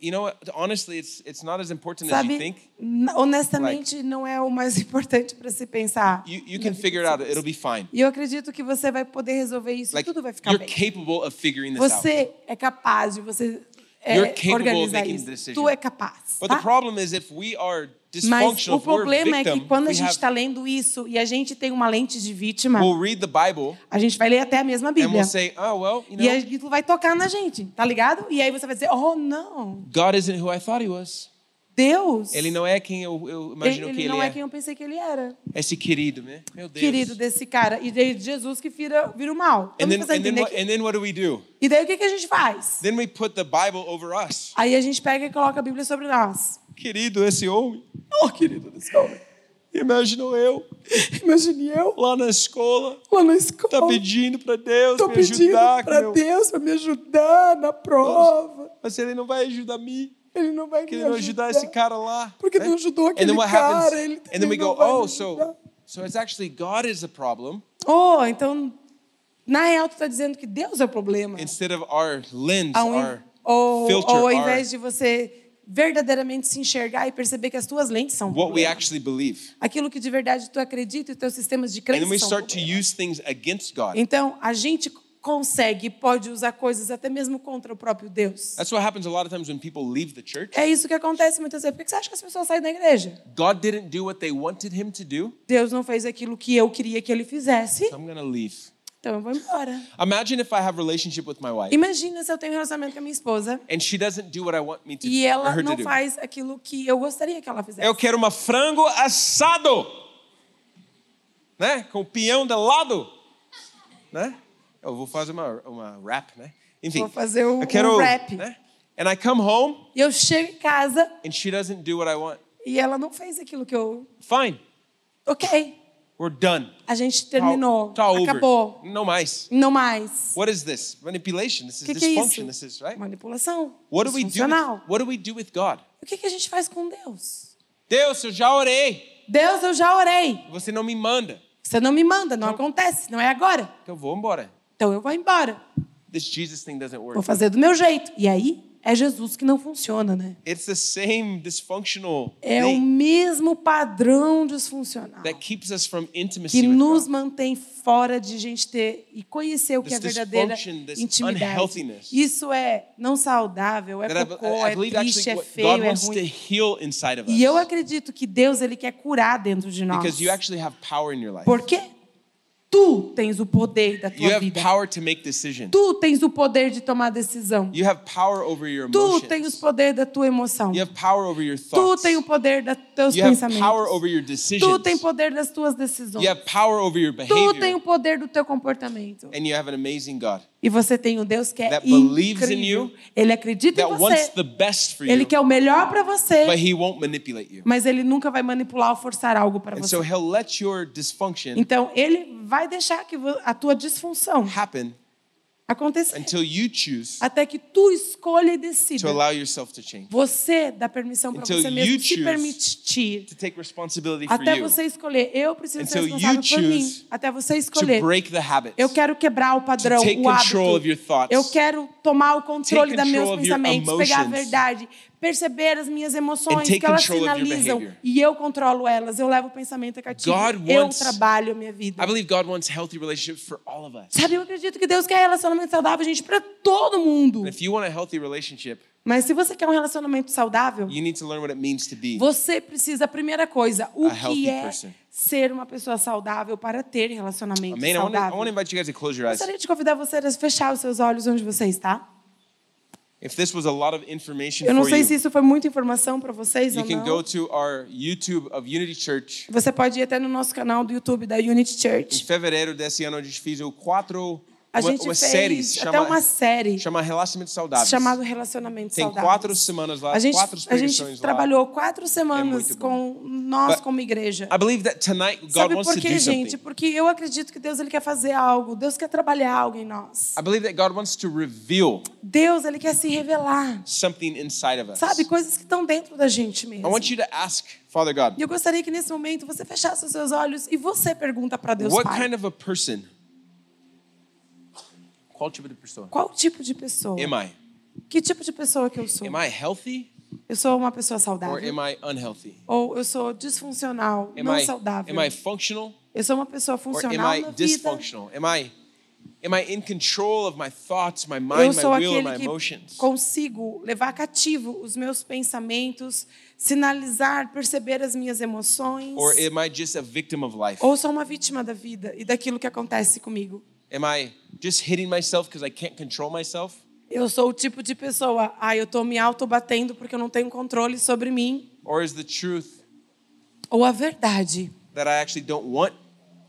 [SPEAKER 1] you know what? Honestly, it's, it's not as important as you
[SPEAKER 2] sabe,
[SPEAKER 1] think.
[SPEAKER 2] n- honestamente, não é o mais importante para se pensar.
[SPEAKER 1] You, you
[SPEAKER 2] na
[SPEAKER 1] can
[SPEAKER 2] vida
[SPEAKER 1] figure it
[SPEAKER 2] dos
[SPEAKER 1] out.
[SPEAKER 2] outros.
[SPEAKER 1] It'll be fine.
[SPEAKER 2] E eu acredito que você vai poder resolver isso e
[SPEAKER 1] Like,
[SPEAKER 2] tudo vai ficar
[SPEAKER 1] you're
[SPEAKER 2] bem.
[SPEAKER 1] capable of figuring this out.
[SPEAKER 2] Você é capaz de você é,
[SPEAKER 1] You're capable of
[SPEAKER 2] organizar
[SPEAKER 1] making
[SPEAKER 2] isso.
[SPEAKER 1] decision.
[SPEAKER 2] Tu é capaz,
[SPEAKER 1] But the
[SPEAKER 2] tá?
[SPEAKER 1] problem is if we are
[SPEAKER 2] Mas
[SPEAKER 1] dysfunctional,
[SPEAKER 2] o
[SPEAKER 1] if we're
[SPEAKER 2] problema é
[SPEAKER 1] victim,
[SPEAKER 2] que quando a
[SPEAKER 1] we
[SPEAKER 2] gente
[SPEAKER 1] have,
[SPEAKER 2] está lendo isso e a gente tem uma lente de vítima,
[SPEAKER 1] we'll read the Bible
[SPEAKER 2] a gente vai ler até a mesma
[SPEAKER 1] and
[SPEAKER 2] Bíblia.
[SPEAKER 1] we'll say, oh, well, you
[SPEAKER 2] E
[SPEAKER 1] know,
[SPEAKER 2] aquilo vai tocar na gente, tá ligado? E aí você vai dizer, oh, não,
[SPEAKER 1] God isn't who I thought he was.
[SPEAKER 2] Deus,
[SPEAKER 1] Ele não é quem eu, eu
[SPEAKER 2] ele,
[SPEAKER 1] imagino
[SPEAKER 2] ele
[SPEAKER 1] que ele
[SPEAKER 2] não
[SPEAKER 1] é.
[SPEAKER 2] é quem eu pensei que ele era.
[SPEAKER 1] Esse querido, né? Meu Deus.
[SPEAKER 2] Querido desse cara. E daí Jesus que vira, vira o mal.
[SPEAKER 1] And
[SPEAKER 2] Vamos
[SPEAKER 1] then,
[SPEAKER 2] fazer
[SPEAKER 1] and, then
[SPEAKER 2] entender
[SPEAKER 1] what,
[SPEAKER 2] que...
[SPEAKER 1] and then what do we do?
[SPEAKER 2] E daí o que, que a gente faz?
[SPEAKER 1] Then we put the Bible over us.
[SPEAKER 2] Aí a gente pega e coloca a Bíblia sobre nós.
[SPEAKER 1] Querido, esse homem
[SPEAKER 2] Oh, querido desse homem.
[SPEAKER 1] imaginou eu
[SPEAKER 2] Imagine eu
[SPEAKER 1] lá na escola,
[SPEAKER 2] lá na escola.
[SPEAKER 1] tá pedindo pra Deus
[SPEAKER 2] Oh, tô
[SPEAKER 1] me
[SPEAKER 2] pedindo
[SPEAKER 1] ajudar. que
[SPEAKER 2] pra
[SPEAKER 1] meu-
[SPEAKER 2] Deus pra me ajudar na prova.
[SPEAKER 1] Mas ele não vai ajudar mim.
[SPEAKER 2] Ele não vai
[SPEAKER 1] que
[SPEAKER 2] me
[SPEAKER 1] ele não ajudar esse cara lá.
[SPEAKER 2] Porque
[SPEAKER 1] né?
[SPEAKER 2] não ajudou
[SPEAKER 1] and then
[SPEAKER 2] aquele
[SPEAKER 1] what
[SPEAKER 2] cara,
[SPEAKER 1] happens?
[SPEAKER 2] ele
[SPEAKER 1] and then we
[SPEAKER 2] também não
[SPEAKER 1] go,
[SPEAKER 2] vai me
[SPEAKER 1] oh,
[SPEAKER 2] ajudar."
[SPEAKER 1] so, so it's actually God is the problem
[SPEAKER 2] Oh, então, na real, tu tá dizendo que Deus é o problema.
[SPEAKER 1] instead of our lens,
[SPEAKER 2] Ao in-
[SPEAKER 1] our
[SPEAKER 2] ou,
[SPEAKER 1] filter,
[SPEAKER 2] ou ao
[SPEAKER 1] our-
[SPEAKER 2] invés de você verdadeiramente se enxergar e perceber que as tuas lentes são o
[SPEAKER 1] what we
[SPEAKER 2] problema.
[SPEAKER 1] actually believe.
[SPEAKER 2] aquilo que de verdade tu acredita e teus sistemas de
[SPEAKER 1] And
[SPEAKER 2] crença
[SPEAKER 1] then we
[SPEAKER 2] são
[SPEAKER 1] start to
[SPEAKER 2] problema.
[SPEAKER 1] use things against God.
[SPEAKER 2] Então, a gente consegue, pode usar coisas até mesmo contra o próprio Deus.
[SPEAKER 1] That's what happens a lot of times when people leave the church.
[SPEAKER 2] É isso que acontece muitas vezes. Por que que você acha que as pessoas saem da igreja?
[SPEAKER 1] God didn't do what they wanted him to do,
[SPEAKER 2] Deus não fez aquilo que eu queria que ele fizesse,
[SPEAKER 1] so I'm going to leave.
[SPEAKER 2] então eu vou embora.
[SPEAKER 1] Imagine if I have a relationship with my wife
[SPEAKER 2] Imagina se eu tenho um relacionamento com a minha esposa
[SPEAKER 1] and she doesn't do what I want me to
[SPEAKER 2] e
[SPEAKER 1] or
[SPEAKER 2] ela
[SPEAKER 1] her to
[SPEAKER 2] não
[SPEAKER 1] do. É
[SPEAKER 2] faz aquilo que eu gostaria que ela fizesse.
[SPEAKER 1] Eu quero uma frango assado. Né? Com o peão de lado. Né? Eu vou fazer uma, uma rap, né? Enfim.
[SPEAKER 2] Vou fazer um-
[SPEAKER 1] eu quero,
[SPEAKER 2] um rap.
[SPEAKER 1] Né? And I come home
[SPEAKER 2] E eu chego em casa
[SPEAKER 1] and she doesn't do what I want.
[SPEAKER 2] e ela não fez aquilo que eu...
[SPEAKER 1] Fine.
[SPEAKER 2] Ok,
[SPEAKER 1] We're done.
[SPEAKER 2] a gente
[SPEAKER 1] Tá-
[SPEAKER 2] terminou,
[SPEAKER 1] tá over.
[SPEAKER 2] acabou,
[SPEAKER 1] Não mais.
[SPEAKER 2] não mais.
[SPEAKER 1] What is this? Manipulation. This is
[SPEAKER 2] O que, que é
[SPEAKER 1] dysfunction.
[SPEAKER 2] isso?
[SPEAKER 1] This is, right?
[SPEAKER 2] Manipulação.
[SPEAKER 1] What do we do?
[SPEAKER 2] disfuncional.
[SPEAKER 1] With, what do we do with God?
[SPEAKER 2] O que, que a gente faz com Deus?
[SPEAKER 1] Deus, eu já orei.
[SPEAKER 2] Deus, eu já orei.
[SPEAKER 1] Você não me manda.
[SPEAKER 2] Você não me manda, não acontece, não é agora.
[SPEAKER 1] Então eu vou embora.
[SPEAKER 2] Então eu vou embora.
[SPEAKER 1] This Jesus thing doesn't work.
[SPEAKER 2] Vou fazer do meu jeito. E aí é Jesus que não funciona, né?
[SPEAKER 1] It's the same dysfunctional
[SPEAKER 2] É um o
[SPEAKER 1] thing
[SPEAKER 2] mesmo padrão disfuncional
[SPEAKER 1] that keeps us from
[SPEAKER 2] que
[SPEAKER 1] intimacy with
[SPEAKER 2] nos
[SPEAKER 1] God.
[SPEAKER 2] mantém fora de gente ter e conhecer o que é
[SPEAKER 1] This
[SPEAKER 2] verdadeira
[SPEAKER 1] dysfunction, this
[SPEAKER 2] intimidade.
[SPEAKER 1] unhealthiness.
[SPEAKER 2] Isso é não saudável, é
[SPEAKER 1] That
[SPEAKER 2] cocô,
[SPEAKER 1] I, I
[SPEAKER 2] é
[SPEAKER 1] believe actually
[SPEAKER 2] triste, é
[SPEAKER 1] what
[SPEAKER 2] feio,
[SPEAKER 1] God
[SPEAKER 2] é
[SPEAKER 1] wants to
[SPEAKER 2] ruim.
[SPEAKER 1] heal inside of
[SPEAKER 2] E eu
[SPEAKER 1] us
[SPEAKER 2] acredito que Deus ele quer curar dentro de nós.
[SPEAKER 1] because you actually have power in your life.
[SPEAKER 2] Porque tu tens o poder da
[SPEAKER 1] You
[SPEAKER 2] tua
[SPEAKER 1] have
[SPEAKER 2] vida.
[SPEAKER 1] power to make decisions.
[SPEAKER 2] Tu tens o poder de tomar decisão.
[SPEAKER 1] You have power over your
[SPEAKER 2] Tu tens o
[SPEAKER 1] emotions.
[SPEAKER 2] poder da tua emoção.
[SPEAKER 1] You have power over your
[SPEAKER 2] Tu
[SPEAKER 1] thoughts.
[SPEAKER 2] tens o poder dos teus
[SPEAKER 1] You have power
[SPEAKER 2] pensamentos.
[SPEAKER 1] over your
[SPEAKER 2] Tu tens
[SPEAKER 1] decisions.
[SPEAKER 2] poder das tuas decisões.
[SPEAKER 1] You have power over your
[SPEAKER 2] Tu tens
[SPEAKER 1] behavior.
[SPEAKER 2] o poder do teu comportamento.
[SPEAKER 1] And you have an amazing God.
[SPEAKER 2] E você tem um Deus que é
[SPEAKER 1] That believes in
[SPEAKER 2] incrível.
[SPEAKER 1] you.
[SPEAKER 2] Ele acredita em
[SPEAKER 1] that wants
[SPEAKER 2] E você.
[SPEAKER 1] the best for
[SPEAKER 2] Ele
[SPEAKER 1] you,
[SPEAKER 2] quer o melhor para
[SPEAKER 1] but
[SPEAKER 2] você,
[SPEAKER 1] he won't manipulate you.
[SPEAKER 2] mas ele nunca vai manipular ou forçar algo para
[SPEAKER 1] And
[SPEAKER 2] você.
[SPEAKER 1] so he'll let your dysfunction
[SPEAKER 2] Então, ele vai deixar que vo- a tua disfunção
[SPEAKER 1] happen
[SPEAKER 2] aconteça
[SPEAKER 1] until you choose
[SPEAKER 2] até que tu escolha e
[SPEAKER 1] to
[SPEAKER 2] decida.
[SPEAKER 1] allow yourself to change,
[SPEAKER 2] Você dá permissão para
[SPEAKER 1] Until
[SPEAKER 2] você mesmo
[SPEAKER 1] you
[SPEAKER 2] se
[SPEAKER 1] choose
[SPEAKER 2] permitir
[SPEAKER 1] to take responsibility for
[SPEAKER 2] até
[SPEAKER 1] you,
[SPEAKER 2] você escolher. Eu preciso ser
[SPEAKER 1] Until you
[SPEAKER 2] responsável por
[SPEAKER 1] choose
[SPEAKER 2] mim. Até você
[SPEAKER 1] to
[SPEAKER 2] escolher.
[SPEAKER 1] break the habits,
[SPEAKER 2] Eu quero quebrar o padrão,
[SPEAKER 1] take
[SPEAKER 2] o
[SPEAKER 1] control of your
[SPEAKER 2] hábito.
[SPEAKER 1] thoughts.
[SPEAKER 2] Eu quero tomar o controle
[SPEAKER 1] Take
[SPEAKER 2] dos meus
[SPEAKER 1] control of your
[SPEAKER 2] pensamentos, pegar a
[SPEAKER 1] emotions.
[SPEAKER 2] verdade, perceber as minhas
[SPEAKER 1] And
[SPEAKER 2] emoções,
[SPEAKER 1] take
[SPEAKER 2] que elas
[SPEAKER 1] control of your
[SPEAKER 2] sinalizam.
[SPEAKER 1] behavior.
[SPEAKER 2] E eu controlo elas, eu levo o pensamento cativo.
[SPEAKER 1] God
[SPEAKER 2] Eu
[SPEAKER 1] wants-
[SPEAKER 2] trabalho a minha vida.
[SPEAKER 1] I believe God wants healthy relationships for all of us.
[SPEAKER 2] Sabe, eu acredito que Deus quer relacionamento saudável, gente, para todo mundo.
[SPEAKER 1] And if you want a healthy relationship,
[SPEAKER 2] Mas se você quer um relacionamento saudável,
[SPEAKER 1] you need to learn what it means to be.
[SPEAKER 2] você precisa, primeira coisa, o
[SPEAKER 1] A healthy
[SPEAKER 2] que é
[SPEAKER 1] person.
[SPEAKER 2] ser uma pessoa saudável para ter relacionamento
[SPEAKER 1] Amen. I want, to, I
[SPEAKER 2] saudável.
[SPEAKER 1] want to invite you guys to close your eyes.
[SPEAKER 2] Gostaria de convidar você a fechar os seus olhos onde você está.
[SPEAKER 1] If this was a lot of information
[SPEAKER 2] Eu não
[SPEAKER 1] for
[SPEAKER 2] sei
[SPEAKER 1] you,
[SPEAKER 2] se isso foi muita informação para vocês
[SPEAKER 1] you
[SPEAKER 2] ou
[SPEAKER 1] can go
[SPEAKER 2] não.
[SPEAKER 1] to our YouTube of Unity Church.
[SPEAKER 2] Você pode ir até no nosso canal do YouTube da Unity
[SPEAKER 1] Em
[SPEAKER 2] Church.
[SPEAKER 1] fevereiro desse ano, a gente fez o quatro
[SPEAKER 2] A
[SPEAKER 1] uma,
[SPEAKER 2] gente
[SPEAKER 1] uma
[SPEAKER 2] fez
[SPEAKER 1] séries
[SPEAKER 2] até uma série
[SPEAKER 1] chama Relacionamentos Saudáveis.
[SPEAKER 2] chamada Relacionamento
[SPEAKER 1] Tem
[SPEAKER 2] Saudável.
[SPEAKER 1] quatro semanas lá,
[SPEAKER 2] A gente,
[SPEAKER 1] quatro
[SPEAKER 2] a
[SPEAKER 1] pregações
[SPEAKER 2] gente
[SPEAKER 1] lá. É
[SPEAKER 2] trabalhou quatro semanas
[SPEAKER 1] muito bom.
[SPEAKER 2] com nós
[SPEAKER 1] But-
[SPEAKER 2] como igreja.
[SPEAKER 1] I believe that tonight God
[SPEAKER 2] Sabe
[SPEAKER 1] wants
[SPEAKER 2] por
[SPEAKER 1] to
[SPEAKER 2] quê,
[SPEAKER 1] do
[SPEAKER 2] gente?
[SPEAKER 1] something.
[SPEAKER 2] Porque eu acredito que Deus ele quer fazer algo. Deus quer trabalhar algo em nós.
[SPEAKER 1] I believe that God wants to reveal
[SPEAKER 2] Deus ele quer se revelar.
[SPEAKER 1] something inside of us.
[SPEAKER 2] Sabe, coisas que estão dentro da gente
[SPEAKER 1] I
[SPEAKER 2] mesmo.
[SPEAKER 1] want you to ask Father God,
[SPEAKER 2] E eu gostaria que nesse momento você fechasse os seus olhos e você pergunta para Deus
[SPEAKER 1] what
[SPEAKER 2] Pai.
[SPEAKER 1] kind of a person? Qual tipo de pessoa?
[SPEAKER 2] Qual tipo de pessoa?
[SPEAKER 1] Am I?
[SPEAKER 2] Que tipo de pessoa que eu sou?
[SPEAKER 1] Am I healthy
[SPEAKER 2] Eu sou uma pessoa
[SPEAKER 1] or
[SPEAKER 2] saudável?
[SPEAKER 1] am I unhealthy?
[SPEAKER 2] Ou eu sou disfuncional,
[SPEAKER 1] Am
[SPEAKER 2] não
[SPEAKER 1] I
[SPEAKER 2] saudável?
[SPEAKER 1] am I functional
[SPEAKER 2] eu sou uma pessoa
[SPEAKER 1] or am
[SPEAKER 2] funcional
[SPEAKER 1] I
[SPEAKER 2] na vida?
[SPEAKER 1] dysfunctional? Am I am I in control of my thoughts, my
[SPEAKER 2] Eu
[SPEAKER 1] mind,
[SPEAKER 2] sou
[SPEAKER 1] my will, and
[SPEAKER 2] aquele
[SPEAKER 1] my
[SPEAKER 2] que
[SPEAKER 1] emotions?
[SPEAKER 2] consigo levar cativo os meus pensamentos, sinalizar, perceber as minhas emoções.
[SPEAKER 1] Or am I just a victim of life?
[SPEAKER 2] Ou sou uma vítima da vida e daquilo que acontece comigo.
[SPEAKER 1] Am I just hitting myself because I can't control myself?
[SPEAKER 2] Eu sou o tipo de pessoa, ah, eu tô me auto-batendo porque eu não tenho controle sobre mim.
[SPEAKER 1] Or is the truth
[SPEAKER 2] Ou a verdade,
[SPEAKER 1] that I actually don't want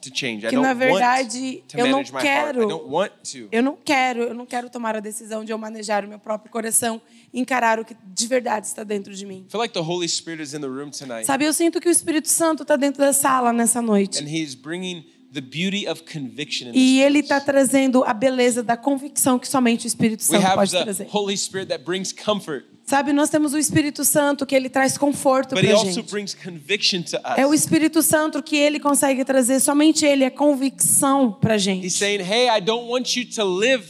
[SPEAKER 1] to change? I
[SPEAKER 2] Que, na
[SPEAKER 1] don't want
[SPEAKER 2] verdade,
[SPEAKER 1] to
[SPEAKER 2] eu não
[SPEAKER 1] manage my heart. I
[SPEAKER 2] quero.
[SPEAKER 1] don't want to.
[SPEAKER 2] eu não quero, eu não quero tomar a decisão de eu manejar o meu próprio coração, encarar o que de verdade está dentro de mim.
[SPEAKER 1] I feel like the Holy Spirit is in the room tonight
[SPEAKER 2] Sabe, eu sinto que o Espírito Santo está dentro da sala nessa noite.
[SPEAKER 1] and he's bringing the beauty of conviction in
[SPEAKER 2] E
[SPEAKER 1] this
[SPEAKER 2] ele
[SPEAKER 1] place.
[SPEAKER 2] está trazendo a beleza da convicção que somente o Espírito
[SPEAKER 1] We
[SPEAKER 2] Santo
[SPEAKER 1] have
[SPEAKER 2] pode
[SPEAKER 1] the
[SPEAKER 2] trazer.
[SPEAKER 1] Holy Spirit that brings comfort,
[SPEAKER 2] Sabe, nós temos o Espírito Santo que ele traz conforto
[SPEAKER 1] but
[SPEAKER 2] pra
[SPEAKER 1] he also
[SPEAKER 2] gente.
[SPEAKER 1] brings conviction to
[SPEAKER 2] É o
[SPEAKER 1] us.
[SPEAKER 2] Espírito Santo que ele consegue trazer, somente ele é convicção pra
[SPEAKER 1] He's
[SPEAKER 2] gente.
[SPEAKER 1] saying, "Hey, I don't want you to live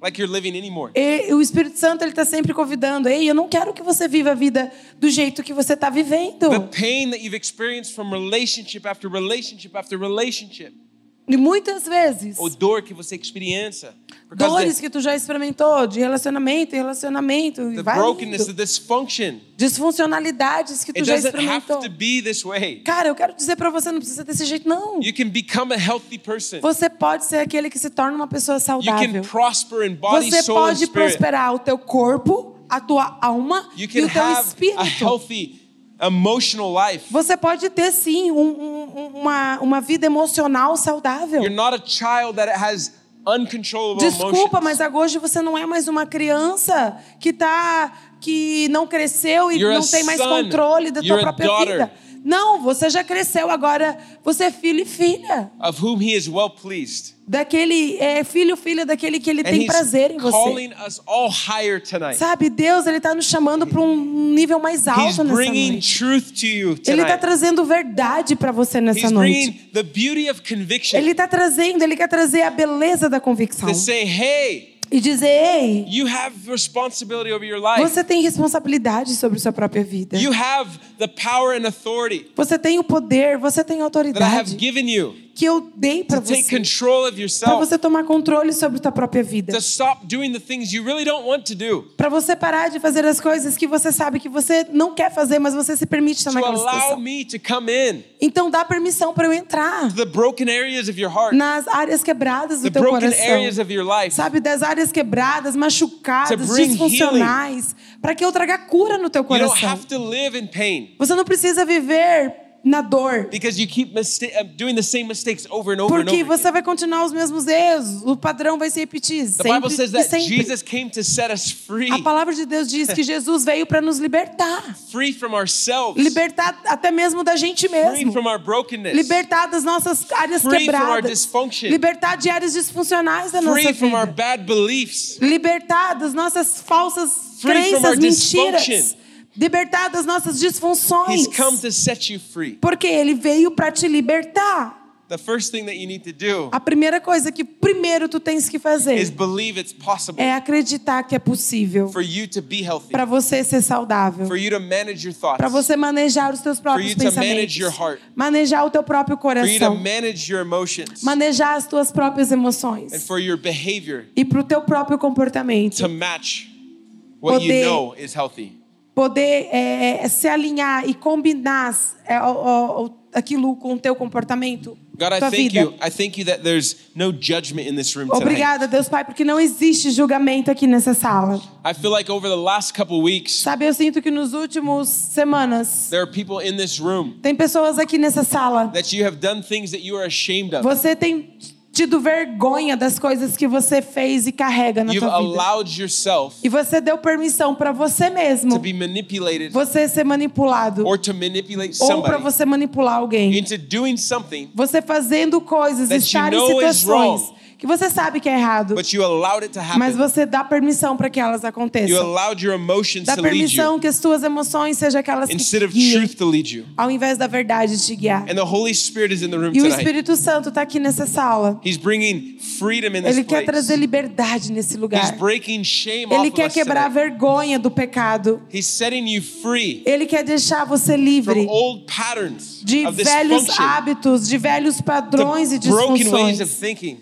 [SPEAKER 1] like you're living anymore.
[SPEAKER 2] E o Espírito Santo ele tá sempre convidando, ei, eu não quero que você viva a vida do jeito que você tá
[SPEAKER 1] The
[SPEAKER 2] vivendo.
[SPEAKER 1] pain that you've experienced from relationship after relationship after relationship,
[SPEAKER 2] E muitas vezes,
[SPEAKER 1] ou dor que você experiência, por causa
[SPEAKER 2] dores
[SPEAKER 1] de-
[SPEAKER 2] que tu já experimentou de relacionamento em relacionamento, e
[SPEAKER 1] the
[SPEAKER 2] vai
[SPEAKER 1] brokenness, the
[SPEAKER 2] indo.
[SPEAKER 1] dysfunction.
[SPEAKER 2] disfuncionalidades que tu
[SPEAKER 1] It
[SPEAKER 2] já
[SPEAKER 1] doesn't have
[SPEAKER 2] experimentou.
[SPEAKER 1] to be this way.
[SPEAKER 2] Cara, eu quero dizer pra você, não precisa desse jeito, não.
[SPEAKER 1] You can become a healthy person.
[SPEAKER 2] Você pode ser aquele que se torna uma pessoa
[SPEAKER 1] You
[SPEAKER 2] saudável.
[SPEAKER 1] can prosper in body,
[SPEAKER 2] Você
[SPEAKER 1] soul, and
[SPEAKER 2] pode
[SPEAKER 1] spirit.
[SPEAKER 2] prosperar o teu corpo, a tua alma
[SPEAKER 1] You
[SPEAKER 2] e
[SPEAKER 1] can
[SPEAKER 2] o teu
[SPEAKER 1] have a
[SPEAKER 2] espírito.
[SPEAKER 1] healthy emotional life.
[SPEAKER 2] Você pode ter, sim, um- um- uma, uma vida emocional saudável.
[SPEAKER 1] You're not a child that has uncontrollable
[SPEAKER 2] Desculpa, mas
[SPEAKER 1] emotions.
[SPEAKER 2] hoje você não é mais uma criança que tá que não cresceu e
[SPEAKER 1] You're a
[SPEAKER 2] não tem mais
[SPEAKER 1] son.
[SPEAKER 2] controle da tua
[SPEAKER 1] You're a
[SPEAKER 2] própria
[SPEAKER 1] daughter.
[SPEAKER 2] vida. Não, você já cresceu, agora você é filho e filha.
[SPEAKER 1] Of whom he is well pleased.
[SPEAKER 2] Daquele é filho, filha daquele que ele
[SPEAKER 1] And
[SPEAKER 2] tem
[SPEAKER 1] he's
[SPEAKER 2] prazer em você.
[SPEAKER 1] calling us all higher tonight.
[SPEAKER 2] Sabe, Deus, ele tá nos chamando para um nível mais
[SPEAKER 1] He's
[SPEAKER 2] alto nessa
[SPEAKER 1] bringing
[SPEAKER 2] noite.
[SPEAKER 1] truth to you
[SPEAKER 2] Ele tá
[SPEAKER 1] tonight.
[SPEAKER 2] trazendo verdade para você nessa
[SPEAKER 1] He's
[SPEAKER 2] noite.
[SPEAKER 1] bringing the beauty of conviction
[SPEAKER 2] Ele tá trazendo, ele quer trazer a beleza da convicção
[SPEAKER 1] to say, hey,
[SPEAKER 2] e dizer: "Ei,
[SPEAKER 1] you have responsibility over your life.
[SPEAKER 2] você tem responsabilidade sobre sua própria vida.
[SPEAKER 1] You have the power and authority
[SPEAKER 2] Você tem o poder, você tem a
[SPEAKER 1] that I have
[SPEAKER 2] autoridade
[SPEAKER 1] given you
[SPEAKER 2] que eu dei para
[SPEAKER 1] to take
[SPEAKER 2] você,
[SPEAKER 1] control of
[SPEAKER 2] para
[SPEAKER 1] yourself,
[SPEAKER 2] você tomar controle sobre sua própria vida,
[SPEAKER 1] to stop doing the things you really don't want to do,
[SPEAKER 2] para você parar de fazer as coisas que você sabe que você não quer fazer, mas você se permite estar
[SPEAKER 1] to
[SPEAKER 2] naquela
[SPEAKER 1] allow
[SPEAKER 2] situação.
[SPEAKER 1] me to come in
[SPEAKER 2] Então dá permissão para eu entrar
[SPEAKER 1] to the broken areas of your heart,
[SPEAKER 2] nas áreas quebradas
[SPEAKER 1] the
[SPEAKER 2] do teu
[SPEAKER 1] broken
[SPEAKER 2] coração.
[SPEAKER 1] areas of your life,
[SPEAKER 2] sabe, das áreas quebradas,
[SPEAKER 1] To
[SPEAKER 2] machucadas,
[SPEAKER 1] bring
[SPEAKER 2] disfuncionais, para que eu traga cura no teu
[SPEAKER 1] You don't
[SPEAKER 2] coração.
[SPEAKER 1] have to live in pain.
[SPEAKER 2] Você não precisa viver na dor.
[SPEAKER 1] because you keep mista- uh, doing the same mistakes over and over and
[SPEAKER 2] Porque
[SPEAKER 1] over.
[SPEAKER 2] você
[SPEAKER 1] again.
[SPEAKER 2] vai continuar os mesmos erros, o padrão vai se repetir
[SPEAKER 1] The
[SPEAKER 2] sempre
[SPEAKER 1] Bible says
[SPEAKER 2] e
[SPEAKER 1] that
[SPEAKER 2] sempre.
[SPEAKER 1] Jesus came to set us free,
[SPEAKER 2] A palavra de Deus diz que Jesus veio para nos libertar,
[SPEAKER 1] free from ourselves,
[SPEAKER 2] libertar até mesmo da gente
[SPEAKER 1] free
[SPEAKER 2] mesmo,
[SPEAKER 1] from our brokenness,
[SPEAKER 2] libertar das nossas áreas
[SPEAKER 1] free from our
[SPEAKER 2] quebradas,
[SPEAKER 1] dysfunction,
[SPEAKER 2] libertar de áreas disfuncionais da nossa
[SPEAKER 1] free from our
[SPEAKER 2] vida,
[SPEAKER 1] bad beliefs,
[SPEAKER 2] libertar das nossas falsas
[SPEAKER 1] Free from our
[SPEAKER 2] crenças, mentiras,
[SPEAKER 1] dysfunction.
[SPEAKER 2] libertar das nossas disfunções,
[SPEAKER 1] He's come to set you free.
[SPEAKER 2] porque Ele veio para te libertar.
[SPEAKER 1] The first thing that you need to do
[SPEAKER 2] A primeira coisa que primeiro tu tens que
[SPEAKER 1] is
[SPEAKER 2] fazer
[SPEAKER 1] believe it's possible
[SPEAKER 2] é acreditar que é possível
[SPEAKER 1] for you to be healthy,
[SPEAKER 2] para você ser saudável,
[SPEAKER 1] for you to manage your
[SPEAKER 2] para
[SPEAKER 1] thoughts,
[SPEAKER 2] você manejar os teus próprios
[SPEAKER 1] you to manage
[SPEAKER 2] pensamentos,
[SPEAKER 1] your heart.
[SPEAKER 2] manejar o teu próprio
[SPEAKER 1] for you to
[SPEAKER 2] coração,
[SPEAKER 1] manage your emotions,
[SPEAKER 2] manejar as tuas próprias
[SPEAKER 1] and
[SPEAKER 2] emoções
[SPEAKER 1] for your behavior
[SPEAKER 2] e para o teu próprio comportamento,
[SPEAKER 1] to match what you
[SPEAKER 2] Poder.
[SPEAKER 1] know is healthy.
[SPEAKER 2] poder é, se alinhar e combinar é, o- o- o- aquilo com o teu comportamento,
[SPEAKER 1] God, I
[SPEAKER 2] tua
[SPEAKER 1] thank
[SPEAKER 2] vida.
[SPEAKER 1] you. I thank you that there's no judgment in this room tonight.
[SPEAKER 2] Obrigada, Deus Pai, porque não existe julgamento aqui nessa sala.
[SPEAKER 1] I feel like over the last couple weeks,
[SPEAKER 2] Sabe, eu sinto que nos últimos semanas
[SPEAKER 1] there are people in this room
[SPEAKER 2] tem pessoas aqui nessa sala
[SPEAKER 1] that you have done things that you are ashamed of.
[SPEAKER 2] Você tem tido vergonha das coisas que você fez e carrega na
[SPEAKER 1] You've
[SPEAKER 2] tua vida.
[SPEAKER 1] allowed yourself
[SPEAKER 2] E você deu permissão para você
[SPEAKER 1] to
[SPEAKER 2] mesmo
[SPEAKER 1] be manipulated
[SPEAKER 2] você ser manipulado
[SPEAKER 1] or to manipulate
[SPEAKER 2] ou para
[SPEAKER 1] somebody
[SPEAKER 2] você manipular alguém.
[SPEAKER 1] into doing something,
[SPEAKER 2] Você fazendo coisas,
[SPEAKER 1] That
[SPEAKER 2] estar
[SPEAKER 1] you
[SPEAKER 2] em
[SPEAKER 1] know is
[SPEAKER 2] situações
[SPEAKER 1] wrong.
[SPEAKER 2] que você sabe que é errado,
[SPEAKER 1] but you allowed it to
[SPEAKER 2] mas
[SPEAKER 1] happen.
[SPEAKER 2] você dá permissão para que elas
[SPEAKER 1] You
[SPEAKER 2] aconteçam.
[SPEAKER 1] allowed your emotions
[SPEAKER 2] Dá
[SPEAKER 1] to lead
[SPEAKER 2] permissão
[SPEAKER 1] you
[SPEAKER 2] que as tuas emoções sejam aquelas que
[SPEAKER 1] instead
[SPEAKER 2] te
[SPEAKER 1] of
[SPEAKER 2] guiem,
[SPEAKER 1] truth to lead you.
[SPEAKER 2] ao invés da verdade te guiar.
[SPEAKER 1] And the Holy Spirit is in the room
[SPEAKER 2] E o
[SPEAKER 1] tonight.
[SPEAKER 2] Espírito Santo está aqui nessa sala.
[SPEAKER 1] He's bringing freedom in this
[SPEAKER 2] Ele quer trazer
[SPEAKER 1] place.
[SPEAKER 2] liberdade nesse
[SPEAKER 1] He's
[SPEAKER 2] lugar.
[SPEAKER 1] breaking shame off
[SPEAKER 2] Ele
[SPEAKER 1] of
[SPEAKER 2] quer
[SPEAKER 1] us
[SPEAKER 2] quebrar a
[SPEAKER 1] tonight.
[SPEAKER 2] vergonha do pecado.
[SPEAKER 1] He's setting you free.
[SPEAKER 2] Ele quer deixar você
[SPEAKER 1] from
[SPEAKER 2] livre
[SPEAKER 1] old patterns
[SPEAKER 2] de
[SPEAKER 1] of
[SPEAKER 2] velhos
[SPEAKER 1] dysfunction,
[SPEAKER 2] hábitos, de velhos padrões e
[SPEAKER 1] the broken ways of
[SPEAKER 2] disfunções,
[SPEAKER 1] thinking.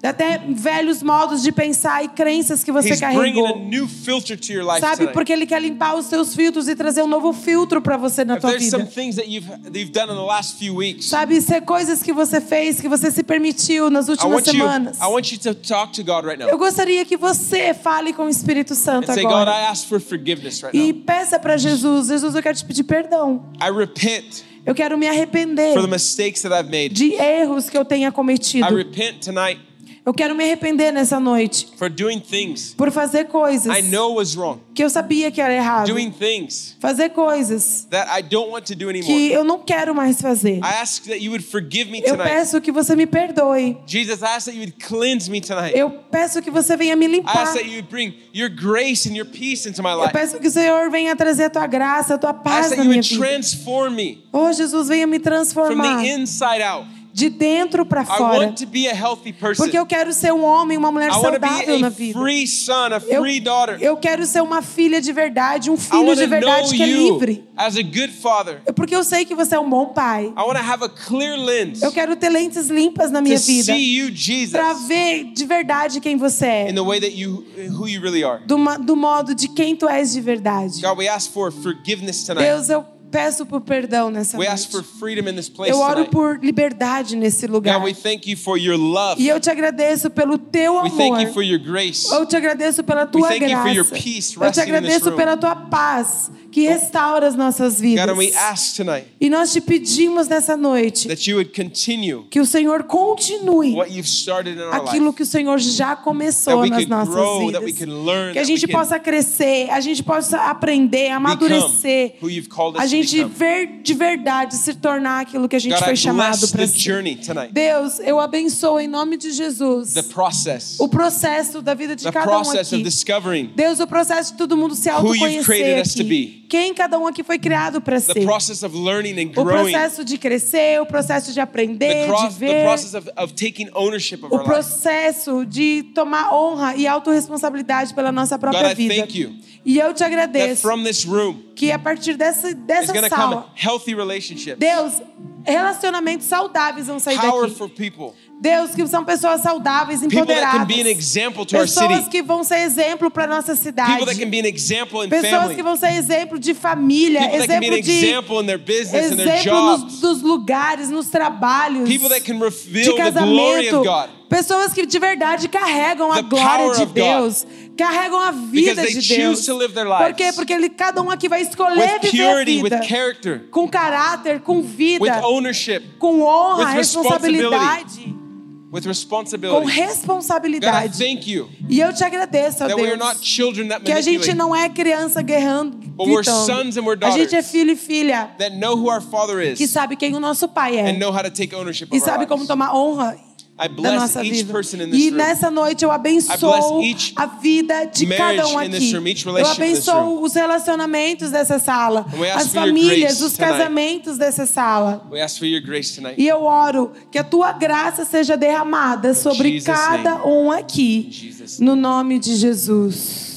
[SPEAKER 2] até velhos modos de pensar e crenças que você
[SPEAKER 1] He's bringing a
[SPEAKER 2] carregou.
[SPEAKER 1] new filter to your life
[SPEAKER 2] Sabe?
[SPEAKER 1] tonight.
[SPEAKER 2] Porque ele quer limpar os seus filtros e trazer um novo filtro para você na
[SPEAKER 1] if
[SPEAKER 2] tua
[SPEAKER 1] there's some
[SPEAKER 2] vida.
[SPEAKER 1] things that you've that you've done in the last few weeks,
[SPEAKER 2] Sabe, ser coisas que você fez, que você se permitiu nas
[SPEAKER 1] I
[SPEAKER 2] últimas
[SPEAKER 1] want you
[SPEAKER 2] semanas.
[SPEAKER 1] I want you to talk to God right now
[SPEAKER 2] Eu gostaria que você fale com o Espírito Santo
[SPEAKER 1] and say, God, I
[SPEAKER 2] agora.
[SPEAKER 1] ask for forgiveness right
[SPEAKER 2] E
[SPEAKER 1] now.
[SPEAKER 2] peça para Jesus, Jesus, eu quero te pedir perdão.
[SPEAKER 1] I repent
[SPEAKER 2] Eu quero me arrepender.
[SPEAKER 1] for the mistakes that I've made.
[SPEAKER 2] de erros que eu tenha
[SPEAKER 1] I
[SPEAKER 2] cometido.
[SPEAKER 1] repent tonight
[SPEAKER 2] Eu quero me arrepender nessa noite
[SPEAKER 1] for doing things
[SPEAKER 2] por fazer coisas
[SPEAKER 1] I know was wrong,
[SPEAKER 2] que eu sabia que era errado.
[SPEAKER 1] doing things
[SPEAKER 2] Fazer coisas
[SPEAKER 1] that I don't want to do
[SPEAKER 2] que
[SPEAKER 1] anymore.
[SPEAKER 2] eu não quero mais fazer.
[SPEAKER 1] I ask that you would forgive me
[SPEAKER 2] Eu
[SPEAKER 1] tonight.
[SPEAKER 2] peço que você me perdoe.
[SPEAKER 1] Jesus, I ask that you would cleanse me tonight.
[SPEAKER 2] Eu peço que você venha me
[SPEAKER 1] I
[SPEAKER 2] limpar.
[SPEAKER 1] ask that you would bring your grace and your peace into my
[SPEAKER 2] Eu
[SPEAKER 1] life.
[SPEAKER 2] peço que o Senhor venha trazer a tua graça, a tua
[SPEAKER 1] I ask
[SPEAKER 2] paz
[SPEAKER 1] that
[SPEAKER 2] na
[SPEAKER 1] you
[SPEAKER 2] minha
[SPEAKER 1] would
[SPEAKER 2] vida.
[SPEAKER 1] transform me
[SPEAKER 2] Oh, Jesus, venha me
[SPEAKER 1] from
[SPEAKER 2] transformar
[SPEAKER 1] the inside out.
[SPEAKER 2] de dentro para
[SPEAKER 1] I
[SPEAKER 2] fora.
[SPEAKER 1] want to be a healthy person.
[SPEAKER 2] Porque eu quero ser um homem, uma mulher
[SPEAKER 1] I want to
[SPEAKER 2] saudável
[SPEAKER 1] be
[SPEAKER 2] na
[SPEAKER 1] a
[SPEAKER 2] vida.
[SPEAKER 1] free son, a
[SPEAKER 2] Eu,
[SPEAKER 1] free daughter.
[SPEAKER 2] eu quero ser uma filha de verdade, um
[SPEAKER 1] I
[SPEAKER 2] filho
[SPEAKER 1] want to
[SPEAKER 2] de
[SPEAKER 1] know
[SPEAKER 2] verdade que é livre.
[SPEAKER 1] you as a good father.
[SPEAKER 2] É Porque eu sei que você é um bom pai.
[SPEAKER 1] I want to have a clear lens
[SPEAKER 2] Eu
[SPEAKER 1] to
[SPEAKER 2] quero ter lentes limpas na minha vida
[SPEAKER 1] see you,
[SPEAKER 2] para
[SPEAKER 1] Jesus,
[SPEAKER 2] ver de verdade quem você é,
[SPEAKER 1] in the way that you, who you really are.
[SPEAKER 2] do, ma- do modo de quem tu és de verdade.
[SPEAKER 1] God, we ask for forgiveness tonight.
[SPEAKER 2] Deus, eu peço por perdão nessa
[SPEAKER 1] né? We ask for
[SPEAKER 2] noite.
[SPEAKER 1] freedom in this place
[SPEAKER 2] Eu oro
[SPEAKER 1] tonight.
[SPEAKER 2] por liberdade nesse lugar.
[SPEAKER 1] God, we thank you for your love.
[SPEAKER 2] E eu te agradeço pelo teu
[SPEAKER 1] We thank you for
[SPEAKER 2] amor. Oh,
[SPEAKER 1] your grace.
[SPEAKER 2] Eu te agradeço pela tua
[SPEAKER 1] thank you for your
[SPEAKER 2] graça.
[SPEAKER 1] peace
[SPEAKER 2] Eu
[SPEAKER 1] resting
[SPEAKER 2] te
[SPEAKER 1] in this
[SPEAKER 2] agradeço
[SPEAKER 1] room. Oh,
[SPEAKER 2] pela tua paz que restaura as nossas vidas.
[SPEAKER 1] God, and we ask tonight
[SPEAKER 2] E nós te pedimos nessa noite
[SPEAKER 1] that you would continue
[SPEAKER 2] que o Senhor continue
[SPEAKER 1] what you've started in our
[SPEAKER 2] aquilo
[SPEAKER 1] life.
[SPEAKER 2] que o Senhor já começou
[SPEAKER 1] That we
[SPEAKER 2] nas
[SPEAKER 1] can
[SPEAKER 2] nossas
[SPEAKER 1] grow, that we
[SPEAKER 2] vidas.
[SPEAKER 1] can learn,
[SPEAKER 2] que a
[SPEAKER 1] that we
[SPEAKER 2] gente
[SPEAKER 1] can
[SPEAKER 2] possa crescer, a gente possa aprender, amadurecer.
[SPEAKER 1] who you've called us
[SPEAKER 2] A
[SPEAKER 1] to
[SPEAKER 2] gente
[SPEAKER 1] become.
[SPEAKER 2] ver de verdade se tornar aquilo que a gente
[SPEAKER 1] God, I
[SPEAKER 2] foi chamado
[SPEAKER 1] bless
[SPEAKER 2] para
[SPEAKER 1] the
[SPEAKER 2] ser.
[SPEAKER 1] journey tonight,
[SPEAKER 2] Deus, eu abençoo em nome de Jesus
[SPEAKER 1] the process,
[SPEAKER 2] o processo da vida de
[SPEAKER 1] the
[SPEAKER 2] cada um
[SPEAKER 1] process of
[SPEAKER 2] aqui.
[SPEAKER 1] discovering,
[SPEAKER 2] Deus, o processo de todo mundo se
[SPEAKER 1] Who you've
[SPEAKER 2] autoconhecer
[SPEAKER 1] created us to
[SPEAKER 2] aqui.
[SPEAKER 1] be.
[SPEAKER 2] Quem cada um aqui foi criado para
[SPEAKER 1] the
[SPEAKER 2] ser.
[SPEAKER 1] process of learning and
[SPEAKER 2] O
[SPEAKER 1] growing, the,
[SPEAKER 2] processo de crescer, o processo de aprender,
[SPEAKER 1] cross,
[SPEAKER 2] de
[SPEAKER 1] the
[SPEAKER 2] ver.
[SPEAKER 1] process of, of taking ownership of
[SPEAKER 2] o
[SPEAKER 1] our life.
[SPEAKER 2] processo de tomar honra e autorresponsabilidade pela nossa própria
[SPEAKER 1] God, I
[SPEAKER 2] vida.
[SPEAKER 1] thank you.
[SPEAKER 2] E eu te
[SPEAKER 1] That
[SPEAKER 2] agradeço
[SPEAKER 1] from this room
[SPEAKER 2] que a partir dessa,
[SPEAKER 1] is
[SPEAKER 2] dessa
[SPEAKER 1] going to come
[SPEAKER 2] sala,
[SPEAKER 1] healthy relationships,
[SPEAKER 2] Deus, relacionamentos saudáveis vão sair daqui.
[SPEAKER 1] powerful people,
[SPEAKER 2] Deus, que são pessoas saudáveis,
[SPEAKER 1] People that can
[SPEAKER 2] empoderadas.
[SPEAKER 1] be an example to our
[SPEAKER 2] Pessoas
[SPEAKER 1] city.
[SPEAKER 2] que vão ser exemplo para nossa cidade.
[SPEAKER 1] People that can be an example in
[SPEAKER 2] Pessoas que
[SPEAKER 1] family.
[SPEAKER 2] vão ser exemplo de família,
[SPEAKER 1] People that can be an
[SPEAKER 2] exemplo de
[SPEAKER 1] example in their business and their
[SPEAKER 2] exemplo nos,
[SPEAKER 1] jobs.
[SPEAKER 2] dos lugares, nos trabalhos,
[SPEAKER 1] People that
[SPEAKER 2] de
[SPEAKER 1] can reveal the glory
[SPEAKER 2] casamento.
[SPEAKER 1] of God
[SPEAKER 2] Pessoas que de verdade carregam a
[SPEAKER 1] The
[SPEAKER 2] glória
[SPEAKER 1] power
[SPEAKER 2] de
[SPEAKER 1] of God.
[SPEAKER 2] Deus, carregam a vida
[SPEAKER 1] Because they
[SPEAKER 2] de Deus.
[SPEAKER 1] choose to live their
[SPEAKER 2] Por quê?
[SPEAKER 1] lives
[SPEAKER 2] Porque ele, cada um aqui vai escolher
[SPEAKER 1] with
[SPEAKER 2] viver a
[SPEAKER 1] purity, with
[SPEAKER 2] vida
[SPEAKER 1] character,
[SPEAKER 2] com caráter, com
[SPEAKER 1] with
[SPEAKER 2] vida,
[SPEAKER 1] ownership,
[SPEAKER 2] com honra,
[SPEAKER 1] with
[SPEAKER 2] responsabilidade,
[SPEAKER 1] with
[SPEAKER 2] com
[SPEAKER 1] responsibility. God, I
[SPEAKER 2] responsabilidade.
[SPEAKER 1] thank you
[SPEAKER 2] E eu te agradeço, ó
[SPEAKER 1] that we are not
[SPEAKER 2] Deus,
[SPEAKER 1] children that
[SPEAKER 2] que a gente
[SPEAKER 1] manipulate,
[SPEAKER 2] não é criança guerrando,
[SPEAKER 1] But we're sons and we're
[SPEAKER 2] gritando. A gente é
[SPEAKER 1] daughters.
[SPEAKER 2] filho e filha
[SPEAKER 1] that know who our Father
[SPEAKER 2] que
[SPEAKER 1] is
[SPEAKER 2] sabe quem o nosso pai
[SPEAKER 1] and
[SPEAKER 2] é
[SPEAKER 1] know how to take ownership
[SPEAKER 2] e
[SPEAKER 1] of our
[SPEAKER 2] sabe como
[SPEAKER 1] lives.
[SPEAKER 2] tomar honra
[SPEAKER 1] I
[SPEAKER 2] da
[SPEAKER 1] bless
[SPEAKER 2] nossa
[SPEAKER 1] each
[SPEAKER 2] vida.
[SPEAKER 1] person in
[SPEAKER 2] E
[SPEAKER 1] this room.
[SPEAKER 2] nessa noite eu abençoo
[SPEAKER 1] bless each
[SPEAKER 2] a vida de cada um
[SPEAKER 1] marriage in this
[SPEAKER 2] aqui.
[SPEAKER 1] room, each relationship
[SPEAKER 2] Eu
[SPEAKER 1] in this
[SPEAKER 2] abençoo os relacionamentos dessa sala,
[SPEAKER 1] And we ask
[SPEAKER 2] as
[SPEAKER 1] for your
[SPEAKER 2] famílias,
[SPEAKER 1] grace
[SPEAKER 2] os
[SPEAKER 1] tonight.
[SPEAKER 2] casamentos dessa sala.
[SPEAKER 1] We ask for your grace tonight.
[SPEAKER 2] E eu oro que a tua graça seja derramada sobre
[SPEAKER 1] Jesus'
[SPEAKER 2] cada um aqui,
[SPEAKER 1] Jesus'
[SPEAKER 2] no nome de Jesus.